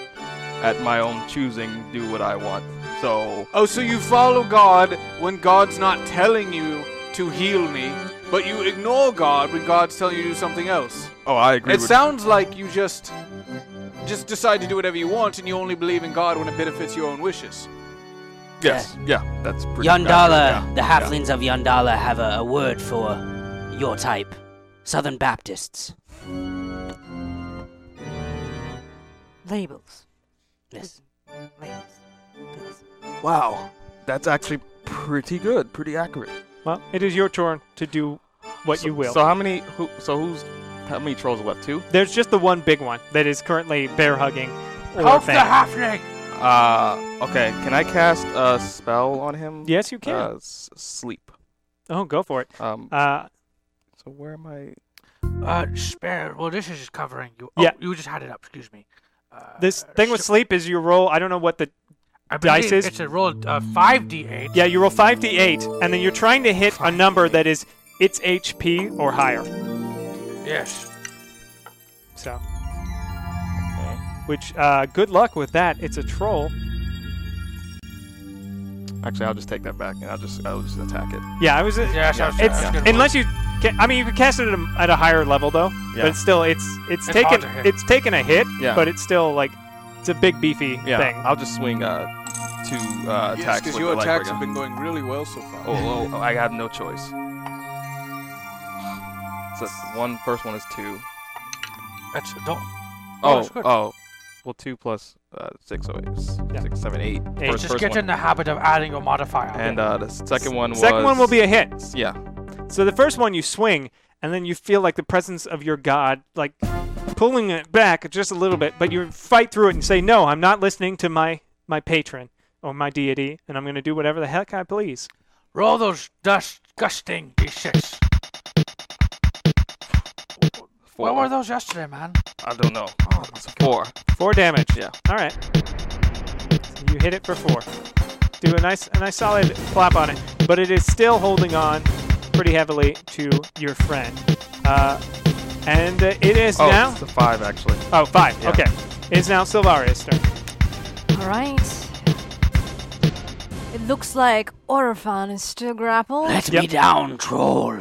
at my own choosing, do what I want. So Oh, so you follow God when God's not telling you to heal me, but you ignore God when God's telling you to do something else. Oh, I agree. It with sounds like you just just decide to do whatever you want, and you only believe in God when it benefits your own wishes. yes, yeah, that's pretty. Yandala, accurate, the yeah, halflings of Yandala have a, a word for your type. Southern Baptists. Labels. Yes. Labels. Wow, that's actually pretty good, pretty accurate. Well, it is your turn to do what so, you will. So how many? Who? So who's? How many trolls left? Two. There's just the one big one that is currently bear hugging. Help the halfling! Uh, okay. Can I cast a spell on him? Yes, you can. Uh, s- sleep. Oh, go for it. Um. Uh, so where am I? Uh, spare. Well, this is just covering you. Yeah. Oh, you just had it up. Excuse me. this thing with sleep is you roll. I don't know what the I believe dice is. It's a roll uh, 5d8. Yeah, you roll 5d8, and then you're trying to hit a number that is its HP or higher. Yes. So. Which, uh, good luck with that. It's a troll. Actually, I'll just take that back, and I'll just I'll just attack it. Yeah, I was. uh, Yeah, so- so it's, that's good. unless you, ca- I mean, you can cast it at a, at a higher level though. Yeah. But it's still, it's it's, It's hard taken to hit. it's taken a hit. Yeah. But it's still like, it's a big beefy Yeah. thing. I'll just swing uh two uh, Yes, attacks because with your the light attacks rapier. have been going really well so far. Oh, oh, oh, I have no choice. So that's one first one is two. That's don't. Oh, Oh, that's oh, good. well, two plus uh, six, oh, eight, s- Yeah. six, seven, eight. Eight. First, Just first get one. in the habit of adding your modifier. And uh, the s- second one was. Second one will be a hit. Yeah. So the first one you swing, and then you feel like the presence of your god, like pulling it back just a little bit. But you fight through it and say, "No, I'm not listening to my my patron or my deity, and I'm going to do whatever the heck I please." Roll those disgusting d6. Four. Where uh, were those yesterday, man? I don't know. Oh, my It's a four. Four damage. Yeah. All right. So you hit it for four. Do a nice, a nice solid clap on it, but it is still holding on pretty heavily to your friend. Uh, and uh, it is oh, now. it's a five actually. Oh, five. Yeah. Okay. It is now Silvarius' turn. All right. It looks like Orifon is still grappled. Let me Yep. down, troll.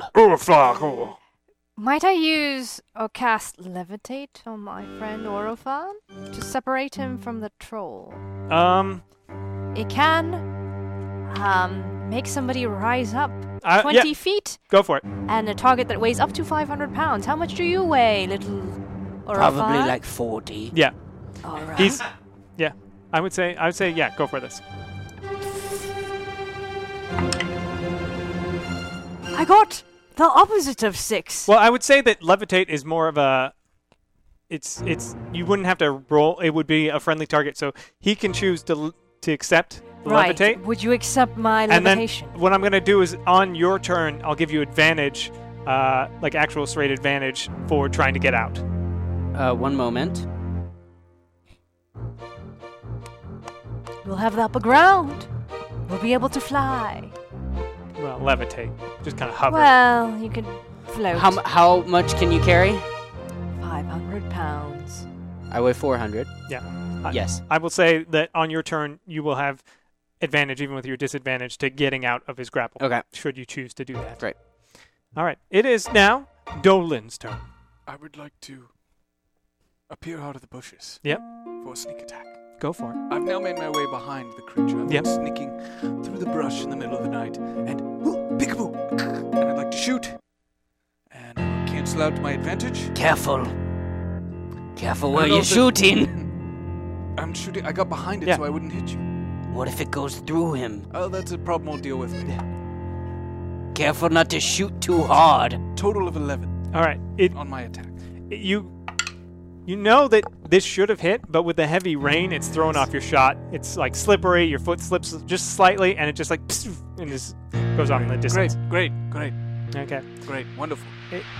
Might I use or cast Levitate on my friend Orofan to separate him from the troll? Um, It can um, make somebody rise up I, 20 Uh, yeah, feet go for it. and a target that weighs up to 500 pounds. How much do you weigh, little Orofan? Probably like 40. Yeah, All right. he's. Yeah, I would say, I would say, yeah, go for this. I got the opposite of six. Well, I would say that levitate is more of a. It's it's you wouldn't have to roll. It would be a friendly target, so he can choose to l- to accept the right. levitate. Would you accept my And then levitation? what I'm gonna do is on your turn, I'll give you advantage, uh, like actual straight advantage for trying to get out. Uh, one moment. We'll have the upper ground. We'll be able to fly. Well, levitate, just kind of hover. Well, you can float. How, mu- how much can you carry? 500 pounds. I weigh 400. yeah. I- Yes. I will say that on your turn, you will have advantage, even with your disadvantage, to getting out of his grapple. Okay. Should you choose to do that. Great. All right. It is now Dolan's turn. I would like to appear out of the bushes Yep. for a sneak attack. Go for it. I've now made my way behind the creature. I'm Yep. sneaking through the brush in the middle of the night and ooh, peekaboo, and I'd like to shoot. And cancel out my advantage. Careful. Careful where I don't you're know if it- shooting. I'm shooting. I got behind it, Yeah. so I wouldn't hit you. What if it goes through him? Oh, that's a problem. I'll deal with it. Careful not to shoot too hard. Total of 11 All right. It on my attack. you you know that this should have hit, but with the heavy rain, it's thrown off your shot. It's like slippery. Your foot slips just slightly, and it just like and just goes off in the distance. Great, great, great, Okay. great, wonderful,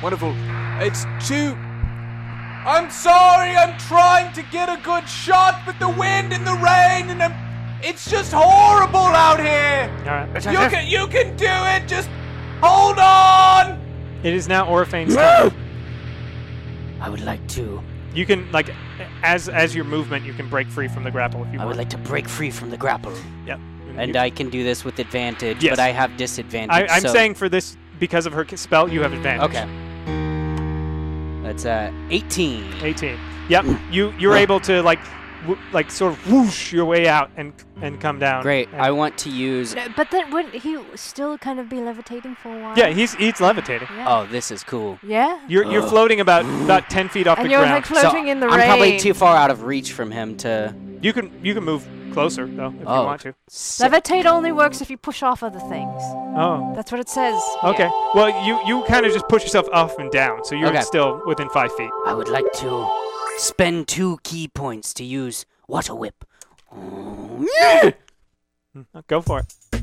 wonderful. It's two. I'm sorry. I'm trying to get a good shot, but the wind and the rain and I'm, it's just horrible out here. All right. You can, you can do it. Just hold on. It is now Orphane's turn. I would like to. You can like as as your movement, you can break free from the grapple if you I want. would like to break free from the grapple. yep. And you- I can do this with advantage, Yes. but I have disadvantage. I, I'm so- saying for this because of her k- spell, you have advantage. Okay. That's uh, 18. 18. Yep. You you're able to like w- like sort of whoosh your way out and and come down. Great. And- I want to use. No, but then wouldn't he still kind of be levitating for a while? yeah, he's he's levitating. Yeah. Oh, this is cool. Yeah? You're you're floating about about 10 feet off and the you're ground. like floating in the I'm rain. probably too far out of reach from him to. you can you can move Closer, though, if Oh. you want to. Levitate only works if you push off other things. Oh. That's what it says. Okay. Well, you, you kind of just push yourself up and down, so you're Okay. still within five feet. I would like to spend two key points to use Water Whip. Oh, Go for it.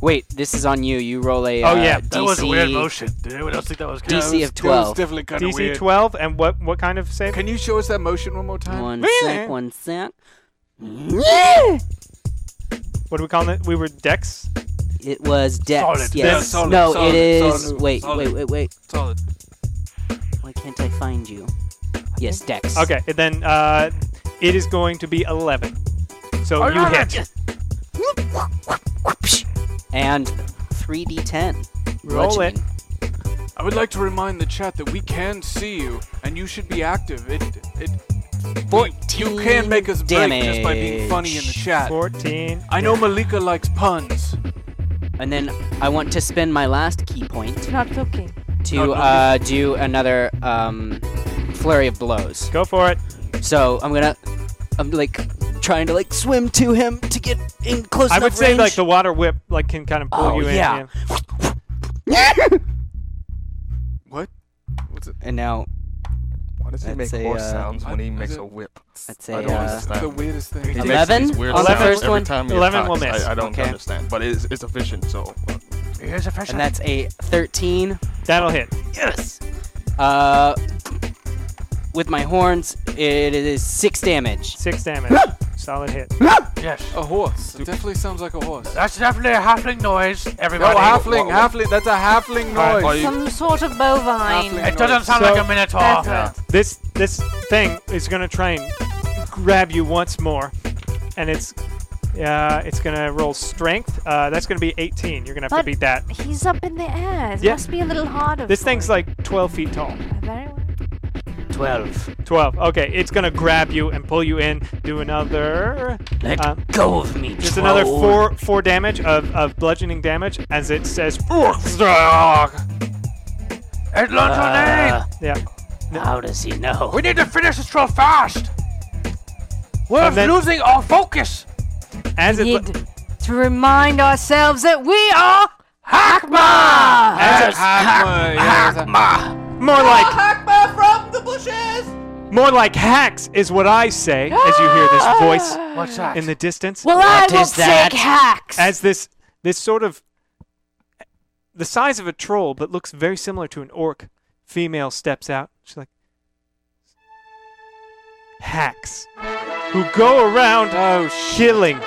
Wait, this is on you. You roll a. Oh, uh, yeah, That was a DC weird motion. Dude, I don't think that was good. DC of 12. DC 12, and what what kind of save? Can you show us that motion one more time? One sec, one sec. What do we call it? We were Dex? It was Dex. Solid, Yes. Dex. Solid, no, solid, it is. solid, wait, solid. wait, wait, wait. Solid. Why can't I find you? Yes, Dex. Okay, and then uh, it is going to be 11. So Oh, you no, no, hit. And 3d10. Roll Bludgeoning. I would like to remind the chat that we can see you, and you should be active. It it. You you can make us break just by being funny in the damage. chat. 14. I know Malika likes puns. And then I want to spend my last key point It's not cooking. to uh, do another um, flurry of blows. Go for it. So I'm gonna, I'm like trying to like swim to him to get in close I enough would say range. like the water whip like can kind of pull Oh, you in. yeah. What? What's it? And now. Why does he I'd make say, horse uh, sounds when he I'd makes say- a whip? I'd I say, don't uh, understand. The weirdest thing. He makes these 11? weird On Oh, the sounds first every one? time he 11 will attacks. I, miss. I don't Okay. understand, but it's, it's efficient, so. uh, Here's a fresh and that's a 13. That'll hit. Yes. Uh, with my horns, it is six damage. Six damage. Solid hit. Yes. A horse. It definitely sounds like a horse. That's definitely a halfling noise, No, everybody. halfling, halfling. That's a halfling Alright, noise. are Some sort of bovine. Halfling It doesn't noise. sound like a minotaur. Oh, That's This this thing is gonna try and grab you once more, and it's uh, it's gonna roll strength. Uh, that's gonna be 18. You're gonna have to But- beat that. He's up in the air. It Yeah. must be a little harder. This for thing's him. like 12 feet tall. Very well. 12. 12. Okay, it's gonna grab you and pull you in. Do another. Let uh, go of me, Just another troll. four four damage of, of bludgeoning damage as it says. It learns our name. Uh, Yeah. how does he know? We need to finish this troll fast. We're And then- losing our focus. As it, Need to remind ourselves that we are Hakma! as it Halfling, yes. more like More like hacks is what I say as you hear this voice What's that? in the distance. Well, What I will is that? take hacks. as this this sort of the size of a troll but looks very similar to an orc female steps out. She's like hacks who go around oh killing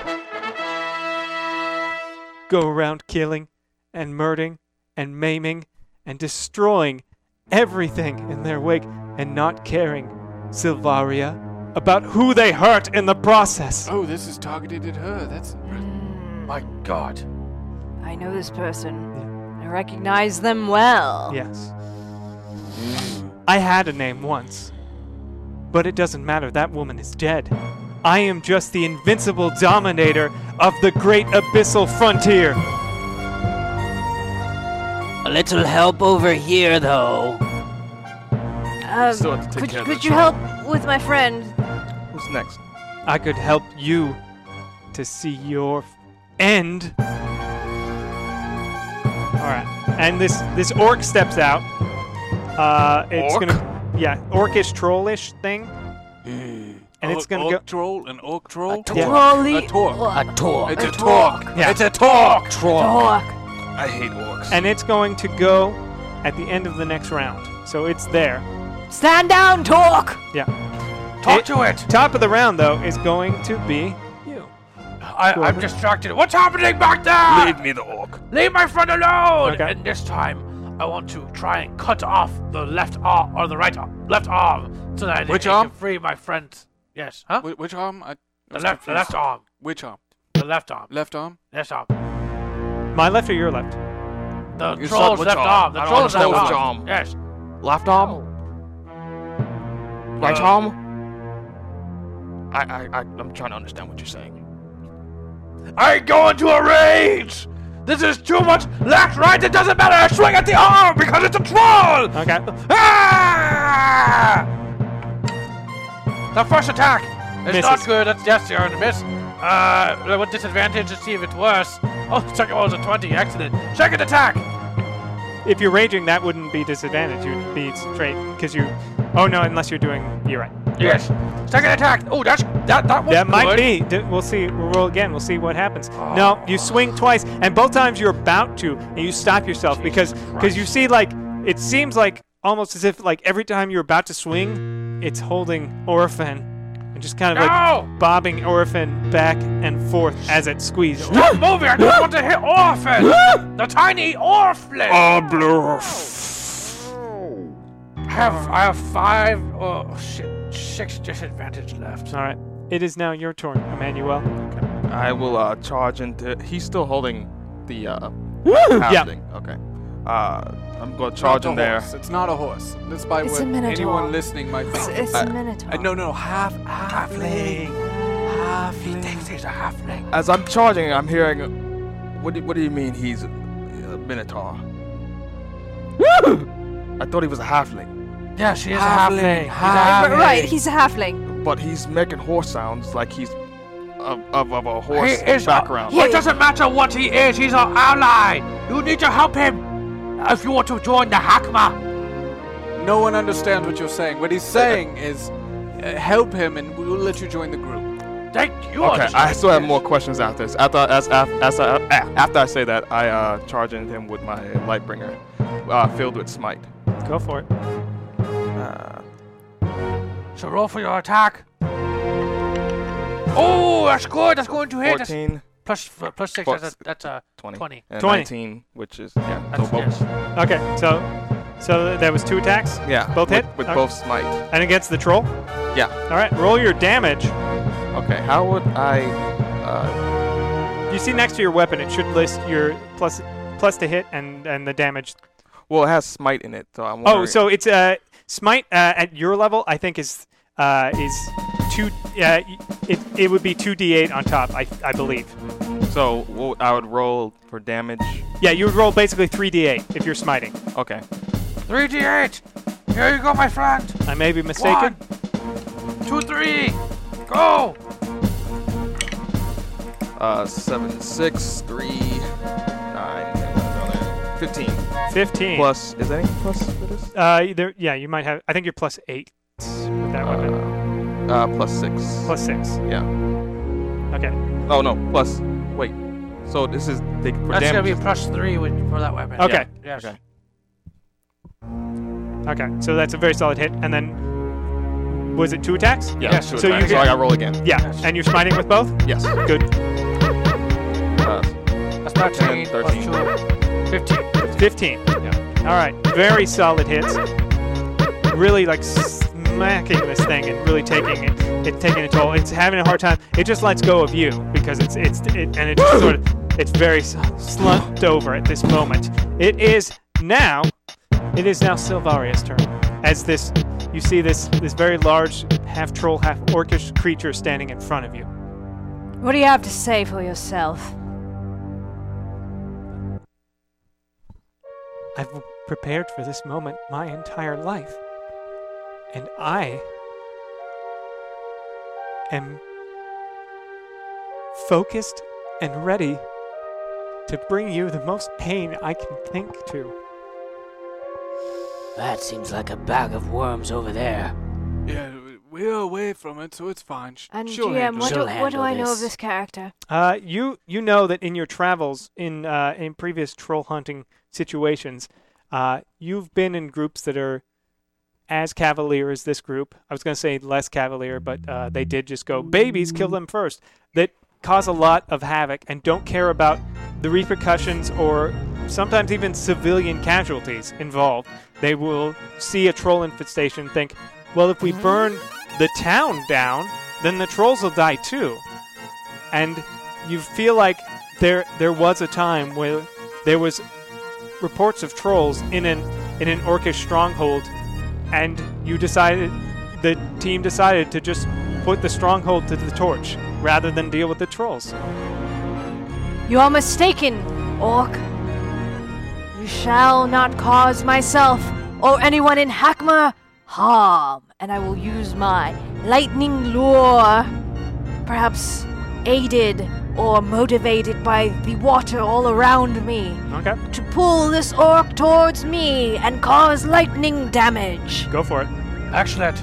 go around killing and murdering and maiming and destroying everything in their wake and not caring Silvaria about who they hurt in the process. Oh, this is targeted at her. That's impressive. My God. I know this person. I recognize them well. Yes. I had a name once. But it doesn't matter, that woman is dead. I am just the invincible dominator of the great abyssal frontier. A little help over here, though. Um, Still have to take could care of could the you help with my friend? Who's next? I could help you to see your f- end. Alright. And this this orc steps out. Uh it's Orc? gonna Yeah, orcish trollish thing. And Oh, it's gonna go orc troll, an orc troll. Yeah. Trolley A torque. or- A torque. It's a, A torque. Yeah. It's a torque. Torque. I hate orcs. and it's going to go at the end of the next round. So it's there. Stand down, talk. Yeah. Talk It- to it. Top of the round though is going to be you. I, I'm distracted. What's happening back there? Leave me the orc. Leave my friend alone! Okay. And this time, I want to try and cut off the left arm or the right arm, left arm, so that I Which can arm? free my friend. Yes, huh? Wh- Which arm? I, the left, the left arm, Which arm? the left arm, Left arm? left arm, My left or your left? the You said troll's which left arm? arm, the I don't troll's understand left which arm. arm. Yes, Left arm? Right Uh, arm? I, I, I, I'm trying to understand what you're saying. I go into a rage. This is too much left, right. It doesn't matter. I swing at the arm because it's a troll. Okay. Ah! The first attack It's not good. That's yes, you're gonna miss. Uh, with disadvantage to see if it's worse. Oh, second one was a twenty. Excellent. Second attack. If you're raging, that wouldn't be disadvantage. You'd be straight because you. Oh no, unless you're doing. You're right. You're Yes. right. Second attack. Oh, that's that that was That might good. be. D- We'll see. We'll roll again. We'll see what happens. No, you swing twice, and both times you're about to, and you stop yourself because because you see like it seems like almost as if like every time you're about to swing, it's holding Orphan and just kind of like bobbing Orphan back and forth as it squeezes. Stop moving! I don't want to hit Orphan! the tiny Orphan! Oh. Ah, I have I have five oh shit six disadvantage left. All right. It is now your turn, Emmanuel. I will uh, charge into. He's still holding the. Uh, Yeah. halfling. Okay. Uh, I'm gonna charge not in a there. Horse. It's not a horse. Despite It's what a minotaur. anyone listening might It's- think. it's a I- minotaur. I- no, no, half halfling. Halfling. He thinks he's a halfling. As I'm charging, I'm hearing. uh, What do, what do you mean he's a, a minotaur? I thought he was a halfling, Yeah, she is Halfling, a halfling. halfling. He's a Right, he's a halfling. but he's making horse sounds like he's of, of, of a He horse is a- uh, background. it doesn't matter what he is, he's our ally. You need to help him if you want to join the Hakma. No one understands what you're saying. What he's saying is, uh, help him, and we'll let you join the group. Thank you. okay, I still have more questions after this. After as, af- as, I- ah, after I say that, I uh, charge into him with my lightbringer, uh, filled with smite. Go for it. Uh, So roll for your attack. Oh, that's good. That's going to hit. That's 14. Plus, f- plus six. Plus That's a, that's a 20. 20. And 20. 19, which is yeah. So That's- both, Okay. So so there was two attacks. Yeah. Both with, hit with Okay. both smite. And against the troll. Yeah. All right. Roll your damage. Okay. How would I? Uh, You see next to your weapon, it should list your plus plus to hit and and the damage. well, it has smite in it, so I'm. Oh, wondering- so it's uh smite uh, at your level. I think is uh is two. Uh, y- it it would be two d8 on top. I I believe. So wo- I would roll for damage. Yeah, you would roll basically three d8 if you're smiting. Okay. 3d8. Here you go, my friend. I may be mistaken. Two, three. Go. Uh, seven, six, three, nine, eleven, fifteen. 15. Plus, is there any plus for this? Uh, there. Yeah, you might have. I think you're plus eight with that weapon. Uh, plus six. Plus six. Yeah. Okay. Oh no, plus. Wait. So this is they, for That's gonna damage. be plus three with, for that weapon. Okay. Yes. Okay. Okay. So that's a very solid hit. And then was it two attacks? Yeah. Yes. two So you attacks. get- so I got roll again. Yeah. And you're smiting with both. Yes. Good. Uh, That's 10, 13. 13. Plus two. 15. 15. All right. Very solid hits. Really like smacking this thing and really taking it. It's taking a toll. It's having a hard time. It just lets go of you because it's it's it, and it's sort of it's very s- slumped over at this moment. It is now. It is now Silvaria's turn. As this, you see this this very large half troll, half orcish creature standing in front of you. What do you have to say for yourself? I've prepared for this moment my entire life. And I am focused and ready to bring you the most pain I can think to. That seems like a bag of worms over there. Yeah, w- we're away from it, so it's fine. Sh- And she'll GM, handle what it. do, She'll what do handle I know of this. this character? Uh, you you know that in your travels in uh, in previous troll hunting situations, uh, you've been in groups that are as cavalier as this group. I was going to say less cavalier, but uh, they did just go babies, kill them first. That cause a lot of havoc and don't care about the repercussions or sometimes even civilian casualties involved. They will see a troll infestation and think, well, if we burn the town down, then the trolls will die too and you feel like there there was a time where there was reports of trolls in an in an orcish stronghold and you decided the team decided to just put the stronghold to the torch rather than deal with the trolls You are mistaken, Orc. You shall not cause myself or anyone in Hakma harm. and I will use my lightning lure, perhaps aided or motivated by the water all around me, Okay. to pull this orc towards me and cause lightning damage. Go for it. Excellent.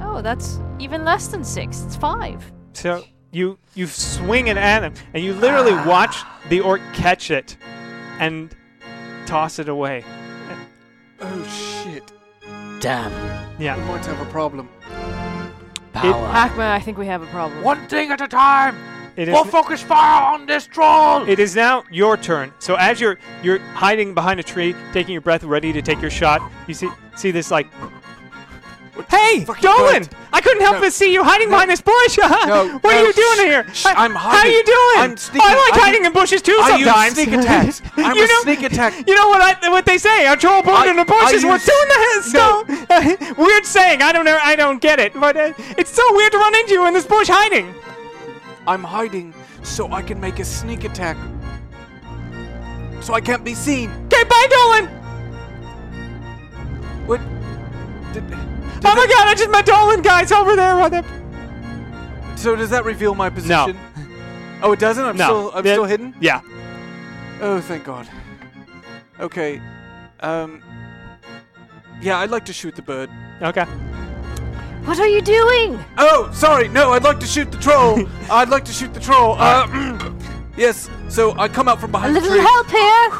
Oh, that's even less than six. It's five. So you you swing it at him, and you literally watch the orc catch it and toss it away. Oh shit. Damn. Yeah. We might have a problem. Hackman, I think we have a problem. One thing at a time. It is We'll focus fire on this troll. It is now your turn. So as you're you're hiding behind a tree, taking your breath, ready to take your shot, you see see this like. Hey, Dolan! I couldn't help No. but see you hiding No. behind this bush. No, what are no, you doing shh, here? shh, I- I'm How are hiding. you doing? I'm sneaking- I like I'm- hiding in bushes too I use sometimes. sneak attacks. I'm you a know, sneak attack. You know what I, what they say? A troll born I- in the bushes. I We're use- doing that. No. So weird saying. I don't know. I don't get it. But uh, it's so weird to run into you in this bush hiding. I'm hiding so I can make a sneak attack. So I can't be seen. Okay, bye, Dolan. What? Did, Oh my God! I just met Dolan, guys, over there on that so does that reveal my position? Oh, it doesn't. I'm No. still I'm Yeah. still hidden. Yeah. Oh, thank God. Okay. Um. Yeah, I'd like to shoot the bird. Okay. What are you doing? Oh, sorry. No, I'd like to shoot the troll. I'd like to shoot the troll. Uh, yes. So I come out from A behind the little tree help here?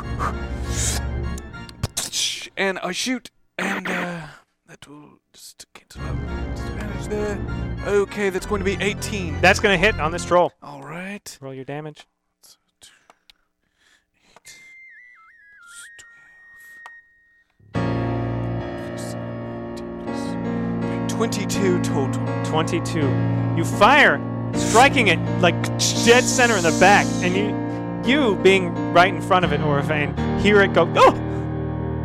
and I shoot, and uh, that will just cancel out disadvantage there. Okay, that's going to be 18. That's gonna hit on this troll. All right. Roll your damage. Twenty-two total. 22. You fire, striking it like dead center in the back, and you, you being right in front of it, Orifane, hear it go, oh!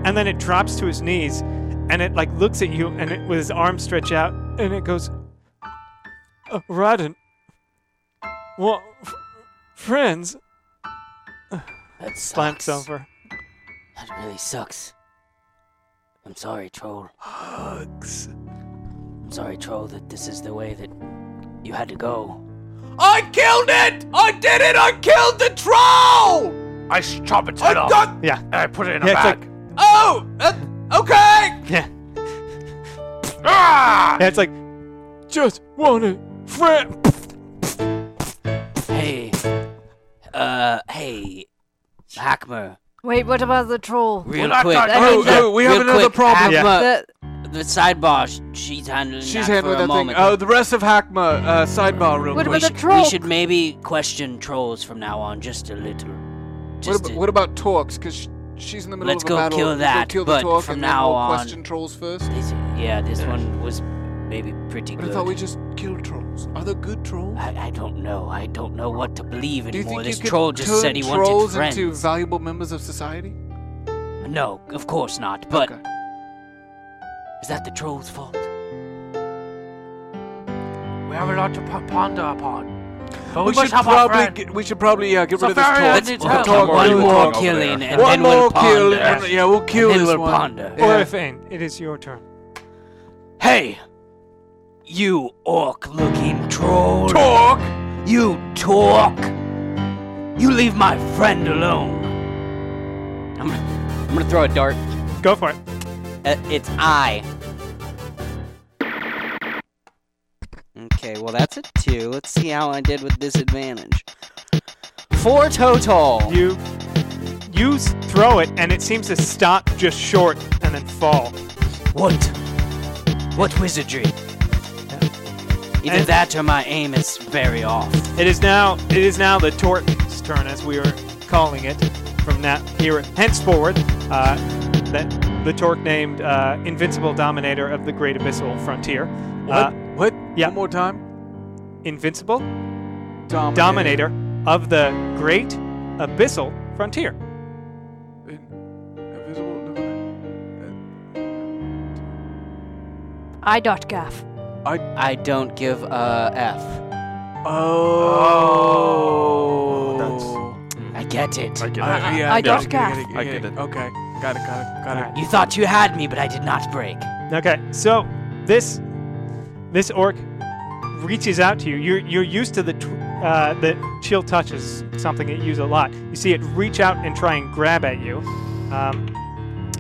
And then it drops to his knees, and it like looks at you, and it with his arms stretched out, and it goes, uh, Radin, what, f- friends? That Slants sucks. over. That really sucks. I'm sorry, troll. Hugs. I'm sorry, troll, that this is the way that you had to go. I killed it! I did it! I killed the troll! I s- chop its head I off got- Yeah, and I put it in Yeah, a it's like- bag. Oh! that- okay! yeah. ah! Ah! And it's like, just wanted friend. Hey. Uh, hey. Hackmer. Wait, what about the troll? Real not quick. touch- I mean, Oh, oh, we have real another quick, problem. Yeah. Hackmer, The- the sidebar, sh- she's handling She's that for handling a that thing. moment. Oh, the rest of Hackma, uh, sidebar real What quick. about the sh- troll? we should maybe question trolls from now on just a little. What Just about, a- what about Torx? Because she's in the middle Let's of a go battle. kill Let's that, Go kill the but Torque from and now then we'll on- question trolls first. this- yeah, this one was maybe pretty But good. I thought we just killed trolls. Are there good trolls? I, I don't know. I don't know what to believe Do you think anymore. This you could troll just turn said he wanted trolls friends. into valuable members of society? no, of course not. But okay. is that the troll's fault? We have a lot to p- ponder upon. But we, we, should must help our probably friend. get, we should probably yeah, get So rid of this Farrier, troll. Let's- Let's let's have talk one about it. we'll more talk over killing, there. and One then more we'll kill. ponder. and- yeah, we'll kill then this we'll one. ponder. Yeah. Orifane, it is your turn. Hey, you orc-looking troll! Torque. You talk! You leave my friend alone! I'm, I'm gonna throw a dart. Go for it. Uh, it's I. Okay, well that's a two. Let's see how I did with disadvantage. Four total. You you s- throw it and it seems to stop just short and then fall. What? What wizardry? Either And- that or my aim is very off. It is now it is now the Torton's turn as we are calling it from now here henceforward. Uh, that the Torque named uh, Invincible Dominator of the Great Abyssal Frontier. Uh, What? what? yeah. One more time. Invincible Dominator. Dominator of the Great Abyssal Frontier. Invisible dominator. I dot gaff. I don't give a f. Oh. I get it. I get it. I, yeah, I I dodged Oh, get it, gaff. get it, I get it. Okay. Got it, got it, got it. You thought you had me, but I did not break. Okay, so this this orc reaches out to you. You're you're used to the tw- uh, the chill touch is something it uses a lot. You see it reach out and try and grab at you. Um,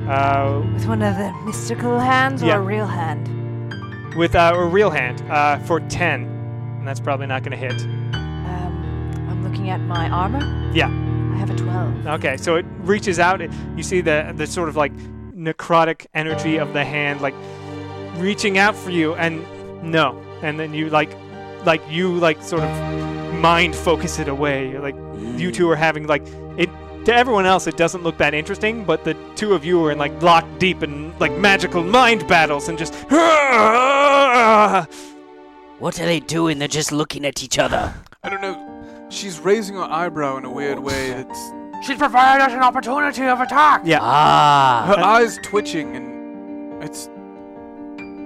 uh, With one of the mystical hands Yeah. or a real hand? with uh, a real hand uh, for 10, and that's probably not going to hit. Um, I'm looking at my armor. Yeah. I have a 12. Okay, so it reaches out. It, you see the the sort of like necrotic energy of the hand, like reaching out for you, and no, and then you like, like you like sort of mind focus it away. You're like you two are having like it to everyone else. It doesn't look that interesting, but the two of you are in like lock deep and like magical mind battles, and just "Ah!" What are they doing? They're just looking at each other. I don't know. She's raising her eyebrow in a weird way. It's She's provided us an opportunity of attack. yeah. Uh, Ah. her eyes twitching, and it's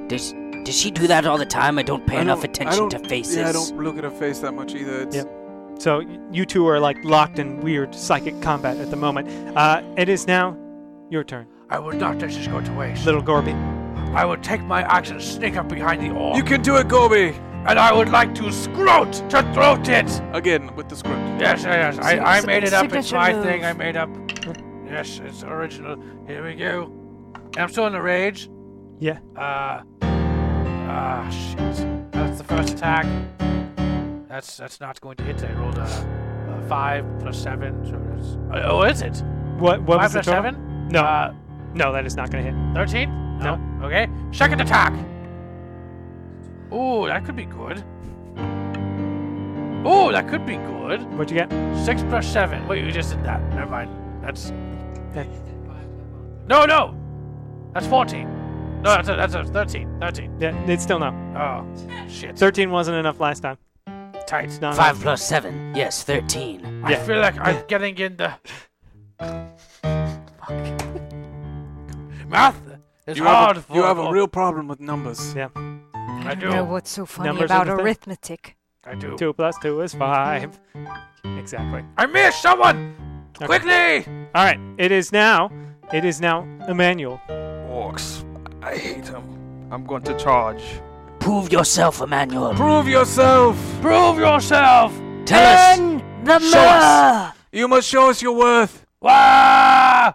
Does, does she do that all the time? I don't pay I enough don't- I attention to don't- faces. Yeah, I don't look at her face that much either. It's, Yep. So y- you two are like locked in weird psychic combat at the moment. Uh, it is now your turn, I would not let this go to waste. little Gorby. I would take my axe and sneak up behind the orc. You can do it, Gobi. and I would like to scrote to throat it. Again with the script. Yes, yes, I, I Sig- made it up. It's signature my move. thing. I made up. Yes, it's original. Here we go. And I'm still in the rage. Yeah. Uh. Ah, shit. That's the first attack. That's that's not going to hit. I rolled a, a five plus seven. So that's. uh, Oh, is it? What? What five was the plus total? seven? No, Uh, no, that is not going to hit. thirteen. No. Okay. Second attack. Ooh, that could be good. Ooh, that could be good. What'd you get? Six plus seven. Wait, we just did that. Never mind. That's That- no, no. That's fourteen. No, that's a, that's a thirteen. Thirteen. Yeah, it's still no. Oh, shit. Thirteen wasn't enough last time. Tight. Not Five plus seven. Yes, thirteen. I yeah. feel like I'm getting in the math. It's You hard have, a, for you have a real problem with numbers. Yeah. I I don't know do. what's so funny Numbers about are the thing. arithmetic. I do. Two plus two is five. Exactly. I missed someone. Okay. Quickly. All right. It is now. It is now Emmanuel. Orcs. I hate them. I'm going to charge. Prove yourself, Emmanuel. Prove yourself. Prove yourself. Tell us. The Show us. You must show us your worth. Wah!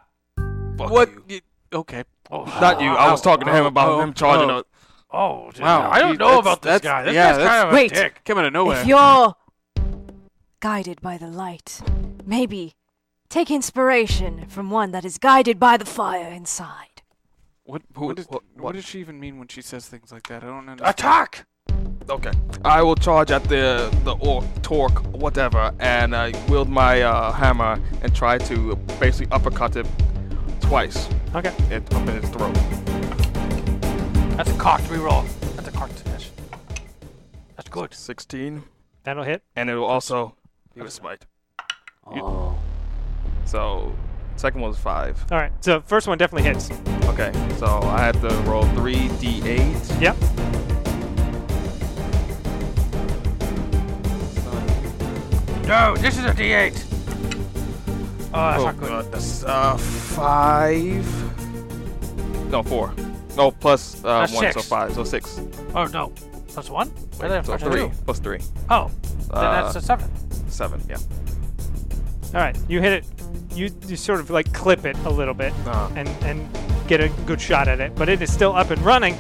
Fuck What? you. y- Okay. Not you. I was talking to him about oh, him charging oh. up. Oh, dude, Wow, I don't geez, know that's- about this that's- guy. This yeah, guy's that's- kind of Wait. a dick. Came out of nowhere. If you're guided by the light, maybe take inspiration from one that is guided by the fire inside. What, Who- what, is- wh- what? what does she even mean when she says things like that? I don't understand. Attack! Okay. I will charge at the the orc, torque, whatever, and I wield my uh, hammer and try to basically uppercut it twice Okay. and up in its throat. That's a cocked reroll. That's a cocked. That's, that's good. 16, That'll hit. and it will also be a smite. Oh. So second one was five. All right. So first one definitely hits. Okay. So I have to roll three d8. Yep. No, this is a D8. Oh, that's oh not good. god, that's uh five. No four. No plus uh, That's one, so six. five, so six. Oh no, plus one. Wait, that's so plus three two. plus three, Oh, then Uh, that's a seven. seven. Yeah. All right. You hit it. You you sort of like clip it a little bit Uh-huh. Uh. and and get a good shot at it, but it is still up and running.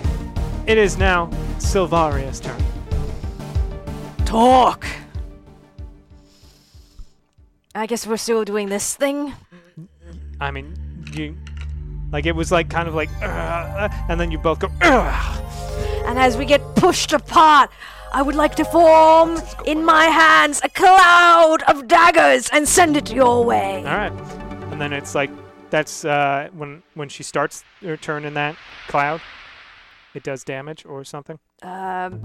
It is now Silvaria's turn. Talk. I guess we're still doing this thing. I mean, you. Like, it was like kind of like, "Ugh," uh, and then you both go, "Ugh." And as we get pushed apart, I would like to form in my hands a cloud of daggers and send it your way. all right. And then it's like, that's uh, when when she starts her turn in that cloud, it does damage or something. Um,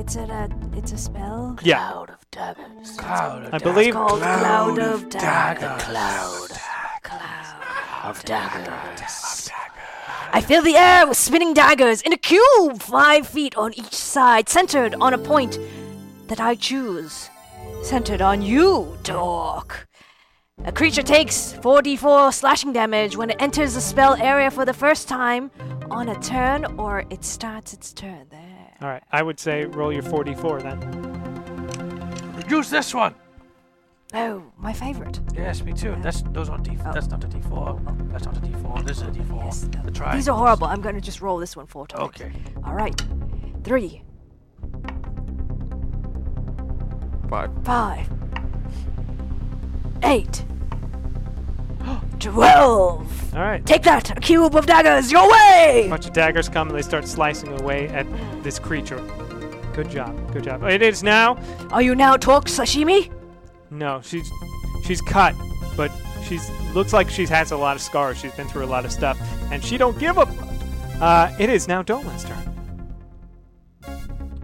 it's a uh, it's a spell. Yeah. Out of daggers. Cloud. I believe. called Cloud of Daggers. Cloud. Cloud of daggers. I fill the air with spinning daggers in a cube, five feet on each side, centered on a point that I choose, centered on you, dork. A creature takes 4d4 slashing damage when it enters the spell area for the first time on a turn or it starts its turn. There. All right, I would say roll your 44 then. Use this one. Oh, my favorite. Yes, me too. That's those aren't D. That's not a D4. That's not a D4. This is a D4. the triangles. These are horrible. I'm going to just roll this one four times. Okay. All right. Three, Five. five, eight, twelve. All right. Take that, a cube of daggers, your way! A bunch of daggers come and they start slicing away at this creature. Good job. Good job. It is now. Are you now talk sashimi? No, she's she's cut, but she's looks like she's has a lot of scars. She's been through a lot of stuff, and she don't give up. Uh, it is now Dolan's turn.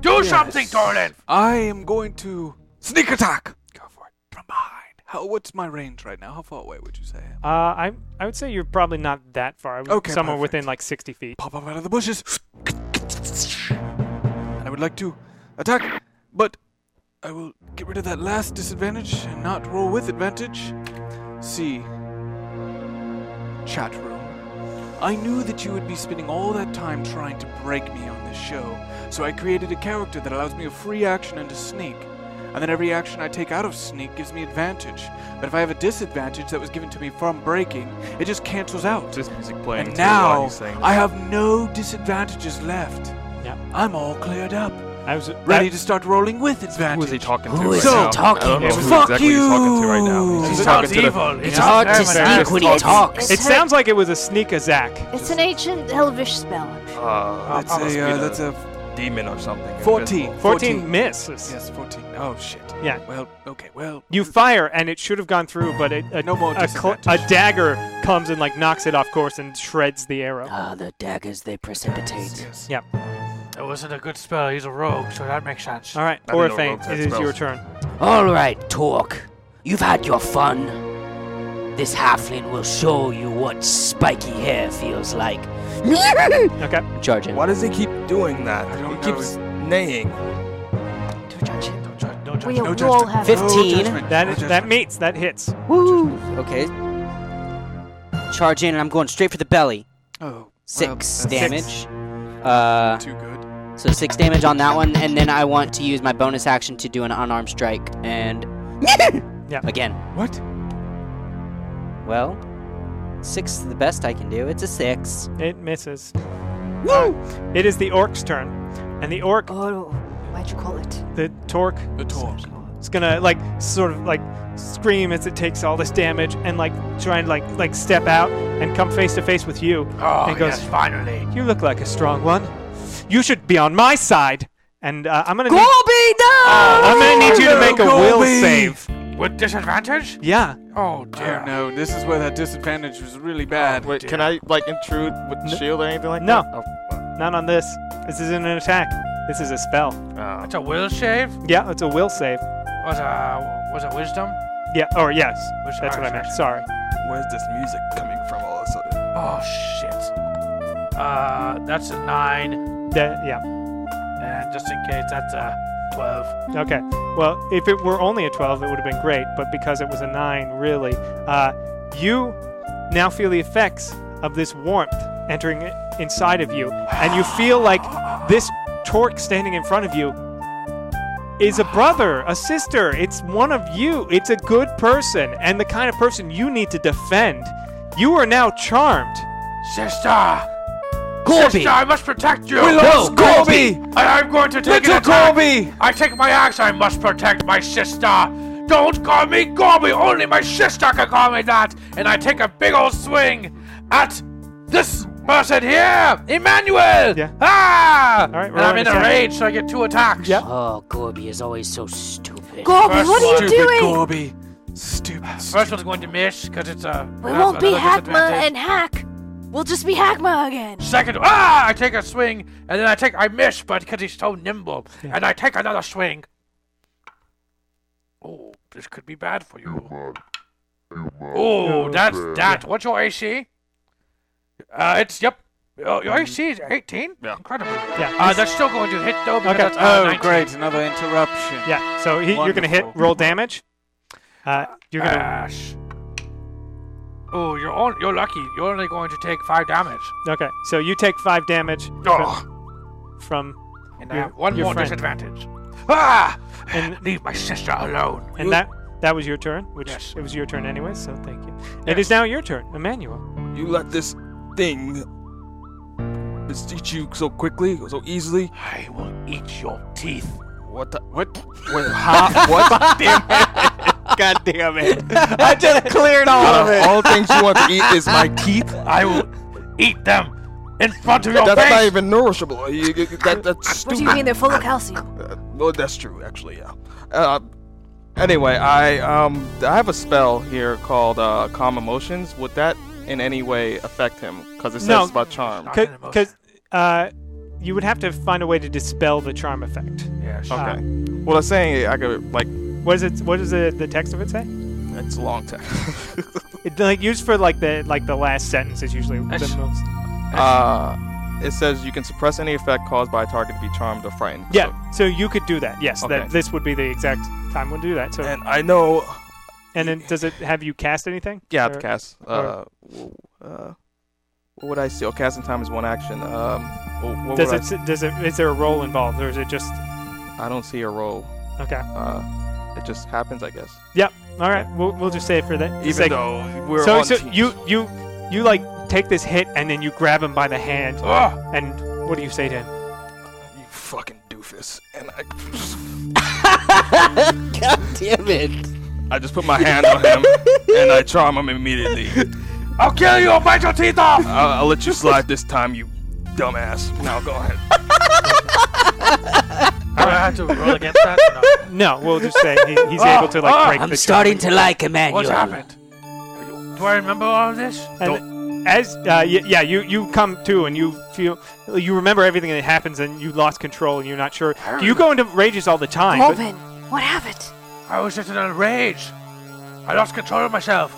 Do something, Dorlin. I am going to sneak attack. Go for it from behind. How? What's my range right now? How far away would you say? Uh, I I would say you're probably not that far. I would- Okay, somewhere perfect. within like 60 feet. Pop up out of the bushes. And I would like to attack, but I will get rid of that last disadvantage and not roll with advantage. See. Chat room. I knew that you would be spending all that time trying to break me on this show, so I created a character that allows me a free action and a sneak. And then every action I take out of sneak gives me advantage. But if I have a disadvantage that was given to me from breaking, it just cancels out. This music playing. And too while now he's saying this. I have no disadvantages left. Yeah. I'm all cleared up. I was ready to start rolling with advantage. Who is he talking to? Who right is now? he talking I don't know to? who Fuck exactly he's talking to right you! now. He's He's not talking to the- evil. he's It's hard to talking sneak just when he talking- talks. It It's sounds like it was a sneak attack. It's an ancient elvish spell. Uh, That's a, uh, that's a demon or something. 14. 14 misses. Yes, 14. Oh, shit. Yeah. Well, okay, well. You fire and it should have gone through, but it, a, No more a, cl- a dagger comes and like knocks it off course and shreds the arrow. Ah, the daggers they precipitate. Yep. It wasn't a good spell. He's a rogue, so that makes sense. All right, I didn't know Orifane, rogues had it is your spells. turn. All right, Torque. You've had your fun. This halfling will show you what spiky hair feels like. okay. Charge him. Why does he keep doing that? He keeps neighing. We all have 15. That, that meets, that hits. Woo! Okay. Charge in, and I'm going straight for the belly. Oh. Six that's- damage. Uh, Too good. So six damage on that one, and then I want to use my bonus action to do an unarmed strike and yeah. again. What? Well, six is the best I can do. It's a six. It misses. Woo! it is the orc's turn, and the orc. Oh, why'd you call it? The torque. The torque. It's gonna like sort of like scream as it takes all this damage and like try and like like step out and come face to face with you. Oh, and goes, yes, finally. You look like a strong one. You should be on my side. And uh, I'm gonna need, Gorby, no! I'm gonna need you to make a will Golby! save. With disadvantage? Yeah. Oh dear. Oh, no, this is where that disadvantage was really bad. Oh, Wait, can I like intrude with the shield or anything like No. that? Oh. Not on this. This isn't an attack. This is a spell. No. It's a will save. Yeah, it's a will save. Was a was it wisdom? Yeah, or yes. Which- That's what I alright, meant. Sorry. Where's this music coming from all of a sudden? Oh shit. Uh, that's a nine, That, yeah. and just in case, that's a twelve. Okay. Well, if it were only a 12, it would have been great. But because it was a 9, really, uh, you now feel the effects of this warmth entering i- inside of you. And you feel like this torque standing in front of you is a brother, a sister. It's one of you. It's a good person and the kind of person you need to defend. You are now charmed. Sister. Sister, Gorby! I must protect you. We lost Colby! I, I'm going to take Little an attack. Colby! I take my axe. I must protect my sister. Don't call me Gorby. Only my sister can call me that. And I take a big old swing at this person here, Emmanuel. Yeah. Ah! right, and roll I'm in a attack. rage, so I get two attacks. Yeah. Oh, Gorby is always so stupid. Gorby, what are you Stupid doing? Gorby. Stupid. First one's going to miss because it's a. We that's won't be another Hackma disadvantage. and Hack. We'll just be Hackma again. Second, ah! I take a swing, and then I take, I miss, but because he's so nimble, and I take another swing. Oh, this could be bad for you. Oh, that's that. What's your AC? Uh, it's yep. Uh, your AC is 18. Yeah. Incredible. Yeah. Uh, that's still going to hit though because Okay. that's uh, Oh, 19. great. Another interruption. yeah. So he, you're going to hit Wonderful. roll damage. Uh, you're going to Ash. Oh, you're on, you're lucky. You're only going to take five damage. Okay, so you take five damage Ugh. from, from And I your- have one your more friend. disadvantage. Ah! And Leave my sister alone. And that that was your turn, which Yes. it was your turn anyway, so thank you. It is now your turn, Emmanuel. You let this thing beseech you so quickly, so easily. I will eat your teeth. What the? What? Wait, ha, what? damn it. God damn it. I just cleared all Out of it. All things you want to eat is my teeth. I will eat them in front of your That's face. not even nourishable. You- you- that- that's What stupid. do you mean they're full of calcium? Uh, well, that's true, actually. Yeah. Uh, anyway, I um I have a spell here called uh, Calm Emotions. Would that in any way affect him? Because it says No. about charm. Because uh, you would have to find a way to dispel the charm effect. Yeah, Okay. well, I'm saying I could like What is it? What does the, the text of it say? it's a long text. It, like used for like the like the last sentence is usually the most. uh, it says you can suppress any effect caused by a target to be charmed or frightened. Yeah, so you could do that. Yes, Okay. that this would be the exact time to do that. So And I know. And then does it have you cast anything? Yeah, to Or- cast. or- Uh, w- uh, what would I see? Oh, casting time is one action. Um, wh- what does would I it s does it is there a roll involved or is it just I don't see a roll. Okay. Uh, it just happens, I guess. Yep. All right. We'll, we'll just say it for that. Even sake. though we're so on so teams. you you you like take this hit and then you grab him by the hand Ugh. Ah, and what do you say to him? You fucking doofus. And I. God damn it. I just put my hand on him and I charm him immediately. I'll kill you. I'll bite your teeth off. I'll, I'll let you slide this time, you dumbass. Now go ahead. I had to roll against that. No, we'll just say he, he's Oh, able to like oh. break I'm the charm. starting to like Emmanuel. What happened? Do I remember all of this? And as uh, y- yeah, you you come to and you feel you remember everything that happens and you lost control and you're not sure. You go into rages all the time. but- Robin, what happened? I was just in a rage. I lost control of myself.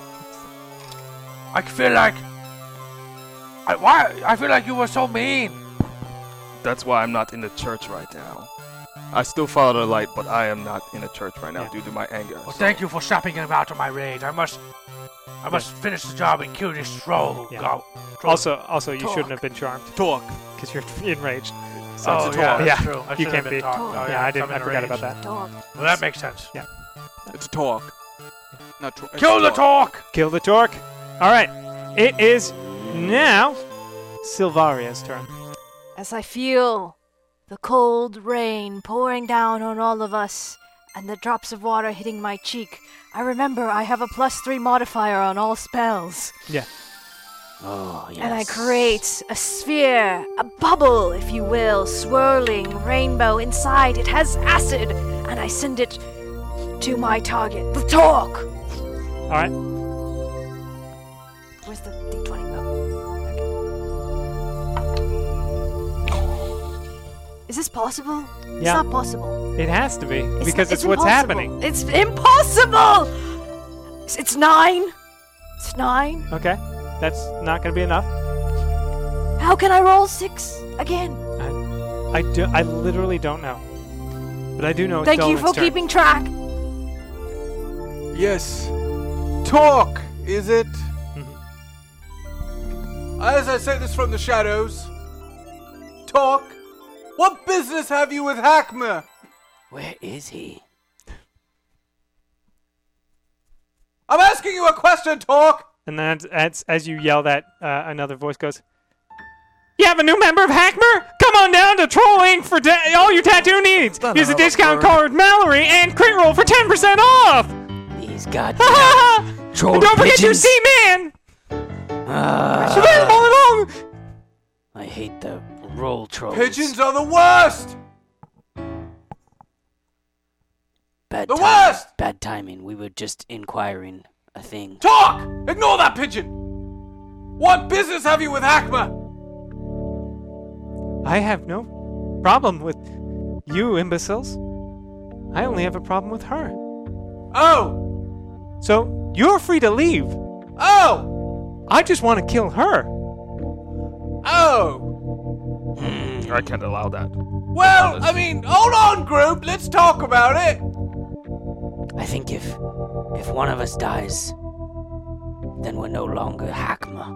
I feel like. I, why? I feel like you were so mean. That's why I'm not in the church right now. I still follow the light, but I am not in the church right now due to my anger. Oh, Well, thank you for stopping him out of my rage. I must. I must finish the job and kill this troll. Yeah. Go. Also, also you Talk. shouldn't have been charmed Talk. because you're enraged. Oh, it's a yeah, talk. that's true. I you shouldn't have can't been be. talked. Oh, yeah, yeah, I didn't. I'm I forgot about enraged. that. Dog. Well, that makes sense. Yeah. It's talk. Not tw- it's Kill the talk. Kill the torque. All right. It is now Silvaria's turn. As I feel the cold rain pouring down on all of us and the drops of water hitting my cheek, I remember I have a plus three modifier on all spells. Yeah. Oh, yes. And I create a sphere, a bubble, if you will, swirling rainbow inside. It has acid, and I send it to my target, the Torque. All right. Where's the d20? Oh. okay. Is this possible? It's Yeah. not possible. It has to be It's because it's it's what's impossible. happening. It's impossible. It's, it's nine. It's nine. Okay. That's not going to be enough. How can I roll six again? I do. I literally don't know. But I do know. it's Thank you Oh, Dolan's for turn. keeping track. Yes. Talk, is it? Mm-hmm. As I say this from the shadows, talk. What business have you with Hackmer? Where is he? I'm asking you a question, talk. And then as, as you yell that, uh, another voice goes, You have a new member of Hackmer? Come on down to Troll Inc. for da- all your tattoo needs. Use a discount code Mallory and crit roll for 10% off. These goddamn And troll Don't forget your pigeons. C Man. Ah, Available at all- I hate the roll trolls. Pigeons are the worst. Bad The timing. worst! Bad timing. We were just inquiring a thing. Talk. Ignore that pigeon. What business have you with Hackmer? I have no problem with you, imbeciles. I only have a problem with her. Oh, So you're free to leave. oh, I just want to kill her. oh. I can't allow that. Well, I mean, hold on, group. Let's talk about it. I think if if one of us dies, then we're no longer Hackma.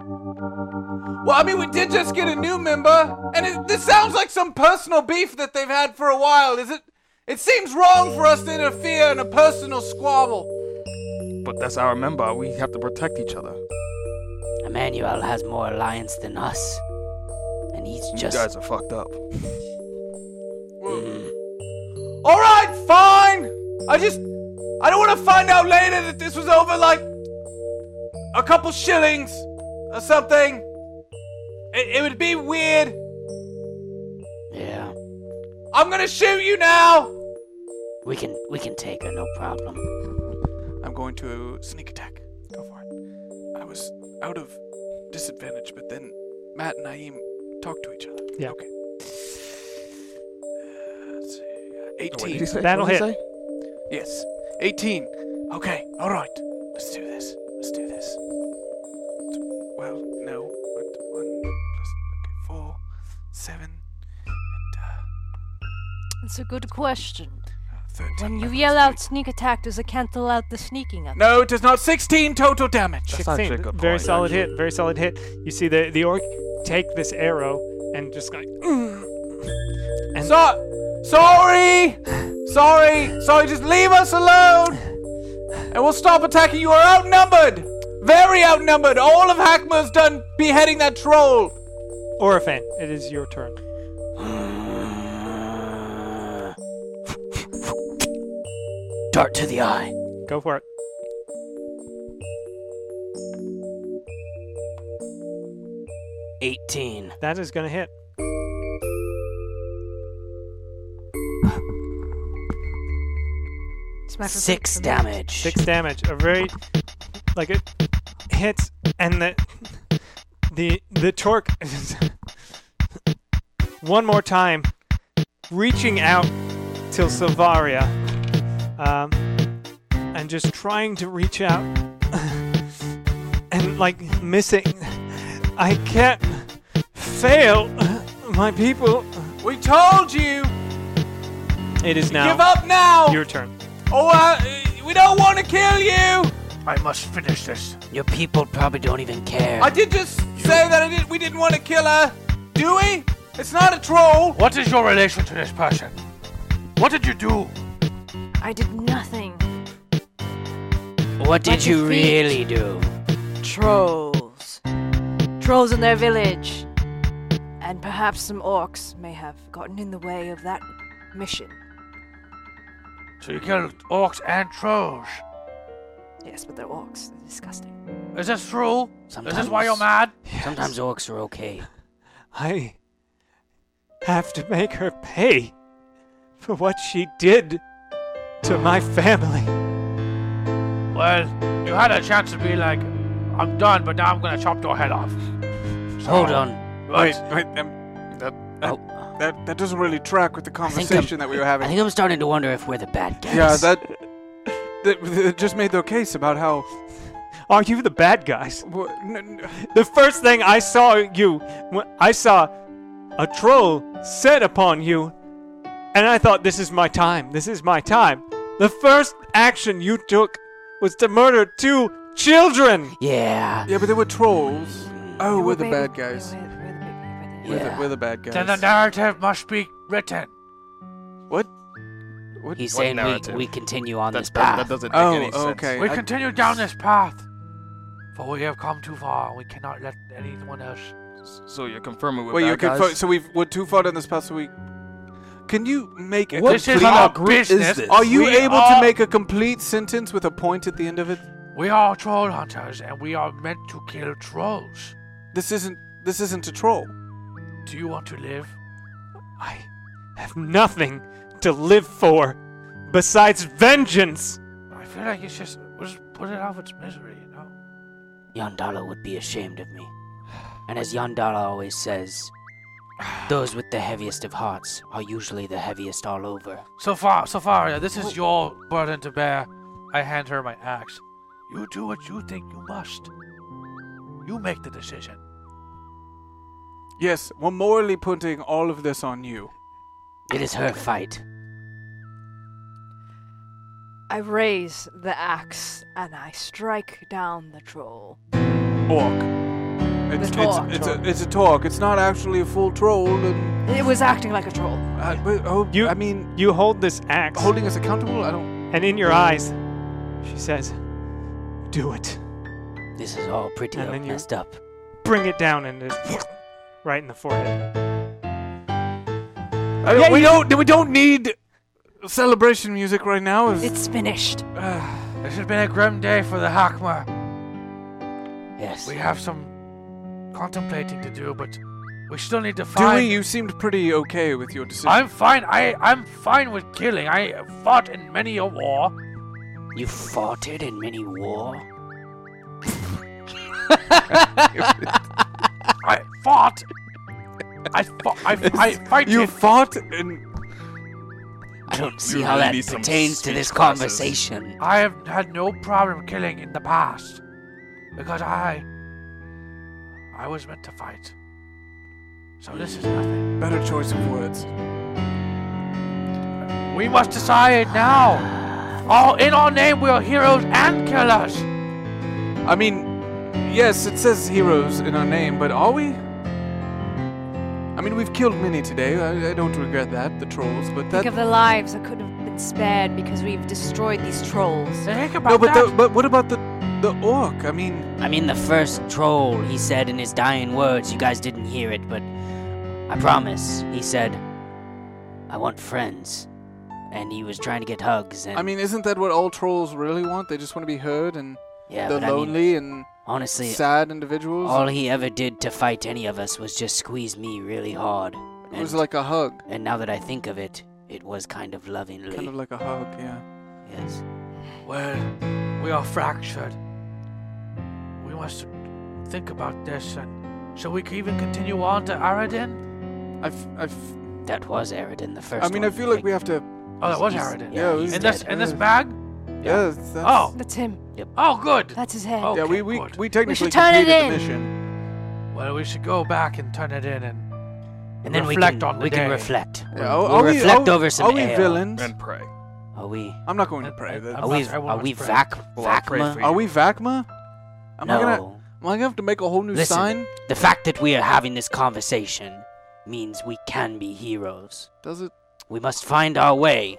Well, I mean, we did just get a new member, and it, this sounds like some personal beef that they've had for a while. Is it? It seems wrong for us to interfere in a personal squabble. But that's our member. We have to protect each other. Emmanuel has more alliance than us. And he's just. You guys are fucked up. All right, fine. I just, I don't want to find out later that this was over like a couple shillings or something. It, it would be weird. Yeah. I'm gonna shoot you now. We can we can take her, no problem. I'm going to sneak attack. Go for it. I was out of disadvantage, but then Matt and Naeem talked to each other. Yeah. Okay. Let's see. 18. he say? That'll What did he hit. Yes. 18. Okay. All right. Let's do this. Let's do this. Well, no. What- One plus okay, four, seven, uh, It's a good question. thirteen. When you yell out sneak attack, does it cancel out the sneaking of No, it does not. 16 total damage. 16. very solid hit. Very solid hit. You see the the orc take this arrow and just like and So, sorry, sorry, sorry. Just leave us alone, and we'll stop attacking. You are outnumbered, very outnumbered. All of Hackma's done beheading that troll. Orphan, it is your turn. Dart to the eye. Go for it. Eighteen. That is gonna hit. Six damage. Six damage. A very like it hits and the the the torque one more time reaching out till Silvaria um, and just trying to reach out and like missing I can't fail my people We told you. it is now Give up now. your turn Oh, uh, we don't want to kill you. I must finish this. Your people probably don't even care. I did just say that I did, we didn't want to kill her, do we? It's not a troll. What is your relation to this person? What did you do? I did nothing. What did But you defeat- really do? Trolls. Trolls in their village. And perhaps some orcs may have gotten in the way of that mission. So you killed orcs and trolls. Yes, but they're orcs. They're disgusting. Is this true? Sometimes, Is this why you're mad? Sometimes orcs are okay. I have to make her pay for what she did to my family. Well, you had a chance to be like, I'm done, but now I'm gonna chop your head off. So- Hold on. What? Wait, wait. Um, that, that, that, that doesn't really track with the conversation that we were I having. think I'm starting to wonder if we're the bad guys. Yeah, that, that, that just made their case about how. Are you the bad guys? wha- n- n- The first thing I saw you, when I saw a troll set upon you, and I thought, this is my time, this is my time. The first action you took was to murder two children! Yeah. Yeah, but they were trolls. Oh, They we're the baby- bad guys. they were- they were the baby- they were the- We're the, Yeah. we're the bad guys. Then the narrative must be written. What? What? He's What saying we, narrative? we continue on That, this that, path. that doesn't make Oh, any sense. okay. We I- continue down this path, for we have come too far. We cannot let anyone else. So you're confirming we're Wait, you bad can. guys? so we've we're too far down this path. So we. Can you make a What complete? is our business? Are you We able to are- make a complete sentence with a point at the end of it? We are troll hunters, and we are meant to kill trolls. This isn't. This isn't a troll. Do you want to live? I have nothing to live for besides vengeance! I feel like it's just just put it out of its misery, you know. Yandala would be ashamed of me. And as Yandala always says, those with the heaviest of hearts are usually the heaviest all over. So far, so far, yeah, this is your burden to bear. I hand her my axe. You do what you think you must. You make the decision. Yes, we're morally putting all of this on you. It is her fight. I raise the axe and I strike down the troll. orc. It's, The it's, torque. it's, a, it's a torque. It's not actually a full troll. And, It was acting like a troll. uh, but, oh, You, I mean, you hold this axe, holding us accountable? I don't. and in your eyes, she says, "Do it." This is all pretty And then you- messed up. Bring it down and just right in the forehead. I don't- we don't. We don't need celebration music right now. If, It's finished. This has been a grim day for the Hakma. Yes. We have some contemplating to do, but we still need to Dewey, find. you seemed pretty okay with your decision. I'm fine. I I'm fine with killing. I fought in many a war. You fought it in many war. I fought. I fought. I, I fight. you it. fought and I don't see You how really that need some pertains to this speech classes. conversation. I have had no problem killing in the past because I I was meant to fight. So this is nothing. better choice of words. We must decide now. All in our name, we are heroes and killers. I mean, yes, it says heroes in our name, but are we? I mean, we've killed many today. I, I don't regret that, the trolls, but that. Think of the lives that could have been spared because we've destroyed these trolls. Think about no, but that. the, but what about the the orc? I mean, I mean, the first troll, he said in his dying words, you guys didn't hear it, but I promise, he said, I want friends. And he was trying to get hugs, and I mean, isn't that what all trolls really want? They just want to be heard, and yeah, they're but I mean, lonely and honestly, sad individuals. all he ever did to fight any of us was just squeeze me really hard. And, it was like a hug, and now that I think of it, it was kind of lovingly. kind of like a hug, yeah. yes. Well, we are fractured. We must think about this and shall we even continue on to Aradin? I've, I've, That was Eridan the first I mean, I one, feel like we have to. Oh, that was he's- Aradin. yeah, he's he's In this dead. in this bag? Yeah, that's, Oh, That's him. oh, good. That's his head. Oh. yeah. We okay, we, good. we technically turn it completed the in. mission. Well, we should go back and turn it in and and then we reflect can, on the we can day. reflect. Yeah, We'll- are- we'll are we- reflect are- over some Are we ale. villains? And pray. Are we? I'm not going to Uh, pray. uh, That, I'm Are we? not- I won't Are we pray. vac? Well, I'll pray vacma? for you. Are we Vacma? Am no. I gonna am I gonna have to make a whole new Listen, sign? the fact that we are having this conversation means we can be heroes. Does it? We must find our way,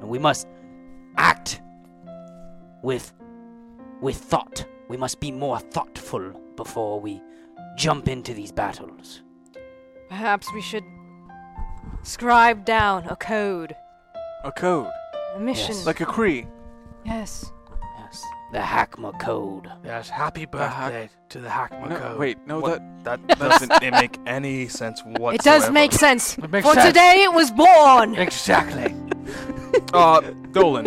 and we must act with with thought. We must be more thoughtful before we jump into these battles. Perhaps we should scribe down a code, A code. a mission. Yes. Like a Cree. Yes. Yes, the Hackma Code. Yes, happy hack- birthday to the Hackma No, Code. wait, no, What? that That doesn't make any sense whatsoever. It does make sense. It makes For sense. today it was born. Exactly. Uh, Dolan.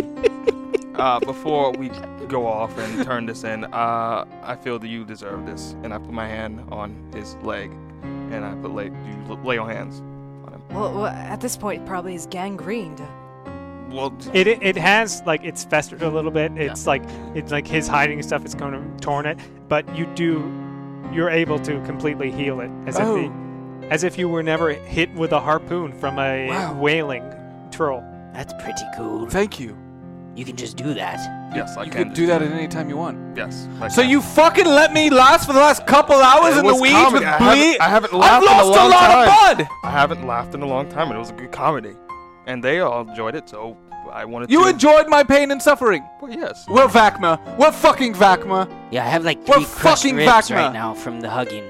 Uh, before we go off and turn this in, uh, I feel that you deserve this, and I put my hand on his leg, and I put lay you l- lay your hands on him. Well, well, at this point, it probably is gangrened. Well, It it has like it's festered a little bit. It's like it's like his hiding stuff. It's kind of torn it, but you do you're able to completely heal it as Oh. if the, as if you were never hit with a harpoon from a Wow. whaling troll. That's pretty cool. thank you. You can just do that. yes, I you can could just do that at any time you want. Yes. I So can. you fucking let me last for the last couple hours It in the was weeds with comedy. I haven't- bleed. I haven't I've laughed in a lost long lot time. of blood. I haven't laughed in a long time, and it was a good comedy, and they all enjoyed it. So I wanted You to. enjoyed my pain and suffering. Well, yes. We're Vacma. We're fucking Vacma. Yeah, I have like We're three crushed fucking ribs Vacma. right now from the hugging.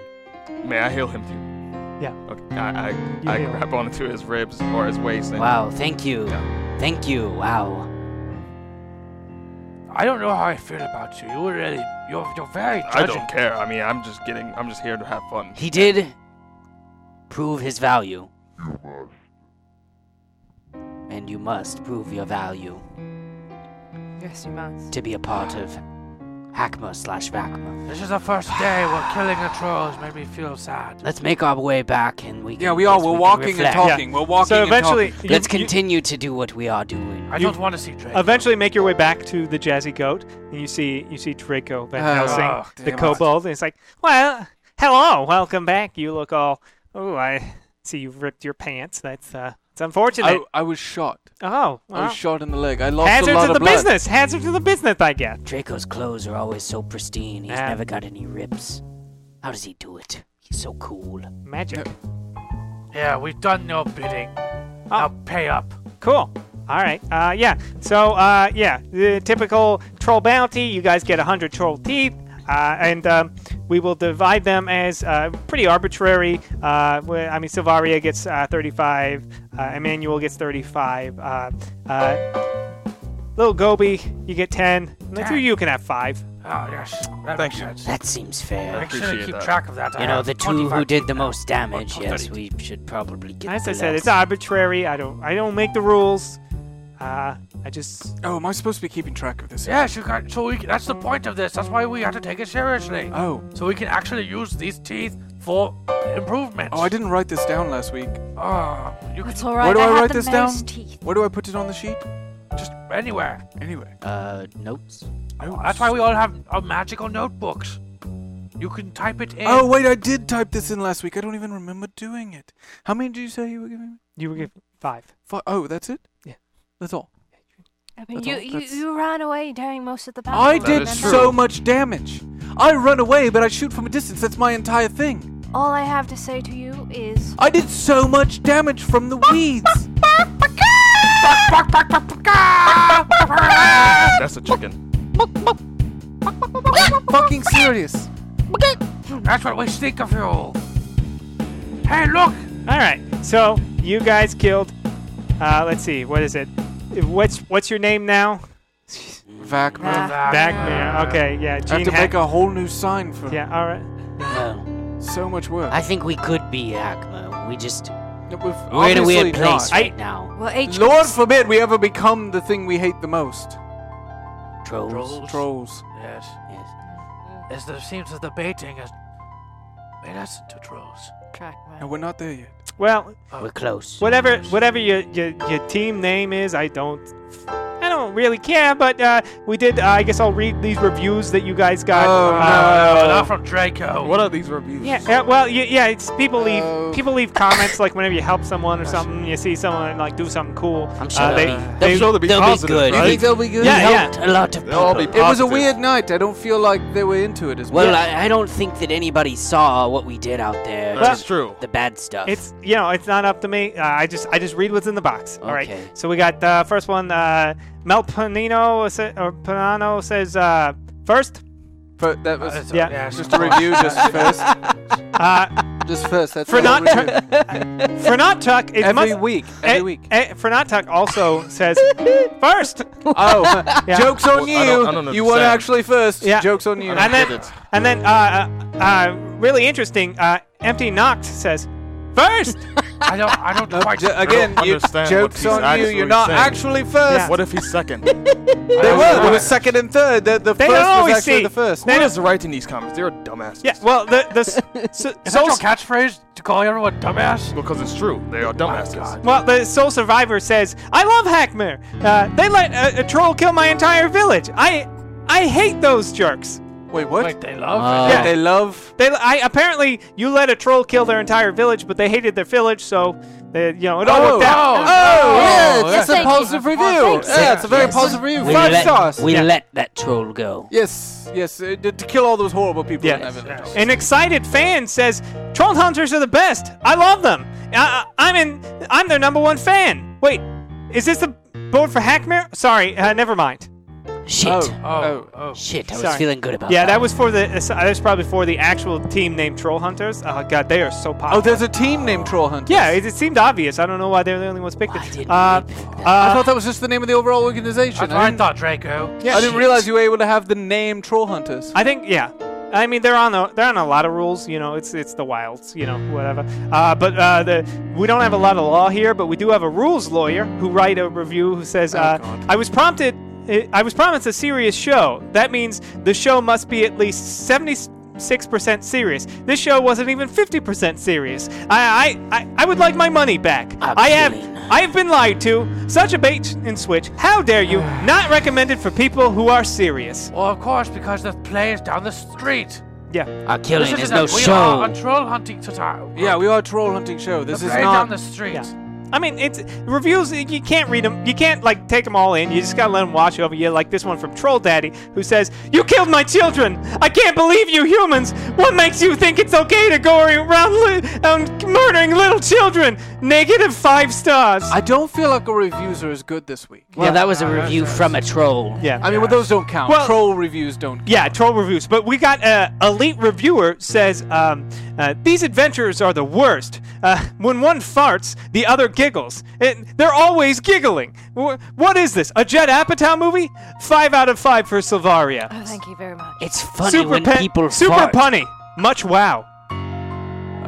May I heal him too? Yeah. Okay. I You I, I heal. grab onto his ribs or his waist and Wow, thank you. Yeah. Thank you. Wow. I don't know how I feel about you. You were really, you're, you're very I judging. don't care. I mean, I'm just getting. I'm just here to have fun. He did prove his value. And you must prove your value Yes, you must. to be a part of Hackma slash Vacma. This is the first day where killing the trolls made me feel sad. Let's make our way back and we can. Yeah, we are. yes, We're can walking and reflect. talking. We're walking so eventually, and talking. you- Let's you- continue to do what we are doing. I You- don't want to see Drake. Eventually, make your way back to the Jazzy Goat, and you see you see Draco Van Oh, Helsing, the damn it. kobold, and it's like, "Well, hello, welcome back. You look all. Oh, I see you've ripped your pants. That's uh, It's unfortunate. I, I was shot. Oh, I Ah. well. was shot in the leg. I lost Hazard a lot to of the blood. business. Hazard to the business, I guess. Draco's clothes are always so pristine. He's Ah. never got any rips. How does he do it? He's so cool. Magic. Yeah, we've done no bidding. I'll pay up. Cool. All right. Uh, yeah. So uh, yeah, the typical troll bounty. You guys get hundred troll teeth, uh, and um, we will divide them as uh, pretty arbitrary. Uh, wh- I mean, Silvaria gets uh, thirty-five. Uh, Emmanuel gets thirty-five. Uh, uh, little Gobi, you get ten. And the two of you can have five. Oh yes. That Thank you. That seems fair. Make sure to Appreciate keep that. track of that. I You know, have the two who 25 did the most damage. Yes, we should probably get. As the I said, less. it's arbitrary. I don't. I don't make the rules. Uh, I just. Oh, am I supposed to be keeping track of this? Yes, you got. So we, that's the point of this. That's why we have to take it seriously. Oh. So we can actually use these teeth for improvements. Oh, I didn't write this down last week. Ah, you That's can- all right, Where do I I, have write the this down? most teeth. Where do I put it on the sheet? Just anywhere. Anyway. Uh, notes. That's why we all have our magical notebooks. You can type it in. Oh wait, I did type this in last week. I don't even remember doing it. How many did you say you were giving me? You were giving five. Five. Oh, that's it. Yeah, that's all. I mean, That's you, all- you, that's- you ran away during most of the battle. I did remember? so much damage. I run away, but I shoot from a distance. That's my entire thing. All I have to say to you is I did so much damage from the weeds. That's a chicken. Fucking serious. That's what we think of you. Hey, look! All right. So you guys killed. Uh, let's see. What is it? What's what's your name now? Vacman. Vacman. Okay. Yeah. I Gene have to Ha- make a whole new sign for. Yeah. All right. Well, so much work. I think we could be Acma. We just. we've we're in a weird obviously not. place right now. Well, H- Lord forbid we ever become the thing we hate the most. Trolls. Trolls. Yes. As the seems that the baiting has made us into trolls. And we're not there yet. Well. We're close. Whatever whatever your, your your team name is, I don't I don't really care. But uh, we did. Uh, I guess I'll read these reviews that you guys got. Oh, uh, not from Draco. What are these reviews? Yeah, yeah, well, y- yeah, it's people leave Oh. people leave comments like whenever you help someone or something, you see someone like do something cool. I'm sure Uh, they, they'll be- they'll be- they'll be good. You think they'll be good? Yeah, You yeah. helped a lot of They'll all be people. It was a positive. weird night. I don't feel like they were into it as Well, much. I, I don't think that anybody saw what we did out there. That's Just true. The bad stuff. It's you know, it's not up to me. Uh, I just I just read what's in the box. All right. Okay. So we got uh, first one. Uh, Mel Panino sa- or Panano says uh, first. But that was yeah. just a review, just first. Uh, just first. That's for all not we do. for not tuck. It's Every must- week, every eh, week. eh, for not tuck also says first. Oh, Yeah. jokes on you. you weren't actually first. Yeah. Jokes on you. And then, and then, uh, uh, uh, really interesting. Uh, Empty Knocked says first. I don't. I don't quite. J- again, I don't you- understand jokes what he's on you. You're actually not saying. actually first. What if he's second? They were. They were second and third. The, the They first don't was always actually see. the first. They don't- Who's writing these comments? They're a dumbass. Yeah. Well, the the s- so, Is that your catchphrase to call everyone dumbass? Oh, Because it's true. They are dumbasses. Well, the Soul Survivor says, "I love Hackmer. Uh, they let a, a troll kill my entire village. I, I hate those jerks." Wait, what? Uh, Wait, they love. it. They love. They, I apparently you let a troll kill their entire village, but they hated their village, so they, you know it all Oh, worked out. yeah, Oh, that's yeah. a positive review. yeah, it's a very positive review. We Five let, stars. We let that troll go. Yes, yes, uh, to, to kill all those horrible people in that village. An excited fan says, "Troll hunters are the best. I love them. I, I, I'm in. I'm their number one fan." Wait, is this the board for Hackmare? Sorry, uh, never mind. Shit. Oh, oh, oh. Shit, I was Sorry. feeling good about yeah, that. that. was for the. Uh, that was probably for the actual team named Troll Hunters. Oh god, they are so popular. Oh, there's a team named Troll Hunters. yeah, it, it seemed obvious. I don't know why they're the only ones picked. it. uh, I uh, thought that was just the name of the overall organization. That's what I didn't- thought, Draco. Yeah. I didn't realize you were able to have the name Troll Hunters. I think yeah. I mean, they're on a, they're on a lot of rules. You know, it's it's the wilds. You know, whatever. Uh, but uh, the we don't have a lot of law here, but we do have a rules lawyer who write a review who says, uh, "I was prompted." I- I was promised a serious show. That means the show must be at least 76% serious. This show wasn't even 50% serious. I I, I, I would like my money back. I have I have been lied to. Such a bait and switch. How dare you? Not recommended for people who are serious. Well, of course, because the play is down the street. Yeah. Our killing this is a- no We are show. a troll hunting society. Yeah, we are a troll hunting show. This The is play down not. the street. Yeah. I mean, it's reviews. You can't read them. You can't like take them all in. You just gotta let them wash over you. Like this one from Troll Daddy, who says, "You killed my children. I can't believe you humans. What makes you think it's okay to go around li- um, murdering little children?" Negative five stars. I don't feel like a reviews are as good this week. yeah, that was a review from a troll. Yeah. I mean, well, those don't count. Well- troll reviews don't. Yeah, troll reviews. But we got uh, elite reviewer says um, uh, these adventures are the worst. Uh, when one farts, the other giggles. It, they're always giggling. Wh- what is this? A Jed Apatow movie? Five out of five for Silvaria. Oh, thank you very much. It's funny super when pen- people super fart. punny. Much wow.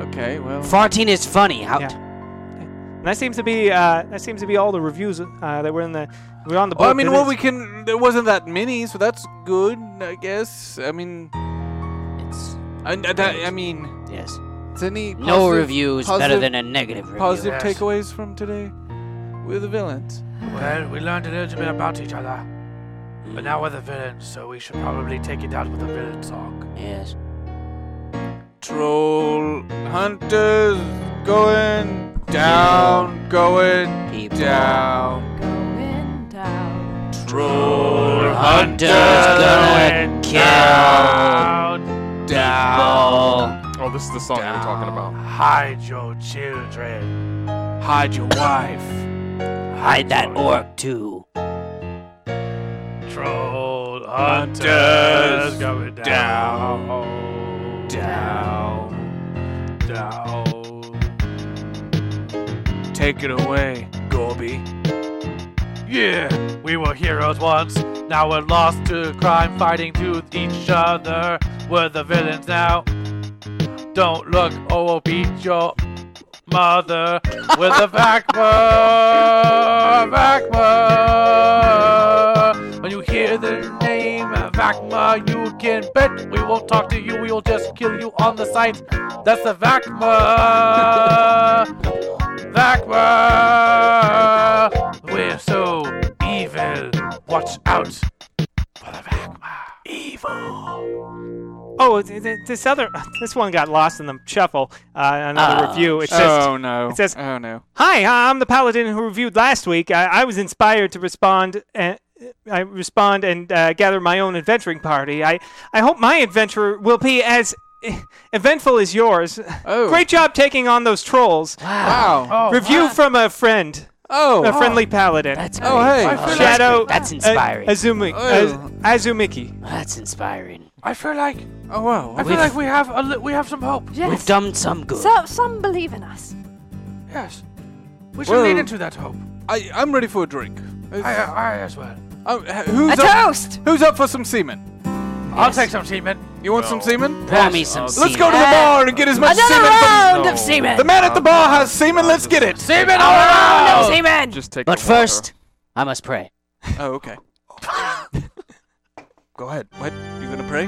Okay, well. Farting is funny. How? And that seems to be uh, that seems to be all the reviews uh, that were in the we're on the book. Well, I mean, Oh, It well, is- we can. There wasn't that many, so that's good, I guess. I mean, It's I, I, that- I mean, yes. is any No positive- review is better positive- than a negative review. Positive Yes. takeaways from today with the villains. Well, we learned a little bit about each other. But now we're the villains, so we should probably take it out with a villain song. Yes. Troll hunters going down, going People. down. Going down. Troll Hunter's gonna kill people. Oh, this is the song you were talking about. Hide your children. Hide your wife. Hide that orc too. Troll hunters going down. Down. Down. Take it away, Gorby. Yeah, we were heroes once. Now we're lost to crime, fighting to each other. We're the villains now. Don't look or we'll beat your mother with a VACMA! VACMA! When you hear the name VACMA, you can bet we won't talk to you, we will just kill you on the site. That's the VACMA! VACMA! We're so evil. Watch out for the VACMA. Evil. Oh, th- th- this other this one got lost in the shuffle. Uh, another Oh, review. It says. Oh no. it says- oh no. Hi, I'm the paladin who reviewed last week. I, I was inspired to respond and I respond and uh, gather my own adventuring party. I, I hope my adventure will be as eh, eventful as yours. Oh. Great job taking on those trolls. Wow. Oh, Review from a friend, Oh. a friendly paladin. That's Oh, hey. I great. feel Shadow. That's uh, inspiring. Azumi, Oh. Az- Azumiki. That's inspiring. I feel like Oh wow. I feel like we have a li- we have some hope. Yes. We've done some good. So some believe in us. Yes. We should lean Well- into that hope. I, I'm ready for a drink. I, I, uh, I as well. Oh, h- who's a up? toast. Who's up for some semen? I'll take some semen. You want some semen? Pour me some Let's go to the semen. bar and get as much Another semen. from- round of semen. the man at the bar has semen. Let's get it. Semen all round around! of semen. Just take. But the water. first, I must pray. Oh, okay. go ahead. What? You gonna pray?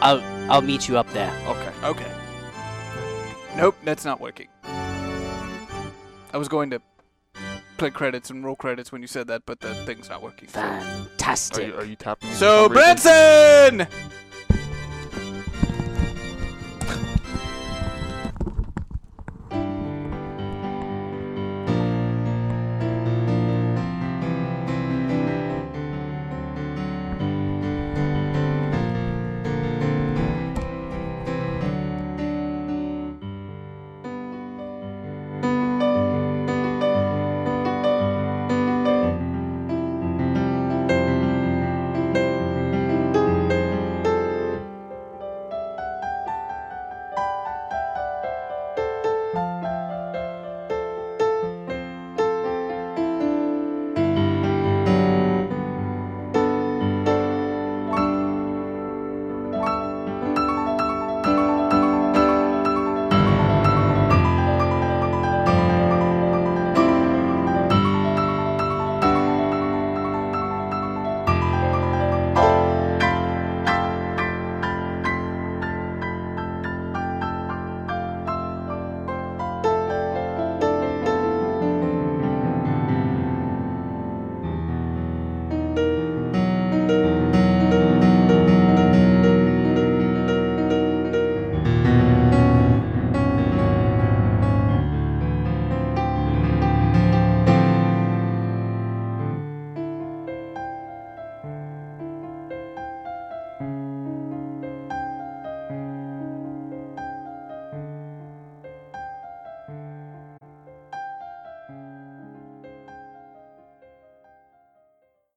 I'll I'll meet you up there. Okay. Okay. Nope, that's not working. I was going to play credits and roll credits when you said that, but the thing's not working. so- Are Fantastic. you, are you tapping? me for So, some reason? Branson!